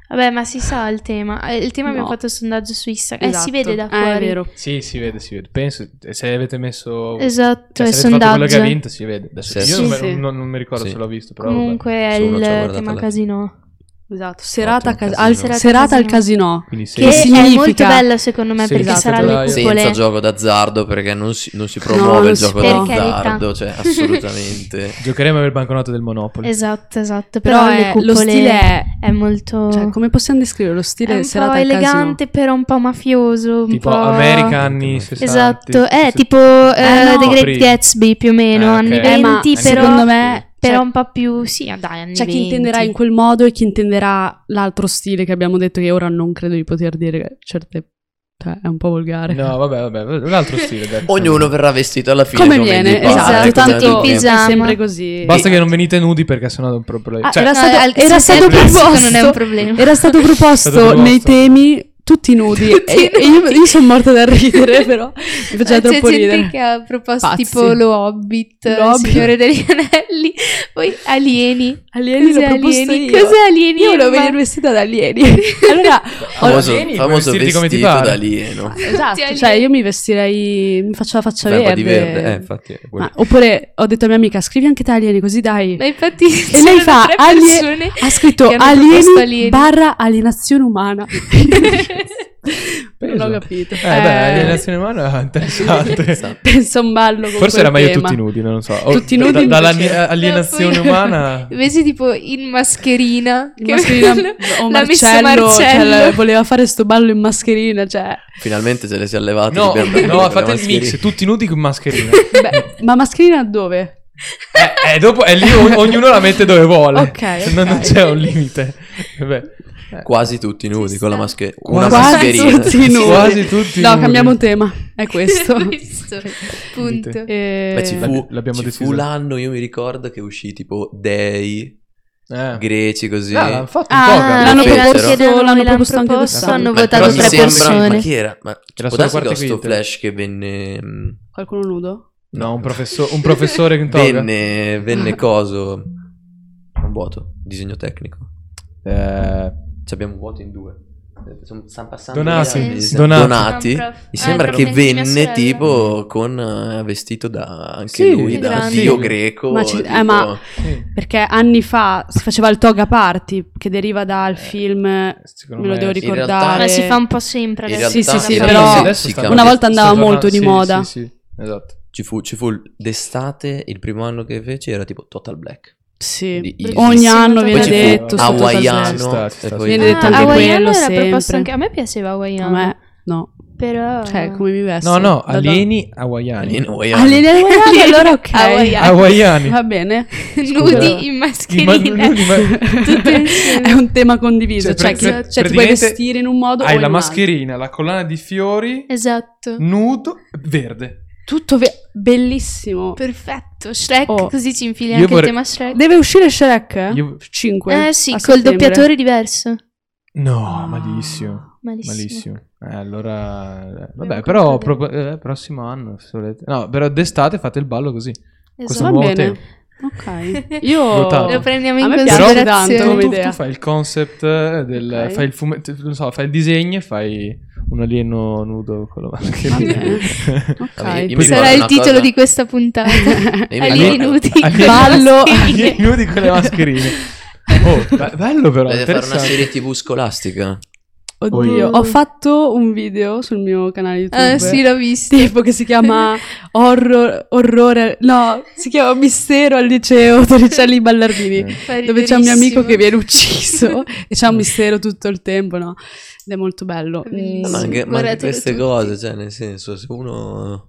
C: Vabbè, ma si sa il tema. Eh, Il tema
D: No.
C: abbiamo fatto il sondaggio su Instagram.
D: Esatto.
C: Eh, si vede da
D: Ah,
C: fuori.
D: è vero.
A: Sì, si vede, si vede. Penso, se avete messo...
C: Esatto,
A: cioè,
C: è
A: se avete fatto quello che
C: sondaggio.
A: ha vinto, si vede. Adesso,
B: Sì,
A: io
D: sì.
A: non, me-
D: Sì.
A: non- non mi ricordo
B: Sì.
A: se l'ho visto, però...
C: Comunque è
B: Se uno
C: il
B: ci ha guardato
C: tema
B: alla-
C: casino.
D: Esatto, serata, a
B: Ottimo,
D: cas- al-
C: casino.
D: serata al casino.
A: vabbè. Quindi se...
C: Che è
D: significa-
C: molto bello secondo me
A: Sì,
C: perché
D: esatto,
C: sarà
A: però
C: le
A: io-
C: cupole.
B: Senza gioco d'azzardo perché non si, non si
D: No,
B: promuove
D: non
B: il
D: si
B: gioco
D: può. Per
C: carità.
B: d'azzardo,
D: [laughs]
B: cioè assolutamente.
A: Giocheremo per il banconoto del Monopoli.
C: Esatto, esatto. Però,
D: Però
C: le
D: è-
C: cupole
D: lo stile è...
C: è molto...
D: Cioè, come possiamo descrivere lo
C: è
D: stile
C: un po'
D: serata al
C: elegante, però un po' mafioso. Un
A: Tipo
C: po'...
A: America anni 60.
C: Esatto,
D: eh,
A: 60.
C: è tipo eh,
D: Ah, no.
C: The Great
A: Prima.
C: Gatsby più o meno,
A: Eh,
C: anni
A: ok.
D: casino? Eh, ma
C: 20, però,
D: secondo me...
C: però
D: cioè,
C: un po' più... Sì, ah, dai, anni
D: c'è chi
C: 20.
D: intenderà in quel modo e chi intenderà l'altro stile che abbiamo detto che ora non credo di poter dire che certe... Cioè, è un po' volgare.
A: No, vabbè, vabbè, un altro stile. dai.
B: Ognuno verrà vestito alla fine
D: Come
B: come
D: viene,
B: gli pare,
D: esatto,
B: come
D: tanto
C: tutti in
D: è
B: viene.
C: pigiama.
D: sempre così.
A: Basta che non venite nudi perché sennò è un problema.
D: Ah,
A: cioè,
D: era
C: No,
D: stato,
C: al-
D: era
C: se
D: stato
C: sei classico
D: proposto,
C: non è un problema.
D: era stato proposto
A: Stato proposto.
D: nei temi tutti nudi.
C: Tutti
D: e, e io,
C: nudi.
D: io sono morta da ridere, però mi faceva
C: Eh, C'è
D: troppo
C: gente
D: ridere.
C: che ha proposto
D: Pazzi.
C: tipo lo Hobbit,
D: Lo
C: il
D: Hobbit.
C: Signore degli Anelli, poi Alieni.
D: Alieni l'ho
C: Cos'è
D: proposto
C: Alieni?
D: io.
C: Cos'è Alieni?
D: Io volevo
C: Ma-
D: venire vestita da alieni. allora,
B: Famoso,
A: Vieni, puoi
B: famoso
A: vestirti
B: vestito
A: come ti pare.
B: da alieno.
D: esatto, cioè io mi vestirei, mi faccio la faccia
B: Fai un po'
D: verde.
B: di verde, eh, infatti. è quello.
D: Ma- oppure ho detto a mia amica, scrivi anche te alieni così dai.
C: Ma [laughs] infatti
D: E lei
C: c'erano
D: fa
C: tre
D: alie-
C: persone
D: Ha scritto
C: che hanno
D: alieni,
C: proposto alieni.
D: barra alienazione umana. [laughs] non ho capito.
A: Eh, beh,
D: Eh,
A: alienazione umana è
B: [laughs] Esatto.
A: interessante.
D: Penso a un ballo con
A: Forse era
D: quel
A: meglio
D: tema.
A: tutti nudi, non lo so.
D: [laughs]
A: Oh,
D: Tutti nudi invece-
A: Dall'alienazione
D: [laughs]
C: No, poi-
A: umana...
C: Invece tipo in mascherina.
D: In
C: che-
D: mascherina o
C: l'ha messo
D: Marcello,
C: Marcello.
D: cioè, voleva fare sto ballo in mascherina, cioè,
B: Finalmente se le si è allevate.
A: No,
B: di bere-
A: no,
B: con
A: fate
B: la
A: il mix,
B: mascherina.
A: tutti nudi con mascherina.
D: beh, ma mascherina dove?
A: eh, eh, dopo, e lì o- ognuno la mette dove vuole.
D: Ok, ok.
A: Non, non c'è un limite. Vabbè.
B: Quasi tutti nudi con la mascherina. Una
A: Quasi
B: mascherina.
D: tutti nudi.
A: Quasi tutti
D: No,
A: nudi. Eh.
D: cambiamo tema, è questo.
C: Questo. Punto.
D: Eh,
B: Beh, ci fu,
A: L'abbi- l'abbiamo
B: ci
A: deciso.
B: fu l'anno, io mi ricordo, che uscì tipo dei
A: Eh.
B: greci così.
A: Ah, l'hanno fatto un
C: Ah,
A: po',
D: l'hanno
B: Lo fecero.
D: proposto,
C: Erano-
D: l'hanno
C: l'hanno
D: proposto anche
C: proposto,
D: quest'anno.
C: hanno
B: Ma-
C: votato
B: però mi
C: tre
B: sembra-
C: persone.
B: Ma chi era? Ma
A: Era
B: può
A: solo
B: darsi che
A: quarta e
B: ho sto
A: quinta.
B: flash che venne... mm, mh,
D: Qualcuno nudo?
A: No, un, professo- un professore in toga.
B: Venne, venne coso. Un vuoto, disegno tecnico.
A: Eh,
B: Ci abbiamo un vuoto in due. Sono- Stanno passando
A: Donati.
B: gli anni,
A: Sì.
B: stanno-
A: Donati.
B: Ah, Donati.
C: No, prof.
B: Mi
C: Ah,
D: eh,
B: sembra
C: prof.
B: che
C: Sì, mia
B: venne
C: sorella.
B: tipo con eh, vestito da anche
A: Sì,
B: lui da
C: grande.
B: dio
A: Sì.
B: greco.
D: Ma ci- eh,
B: tipo-
D: ma-
A: sì.
D: Perché anni fa si faceva il toga party, che deriva
A: Eh.
D: dal film, me
A: Secondo
D: lo
A: me
D: devo
A: sì.
B: realtà-
D: ricordare.
C: Eh,
E: Ma si fa un po' sempre
B: In
E: adesso.
B: realtà,
D: Sì, sì, sì,
B: in
D: però-
B: realtà
A: Adesso
B: si
A: sta-
B: cambia.
D: Una volta
A: sta
D: andava
A: tornando-
D: molto di
A: sì,
D: moda.
A: Sì, sì, esatto.
B: ci, fu, ci fu d'estate, il primo anno che fece era tipo Total Black.
D: Sì.
B: Di- di-
D: Ogni anno
C: Poi
D: viene
C: ci fu
D: detto. sto
B: hawaiano.
A: Ci sta,
D: total
A: ci sta,
B: e
A: sì.
B: poi-
D: Viene detto
C: Ah,
D: anche
C: hawaiano
D: quello
C: era
D: sempre.
C: proposto anche a me piaceva
D: A
C: hawaiano.
D: me no.
C: Però
D: Cioè, come mi vesto?
A: No, no,
D: Da- da-
A: alieni hawaiani.
B: Alien Hawaiian.
D: Alieni hawaiani, allora ok.
C: Hawaiani.
A: Hawaiani.
D: Va bene.
C: nudi in
A: Ma-
C: [laughs] mascherina.
A: nudi, ma-
D: [laughs] è un tema condiviso.
A: Cioè,
D: Cioè,
A: pre-
D: chi-
A: pre-
D: cioè, ti puoi
A: praticamente
D: vestire in un modo o
A: Hai
D: in
A: la
D: un altro.
A: mascherina, la collana di fiori,
C: Esatto.
A: nudo, verde.
D: Tutto ve- bellissimo.
C: Perfetto. Shrek,
D: Oh.
C: così ci infili
A: Io
C: anche
A: vorrei-
C: il tema Shrek.
D: Deve uscire Shrek?
A: Io-
D: 5.
C: Eh sì, col doppiatore diverso.
A: No,
D: Ah,
A: malissimo.
C: Malissimo.
A: Malissimo. Eh, allora, eh, vabbè,
C: Dobbiamo
A: però
C: concludere.
A: propo- eh, prossimo anno, se volete. No, però d'estate fate il ballo così. Questo
D: Va
C: Esatto.
A: nuovo
D: bene.
A: tema.
D: Ok. Io...
A: Brutale.
C: Lo prendiamo
D: A
C: in
D: me piace
C: considerazione.
D: tanto
A: Tu,
D: come
A: tu
D: idea.
A: fai il concept eh, del
D: Ok.
A: fai il fumetto, non so, fai il disegno e fai un alieno nudo con la
D: Va
A: mascherina. [laughs]
D: bene.
B: Vabbè, io
D: Ok.
B: mi ricordo
C: Sarà il
B: una
C: titolo
B: cosa-
C: di questa puntata.
B: Io
D: [laughs]
B: mi
C: Alieni
A: [laughs]
B: ricordo-
C: nudi.
A: Alieni-
D: Ballo-
A: Alieni [laughs] nudi con le mascherine. Oh, be- bello però,
B: Deve fare una
A: interessante.
B: serie tv scolastica.
D: Oddio,
C: Poi-
D: ho fatto un video sul mio canale YouTube.
C: Ah, sì, l'ho visto.
D: Tipo che si
C: [laughs]
D: chiama horror, orrore, no, si chiama mistero al liceo Torricelli Ballardini,
A: Eh.
C: Fa
D: dove c'è un mio amico
C: riderissimo.
D: che viene ucciso
C: [laughs]
D: e c'è un mistero tutto il tempo, no? Ed è molto bello. Mm,
C: Bellissimo.
B: Ma
C: Sì,
B: anche, ma anche
C: guardatelo
B: queste
C: tutti.
B: cose, cioè, nel senso, se uno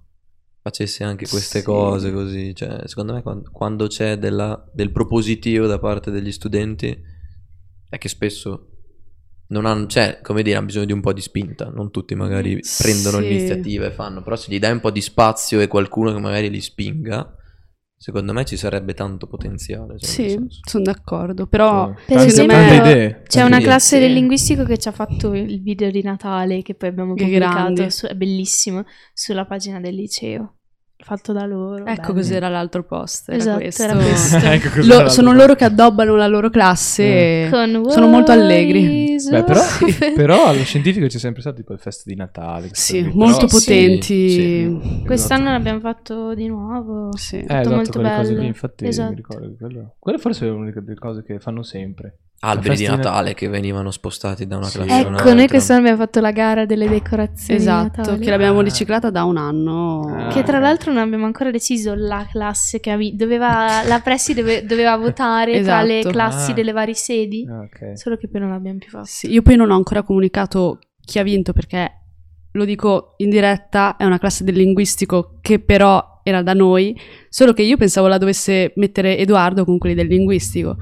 B: facesse anche queste
D: Sì.
B: cose così, cioè, secondo me quan- quando, c'è della- del propositivo da parte degli studenti è che spesso non hanno, cioè, come dire, hanno bisogno di un po' di spinta, non tutti magari
D: Sì.
B: prendono l'iniziativa e fanno, però se gli dai un po' di spazio e qualcuno che magari li spinga, secondo me ci sarebbe tanto potenziale. cioè, nel
D: Sì,
B: senso.
D: sono d'accordo, però
C: per
A: Oh, Tante-
C: esempio,
A: tante idee.
C: C'è
B: Sì,
C: una classe
B: sì.
C: del linguistico che ci ha fatto il video di Natale che poi abbiamo
D: Che
C: pubblicato,
D: grandi.
C: su- è bellissimo, sulla pagina del liceo, fatto da loro.
D: ecco
C: bello.
D: cos'era l'altro post, era
C: Esatto,
D: questo.
C: era questo.
A: [laughs] Ecco cos'era
D: Lo-
A: l'altro
D: sono
A: tema.
D: loro che addobbano la loro classe
A: Eh.
D: e-
C: Con
D: Sono molto
C: What
D: allegri.
C: is
A: Beh,
D: [laughs]
C: [laughs]
A: però,
C: love?
A: però allo scientifico c'è sempre stato tipo il fest di Natale. queste
D: Sì,
A: cose qui,
D: molto
A: però- esatto.
C: Sì,
D: potenti.
B: sì, sì.
C: Quest'anno l'abbiamo fatto di nuovo.
D: Sì.
A: Eh,
C: Tutto
A: esatto,
C: molto
A: quelle cose
C: bello.
A: lì, infatti
C: Esatto.
A: mi ricordo che quello... quello forse è una delle cose che fanno sempre.
B: Alberi
A: La
B: di
A: festa di Natale.
B: Natale che venivano spostati da una
A: Sì.
B: classe a
C: Ecco,
B: un'altra.
C: noi quest'anno abbiamo fatto la gara delle decorazioni. di
D: Esatto,
C: Natale.
D: che l'abbiamo
A: Ah.
D: riciclata da un anno.
A: Ah.
C: Che tra l'altro non abbiamo ancora deciso la classe che avi- doveva, la pressi dove- doveva votare tra le
D: Esatto.
C: classi
A: Ah.
C: delle varie sedi,
A: Ah, ok.
C: solo che poi non l'abbiamo più fatto.
D: Sì, io poi non ho ancora comunicato chi ha vinto perché lo dico in diretta, è una classe del linguistico che però era da noi, solo che io pensavo la dovesse mettere Edoardo con quelli del linguistico.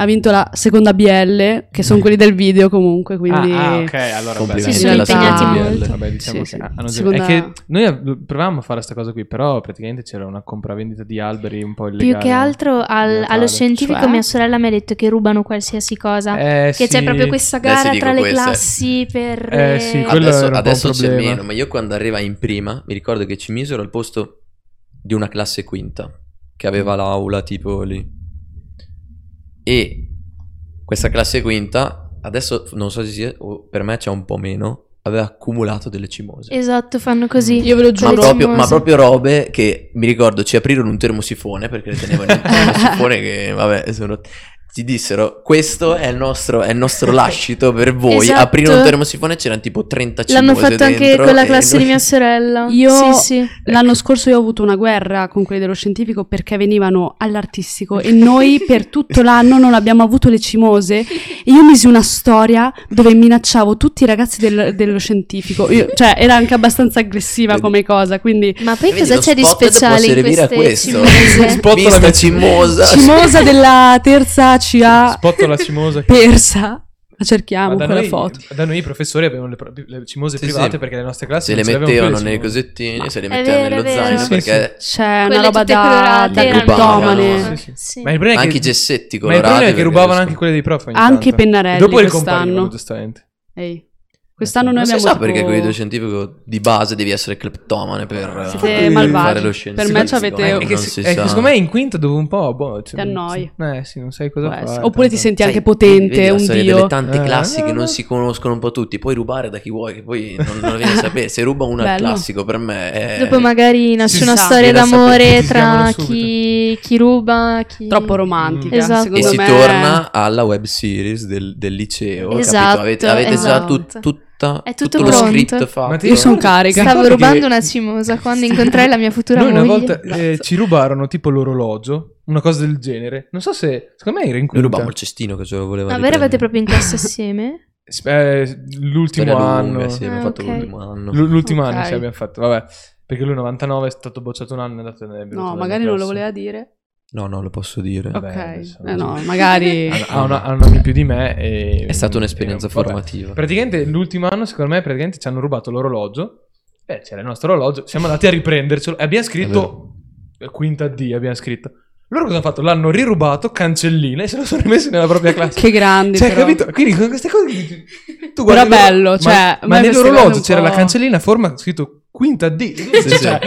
D: ha vinto la seconda BL, che sono quelli del video comunque, quindi...
A: Ah, ah, ok, allora beh,
B: Complimenti
D: Sì, sono
A: dai.
D: impegnati
A: Vabbè,
C: molto.
A: Vabbè, diciamo
D: Sì,
A: che
D: sì.
A: hanno-
D: Seconda-
A: è che noi av- provavamo a fare questa cosa qui, però praticamente c'era una compravendita di alberi un po' illegale.
E: Più che altro al-
A: Illegale.
E: allo scientifico
D: Cioè?
E: mia sorella mi ha detto che rubano qualsiasi cosa.
A: Eh,
E: che c'è
A: sì.
E: proprio questa
B: Adesso
E: gara
B: dico
E: tra le
B: questa.
E: classi per...
A: Eh, sì, quello
B: adesso
A: era un po'
B: adesso
A: un
B: c'è
A: problema.
B: meno, ma io quando arrivai in prima mi ricordo che ci misero al posto di una classe quinta che aveva
A: Mm.
B: l'aula tipo lì. E questa classe quinta, adesso non so se sia, o per me c'è un po' meno, aveva accumulato delle cimose.
C: Esatto, fanno così.
D: Io ve lo
B: Ma
D: giuro,
C: Delle
B: proprio,
C: cimose.
B: ma proprio robe che mi ricordo ci aprirono un termosifone perché le tenevano in un
C: [laughs]
B: termosifone che vabbè sono ci dissero questo è il nostro, è il nostro lascito per voi
C: Esatto.
B: aprire un termosifone c'erano tipo 30 cimose
C: L'hanno fatto anche
B: dentro
C: con la
B: e
C: classe
B: noi- [laughs]
C: di mia sorella. [laughs]
D: Io-
C: Sì, sì.
B: Ecco.
D: L'anno scorso io ho avuto una guerra con quelli dello scientifico perché venivano all'artistico e noi per tutto l'anno non abbiamo avuto le cimose. E io misi una storia dove minacciavo tutti i ragazzi del- dello scientifico. Io- cioè, era anche abbastanza aggressiva come cosa, quindi
C: Ma poi
B: Vedi,
C: cosa
B: lo
C: c'è di
B: spot può
C: speciale in
B: servire a questo.
C: queste cimose?
A: Spot alla
B: Vista
A: mia-
B: cimosa
D: cimosa della terza CA
A: Spotto la
D: [laughs]
A: cimosa. che-
D: persa. La cerchiamo
A: da,
D: quella
A: noi,
D: foto.
A: da noi i professori avevano le, pro- le cimose
B: Sì,
A: private
B: sì.
A: perché le nostre classi
B: se le
A: non ce le avevano
B: mettevano
A: più le
B: nei
A: cimose.
B: cosettini se le
C: È
B: mettevano
C: vero,
B: nello
C: è vero.
B: zaino
A: Sì,
B: perché
D: C'è
C: Quelle
D: una roba
C: tutte
D: da,
C: colorate,
D: da
C: erano
D: cleptomane.
B: rubavano.
A: Sì, sì.
E: Sì.
A: Ma il problema è
B: anche
A: che,
B: i gessetti
A: ma il
B: colorati
A: problema è che
B: perché
A: rubavano
B: adesso-
A: anche quelli dei prof ogni
D: Anche i
A: tanto.
D: pennarelli
A: Dopo le comparivano,
D: quest'anno.
A: giustamente.
D: Ehi, Quest'anno noi
B: non si
D: abbiamo
B: sa perché
D: tipo-
B: con il scientifico di base devi essere cleptomane per eh,
A: Siete
B: fare lo
D: malvagi. Per me ci
B: scientifico.
D: avete-
B: Eh,
A: È che,
B: non
A: se-
B: si
A: è che
B: sa.
A: secondo me in quinto dove un po'. Boh, cioè,
D: Ti annoi.
A: Eh sì, non sai cosa
D: può
A: fare.
D: essere. Oppure ti
A: tanto.
D: senti anche
B: Sai,
D: potente,
B: vedi la
D: un
B: storia
D: dio.
B: delle tante
A: Eh.
B: classi che non si conoscono un po' tutti, puoi rubare da chi vuoi, che poi non, non lo vieni a sapere. Se ruba una al
D: Bello.
B: classico per me è...
C: Dopo magari nasce
A: si
C: una
D: sa,
C: storia
B: viene a sapere
C: d'amore
A: chi si
C: tra
A: chiamano subito.
C: chi, chi ruba, chi...
D: Troppo romantica,
C: Mm. Esatto.
B: E
D: secondo
B: si
D: me.
B: torna alla web series del, del liceo, capito?
C: Esatto,
B: Avete, avete già
C: esatto.
B: tut- tutta,
C: È tutto
B: tutto, lo
C: pronto.
B: script fatto.
A: Ma ti
D: Io sono
A: ricordi-
D: carica.
A: ti
C: Stavo
A: ricordi
C: rubando
A: che
C: una cimosa quando incontrai la mia futura
A: Noi una
C: moglie.
A: volta eh, ci rubarono tipo l'orologio, una cosa del genere. Non so se. Secondo me era in
B: Noi
A: quinta.
B: rubavamo il cestino che ce lo voleva
E: Ma voi
B: riprendere.
E: eravate proprio in classe assieme?
A: Eh, l'ultimo
B: Era
A: anno.
B: lunga, sì, abbiamo
E: Ah,
B: fatto
E: ok.
B: l'ultimo anno.
A: L- l'ultimo
D: Ok.
A: anno sì, abbiamo fatto. Vabbè. Perché lui 99 è stato bocciato un anno e è andato è venuto
D: No,
A: dalla mia
D: magari non lo
A: classe.
D: voleva dire.
B: No, no, lo posso dire.
A: Vabbè,
D: ok,
A: adesso- Cioè,
D: eh no,
A: [laughs]
D: magari...
A: Ha- Ha, una- ha un anno in più di me. E,
B: È stata un'esperienza
A: e- vabbè.
B: formativa.
A: Praticamente l'ultimo anno, secondo me, praticamente ci hanno rubato l'orologio. Eh, c'era il nostro orologio. Siamo andati a riprendercelo. E abbiamo scritto quinta D, abbiamo scritto. Loro cosa hanno fatto? L'hanno rirubato, cancellina, e se lo sono rimesso nella propria classe.
D: Che grandi,
A: Cioè,
D: però. [laughs]
A: capito? Quindi con queste cose dici- tu
D: Era
A: guardi l'oro-
D: bello,
A: ma-
D: cioè,
A: Ma,
D: ma queste cose
A: nell'orologio
D: un
A: c'era
D: po'-
A: la cancellina a forma scritto quinta D.
B: sì.
A: Cioè,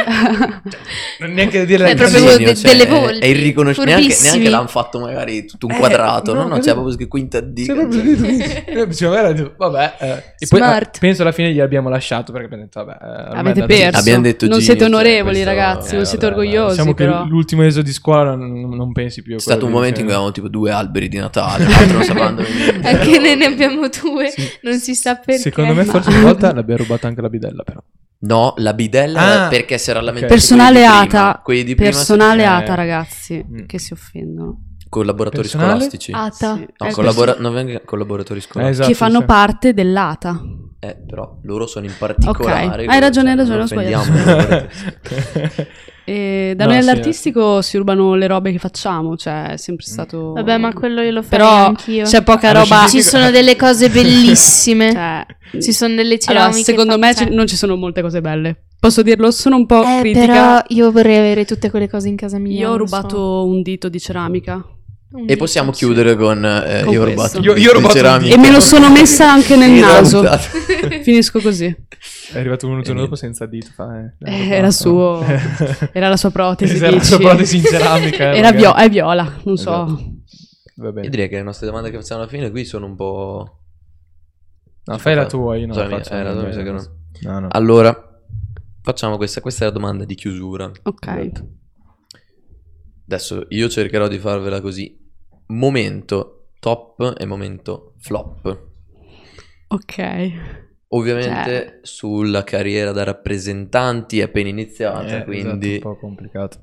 A: non neanche da dire la
C: È proprio
A: cancellina.
C: de- delle volpi,
B: È irriconoscibile. Neanche,
C: furbissimi.
B: neanche l'hanno fatto magari tutto un
A: Eh,
B: quadrato.
A: no,
B: No, no,
A: capito?
B: c'era proprio scritto quinta D.
A: Cioè, proprio scritto
B: [laughs]
A: quinta D. Noi dicevamo, era tipo, Eh, cioè, vabbè, eh, e poi,
C: Smart.
A: eh, penso alla fine gli abbiamo lasciato perché abbiamo detto, vabbè, eh, ormai è
D: Avete
A: andata
D: perso.
A: così.
B: Abbiamo detto
D: non
B: Gini,
D: siete
B: cioè,
D: onorevoli,
B: questo-
D: ragazzi,
B: eh,
D: non
B: vabbè,
D: siete
B: vabbè,
D: orgogliosi,
A: Diciamo che
D: però.
A: l'ultimo esodo di scuola non, non pensi più a
B: È stato un
A: quello cioè. che
B: momento in
A: dicevi.
B: cui avevamo tipo due alberi di Natale, l'altro non sapevamo dove vivere.
C: [laughs] Anche
B: [laughs]
C: noi ne abbiamo due,
A: Sì.
C: non si sa perché.
A: Secondo [laughs] me forse una volta l'abbiamo rubato anche la bidella però.
B: No, la bidella
A: Ah,
B: perché si era lamentata.
D: Personale ATA,
B: Quelli di prima
D: personale
A: eh.
D: ATA, ragazzi,
A: Mm.
D: che si offendono.
B: collaboratori
A: Personale?
B: scolastici.
C: Ata.
D: Sì.
B: No,
D: Eh,
B: collabora- non venga- collaboratori
A: Eh,
B: scolastici.
A: esatto,
D: che fanno
A: sì.
D: parte dell'ATA.
B: Eh, però loro sono in particolare.
D: Ok, hai
B: loro,
D: ragione, hai
B: cioè, non
D: ragione, ho sbagliato.
B: offendiamo i [laughs] lavoratori.
D: E da
A: No,
D: noi
A: sì, Mm.
D: all'artistico si rubano le robe che facciamo, cioè è sempre stato...
E: Vabbè, ma quello io lo farei
D: Però
E: anch'io.
D: c'è poca
A: Allo
D: roba...
A: scientifico-
C: Ci sono delle cose bellissime.
D: [laughs] Cioè,
C: Ci sono delle ceramiche.
D: allora, secondo me
C: fatte-
D: ci- non ci sono molte cose belle. Posso dirlo, sono un po'
C: Eh,
D: critica.
C: però io vorrei avere tutte quelle cose in casa mia.
D: Io ho
C: non so.
D: rubato un dito di ceramica.
E: Un
B: E
E: dito,
B: possiamo
E: sì.
B: chiudere con eh,
D: Con
B: Io ho rubato
D: questo.
A: Io- io ho rubato un
D: E me lo sono messa anche nel naso.
B: esatto.
C: [laughs]
D: Finisco così.
A: [laughs] È arrivato un giorno
B: Eh,
A: dopo senza dito. fa, eh,
D: Eh,
A: fa,
D: era
A: fa. [laughs]
D: suo- Era la sua protesi.
A: Era la sua
D: dici?
A: protesi in ceramica. eh,
D: Era
A: magari. Esatto.
D: vio- è viola, non so.
A: Va bene.
B: [laughs] Io direi che le nostre domande che facciamo alla fine qui sono un po'.
A: No, fai la tua, io non
B: Scusa,
A: la faccio.
B: eh, la tua mi
A: Eh,
B: sa che no.
A: No, no.
B: Allora, facciamo questa. Questa è la domanda di chiusura.
D: Ok.
B: Adesso io cercherò di farvela così. Momento top e momento flop.
D: Ok.
B: Ovviamente
D: Cioè.
B: sulla carriera da rappresentanti è appena
A: Eh,
B: iniziata,
A: esatto,
B: quindi...
A: un po' complicato.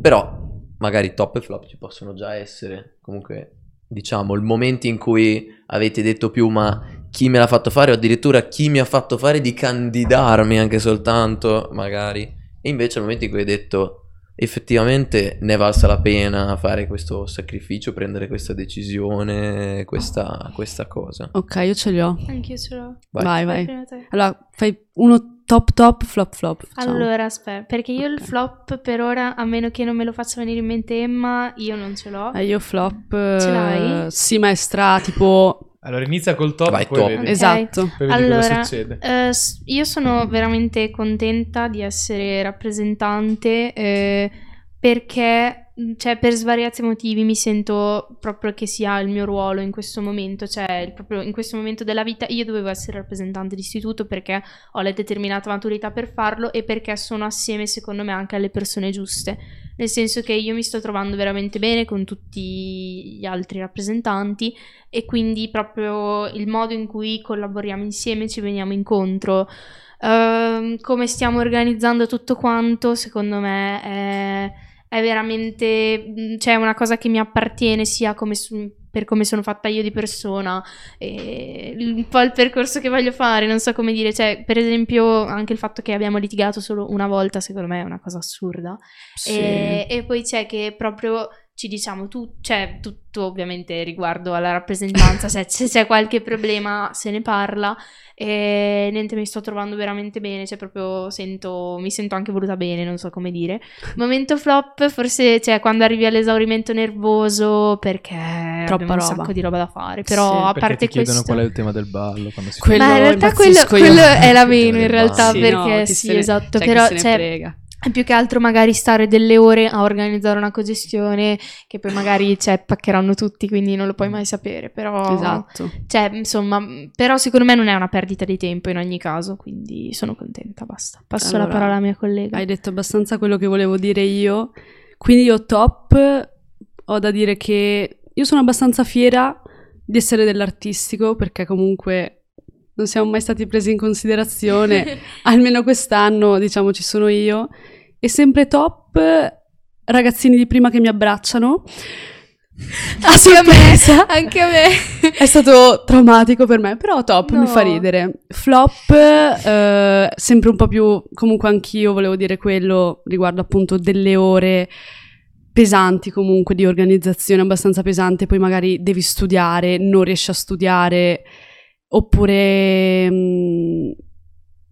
B: Però magari top e flop ci possono già essere. Comunque, diciamo, il momento in cui avete detto più ma chi me l'ha fatto fare o addirittura chi mi ha fatto fare di candidarmi anche soltanto, magari. E invece il momento in cui hai detto effettivamente ne è valsa la pena fare questo sacrificio, prendere questa decisione, questa, questa cosa.
D: Ok, io ce li ho.
C: Anch'io ce l'ho.
B: Vai.
D: Vai, vai.
C: Prima te.
D: Allora, fai uno top top, flop flop. facciamo.
C: Allora, aspetta, perché io il
D: Ok.
C: flop per ora, a meno che non me lo faccia venire in mente Emma, io non ce l'ho.
D: Eh, io flop...
C: Ce
D: eh,
C: l'hai?
D: Sì, maestra, tipo...
A: Allora inizia col top
B: Vai,
A: poi
B: top.
A: vedi-
D: Esatto.
C: Eh,
A: poi vedi cosa
C: Allora,
A: succede.
C: Eh, s- io sono veramente contenta di essere rappresentante eh, perché, cioè, per svariati motivi mi sento proprio che sia il mio ruolo in questo momento, cioè, il- proprio in questo momento della vita io dovevo essere rappresentante di istituto perché ho la determinata maturità per farlo e perché sono assieme, secondo me, anche alle persone giuste. Nel senso che io mi sto trovando veramente bene con tutti gli altri rappresentanti e quindi proprio il modo in cui collaboriamo insieme, ci veniamo incontro, ehm, come stiamo organizzando tutto quanto, secondo me è, è veramente mh, cioè una cosa che mi appartiene sia come su- per come sono fatta io di persona, e il- un po' il percorso che voglio fare, non so come dire, cioè per esempio anche il fatto che abbiamo litigato solo una volta, secondo me è una cosa assurda. E, e poi c'è che proprio ci diciamo tu, cioè, tutto ovviamente riguardo alla rappresentanza, se, se c'è qualche problema se ne parla e niente mi sto trovando veramente bene, cioè proprio sento, mi sento anche voluta bene, non so come dire. Momento flop forse cioè, quando arrivi all'esaurimento nervoso perché
D: Troppa
C: abbiamo un
D: roba.
C: sacco di roba da fare, però
D: Sì,
C: a
A: Perché
C: parte
A: ti chiedono
C: questo...
A: qual è il tema del ballo quando si
D: Quello-
A: fa-
C: Ma in realtà quello,
D: impazzisco io.
C: quello è la meno in
B: Sì,
C: realtà
B: no,
C: perché
D: Ah, chi
C: sì,
D: se ne-
C: esatto,
D: cioè, chi
C: però
D: se ne
C: cioè,
D: frega.
C: più che altro magari stare delle ore a organizzare una cogestione che poi magari cioè, paccheranno tutti, quindi non lo puoi mai sapere, però
D: Esatto.
C: cioè, insomma, mh, però secondo me non è una perdita di tempo in ogni caso, quindi sono contenta, basta. Passo la
D: Allora,
C: parola alla mia collega.
D: Hai detto abbastanza quello che volevo dire io. Quindi io top ho da dire che io sono abbastanza fiera di essere dell'artistico perché comunque non siamo mai stati presi in
C: [laughs]
D: considerazione, almeno quest'anno diciamo ci sono io. E sempre top ragazzini di prima che mi abbracciano.
C: Ah,
D: A sorpresa.
C: Anche a me.
D: [laughs] È stato traumatico per me, però top,
C: No.
D: mi fa ridere. Flop, eh, sempre un po' più, comunque anch'io volevo dire quello riguardo appunto delle ore pesanti comunque di organizzazione, abbastanza pesante, poi magari devi studiare, non riesci a studiare, oppure... mh,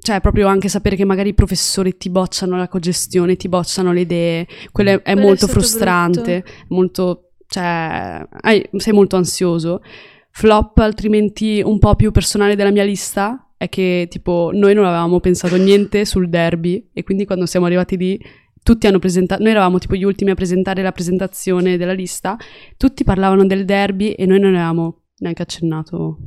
D: cioè, proprio anche sapere che magari i professori ti bocciano la cogestione, ti bocciano le idee, quello è, è
C: Quello è
D: molto
C: stato
D: frustrante molto, cioè, hai- sei molto ansioso. Flop, altrimenti un po' più personale della mia lista, è che tipo noi non avevamo pensato niente sul derby e quindi quando siamo arrivati lì tutti hanno presentato, noi eravamo tipo gli ultimi a presentare la presentazione della lista, tutti parlavano del derby e noi non avevamo neanche accennato.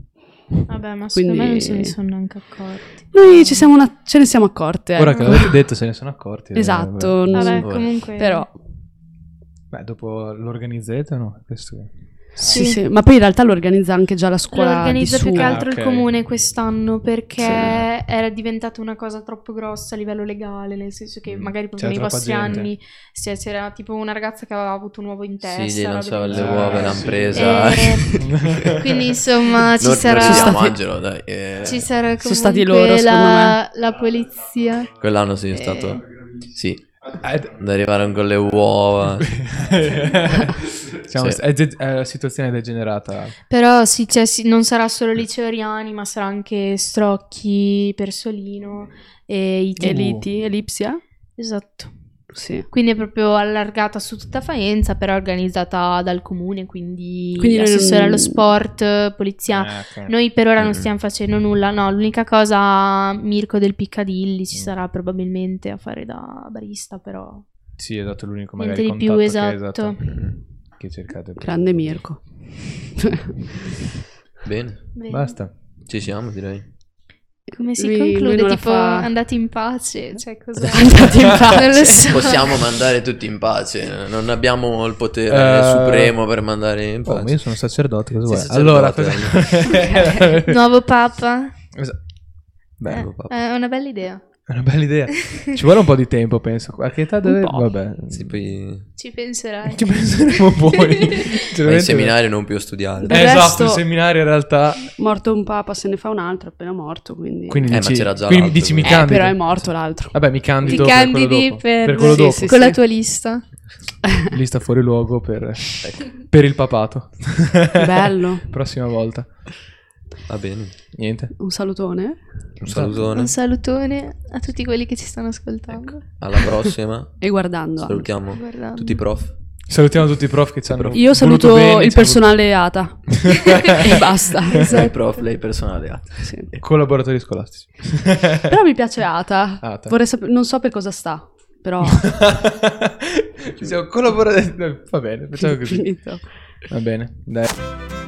C: Vabbè, ma secondo
D: Quindi-
C: me non se ne sono neanche accorti.
D: Noi ci siamo una- ce ne siamo accorte.
A: Ora
D: ecco.
A: che l'avete detto se ne sono accorti. eh,
D: Esatto,
A: vabbè.
D: non-
C: Vabbè,
B: Ora.
C: comunque.
D: però
A: Beh, dopo lo organizzate o no? Questo è-
D: sì, sì, ma poi in realtà lo organizza anche già la
C: Lo
D: scuola di
C: organizza più
D: su.
C: che
A: Ah,
C: altro
A: ok.
C: il comune quest'anno perché
B: Sì.
C: era diventata una cosa troppo grossa a livello legale, nel senso che
A: Mm.
C: magari proprio
A: C'era
C: nei
A: troppa
C: vostri
A: gente.
C: anni sì, c'era tipo una ragazza che aveva avuto un uovo in testa.
B: Sì, gli
C: robe
B: lanciava
C: del
B: le
A: Ah,
C: genere. [laughs]
B: uova, l'hanno
A: sì. Eh,
B: presa.
A: [laughs]
C: Eh, Quindi insomma ci
B: non,
C: sarà...
B: Non ci siamo,
D: stati-
B: Angelo, dai. eh.
C: [laughs] Ci sarà
D: Sono stati
C: comunque
D: loro, secondo
C: la, la polizia.
B: Quell'anno sì, è
C: Eh.
B: stato... Sì,
A: Eh, d- [laughs]
B: da arrivare con le uova.
A: Siamo-
B: Sì.
A: è, ge- è la situazione degenerata.
C: Però sì, cioè, sì, non sarà solo Liceo Riani, ma sarà anche Strocchi, Persolino e
A: E lì-
C: i Teli.
D: Eliti, Elipsia?
C: Esatto.
D: Sì.
C: Quindi è proprio allargata su tutta Faenza, però organizzata dal comune, quindi,
D: Quindi noi
C: assessore
D: non-
C: allo sport, polizia.
A: Ah, ok.
C: Noi per ora
B: Mm.
C: non stiamo facendo nulla, no, l'unica cosa Mirko del Piccadilly
A: Mm.
C: ci sarà probabilmente a fare da barista, però
A: Sì, esatto, l'unico
C: Niente
A: magari
C: di più,
A: contatto che-
C: esatto.
A: Che cercate. per-
D: Grande Mirko.
B: Bene,
C: Bene.
A: Basta.
B: ci siamo direi.
C: Come si
D: Lui- lui
C: conclude?
D: non la
C: tipo
D: fa.
C: andate in
A: [laughs]
C: pace, cioè cos'è?
D: Andate in pace.
C: Non lo so.
B: Possiamo mandare tutti in pace, non abbiamo il potere
A: Eh,
B: supremo per mandare in
A: Oh,
B: pace.
A: ma io sono sacerdote, cosa vuoi?
B: Sei
A: Allora,
B: sacerdote,
A: cosa-
B: [laughs]
C: Nuovo papa.
A: Esatto. [laughs]
B: Bello, papà.
C: Eh, È una bella idea.
A: È una bella
D: [laughs]
A: idea. Ci vuole un po' di tempo, penso. A che età deve...
D: Un po'.
A: Vabbè.
B: Sì, poi
E: Ci penserai.
A: [laughs] Ci
D: [laughs]
A: penseremo
C: [laughs]
A: poi.
B: vai in
A: Sinceramente-
B: seminario non più a studiare.
A: Eh,
C: Del
A: esatto,
C: resto-
A: il seminario in realtà...
D: Morto un papa, se ne fa un altro, appena morto, quindi...
A: Quindi
B: Eh, ma
A: dici,
B: c'era già
A: quindi
B: l'altro,
A: dici mi
B: quindi.
D: eh,
A: candido.
D: però è morto l'altro.
A: Vabbè, mi candido
C: Ti
A: per quello
C: candidi
A: dopo.
C: per-
A: quello
D: sì,
A: dopo.
D: sì,
C: con la tua lista.
A: Lista fuori luogo per,
D: [laughs]
A: per il papato.
D: Bello.
A: [laughs] Prossima volta.
B: Va bene.
A: Niente.
D: Un salutone.
B: Un salutone. Ecco,
C: Un salutone a tutti quelli che ci stanno ascoltando.
B: Alla prossima.
D: E guardando. anche.
B: Salutiamo
C: Guardando.
B: Ecco.
C: [laughs]
B: tutti i prof.
A: Salutiamo tutti i prof che ci hanno
D: Io saluto
A: voluto bene,
D: il
A: ci hanno
D: personale ATA. e basta.
A: Esatto.
B: [laughs]
C: Esatto.
B: Lei prof, lei personale. ah.
D: Sì.
A: voluto- [laughs] Collaboratori scolastici. Ah,
D: Però mi piace ATA.
A: Ata. [laughs]
D: Vorrei sapere- non so per cosa sta, però... [laughs]
A: Ci siamo collaboratori... Va bene, facciamo così.
D: Finito.
A: Va bene, dai.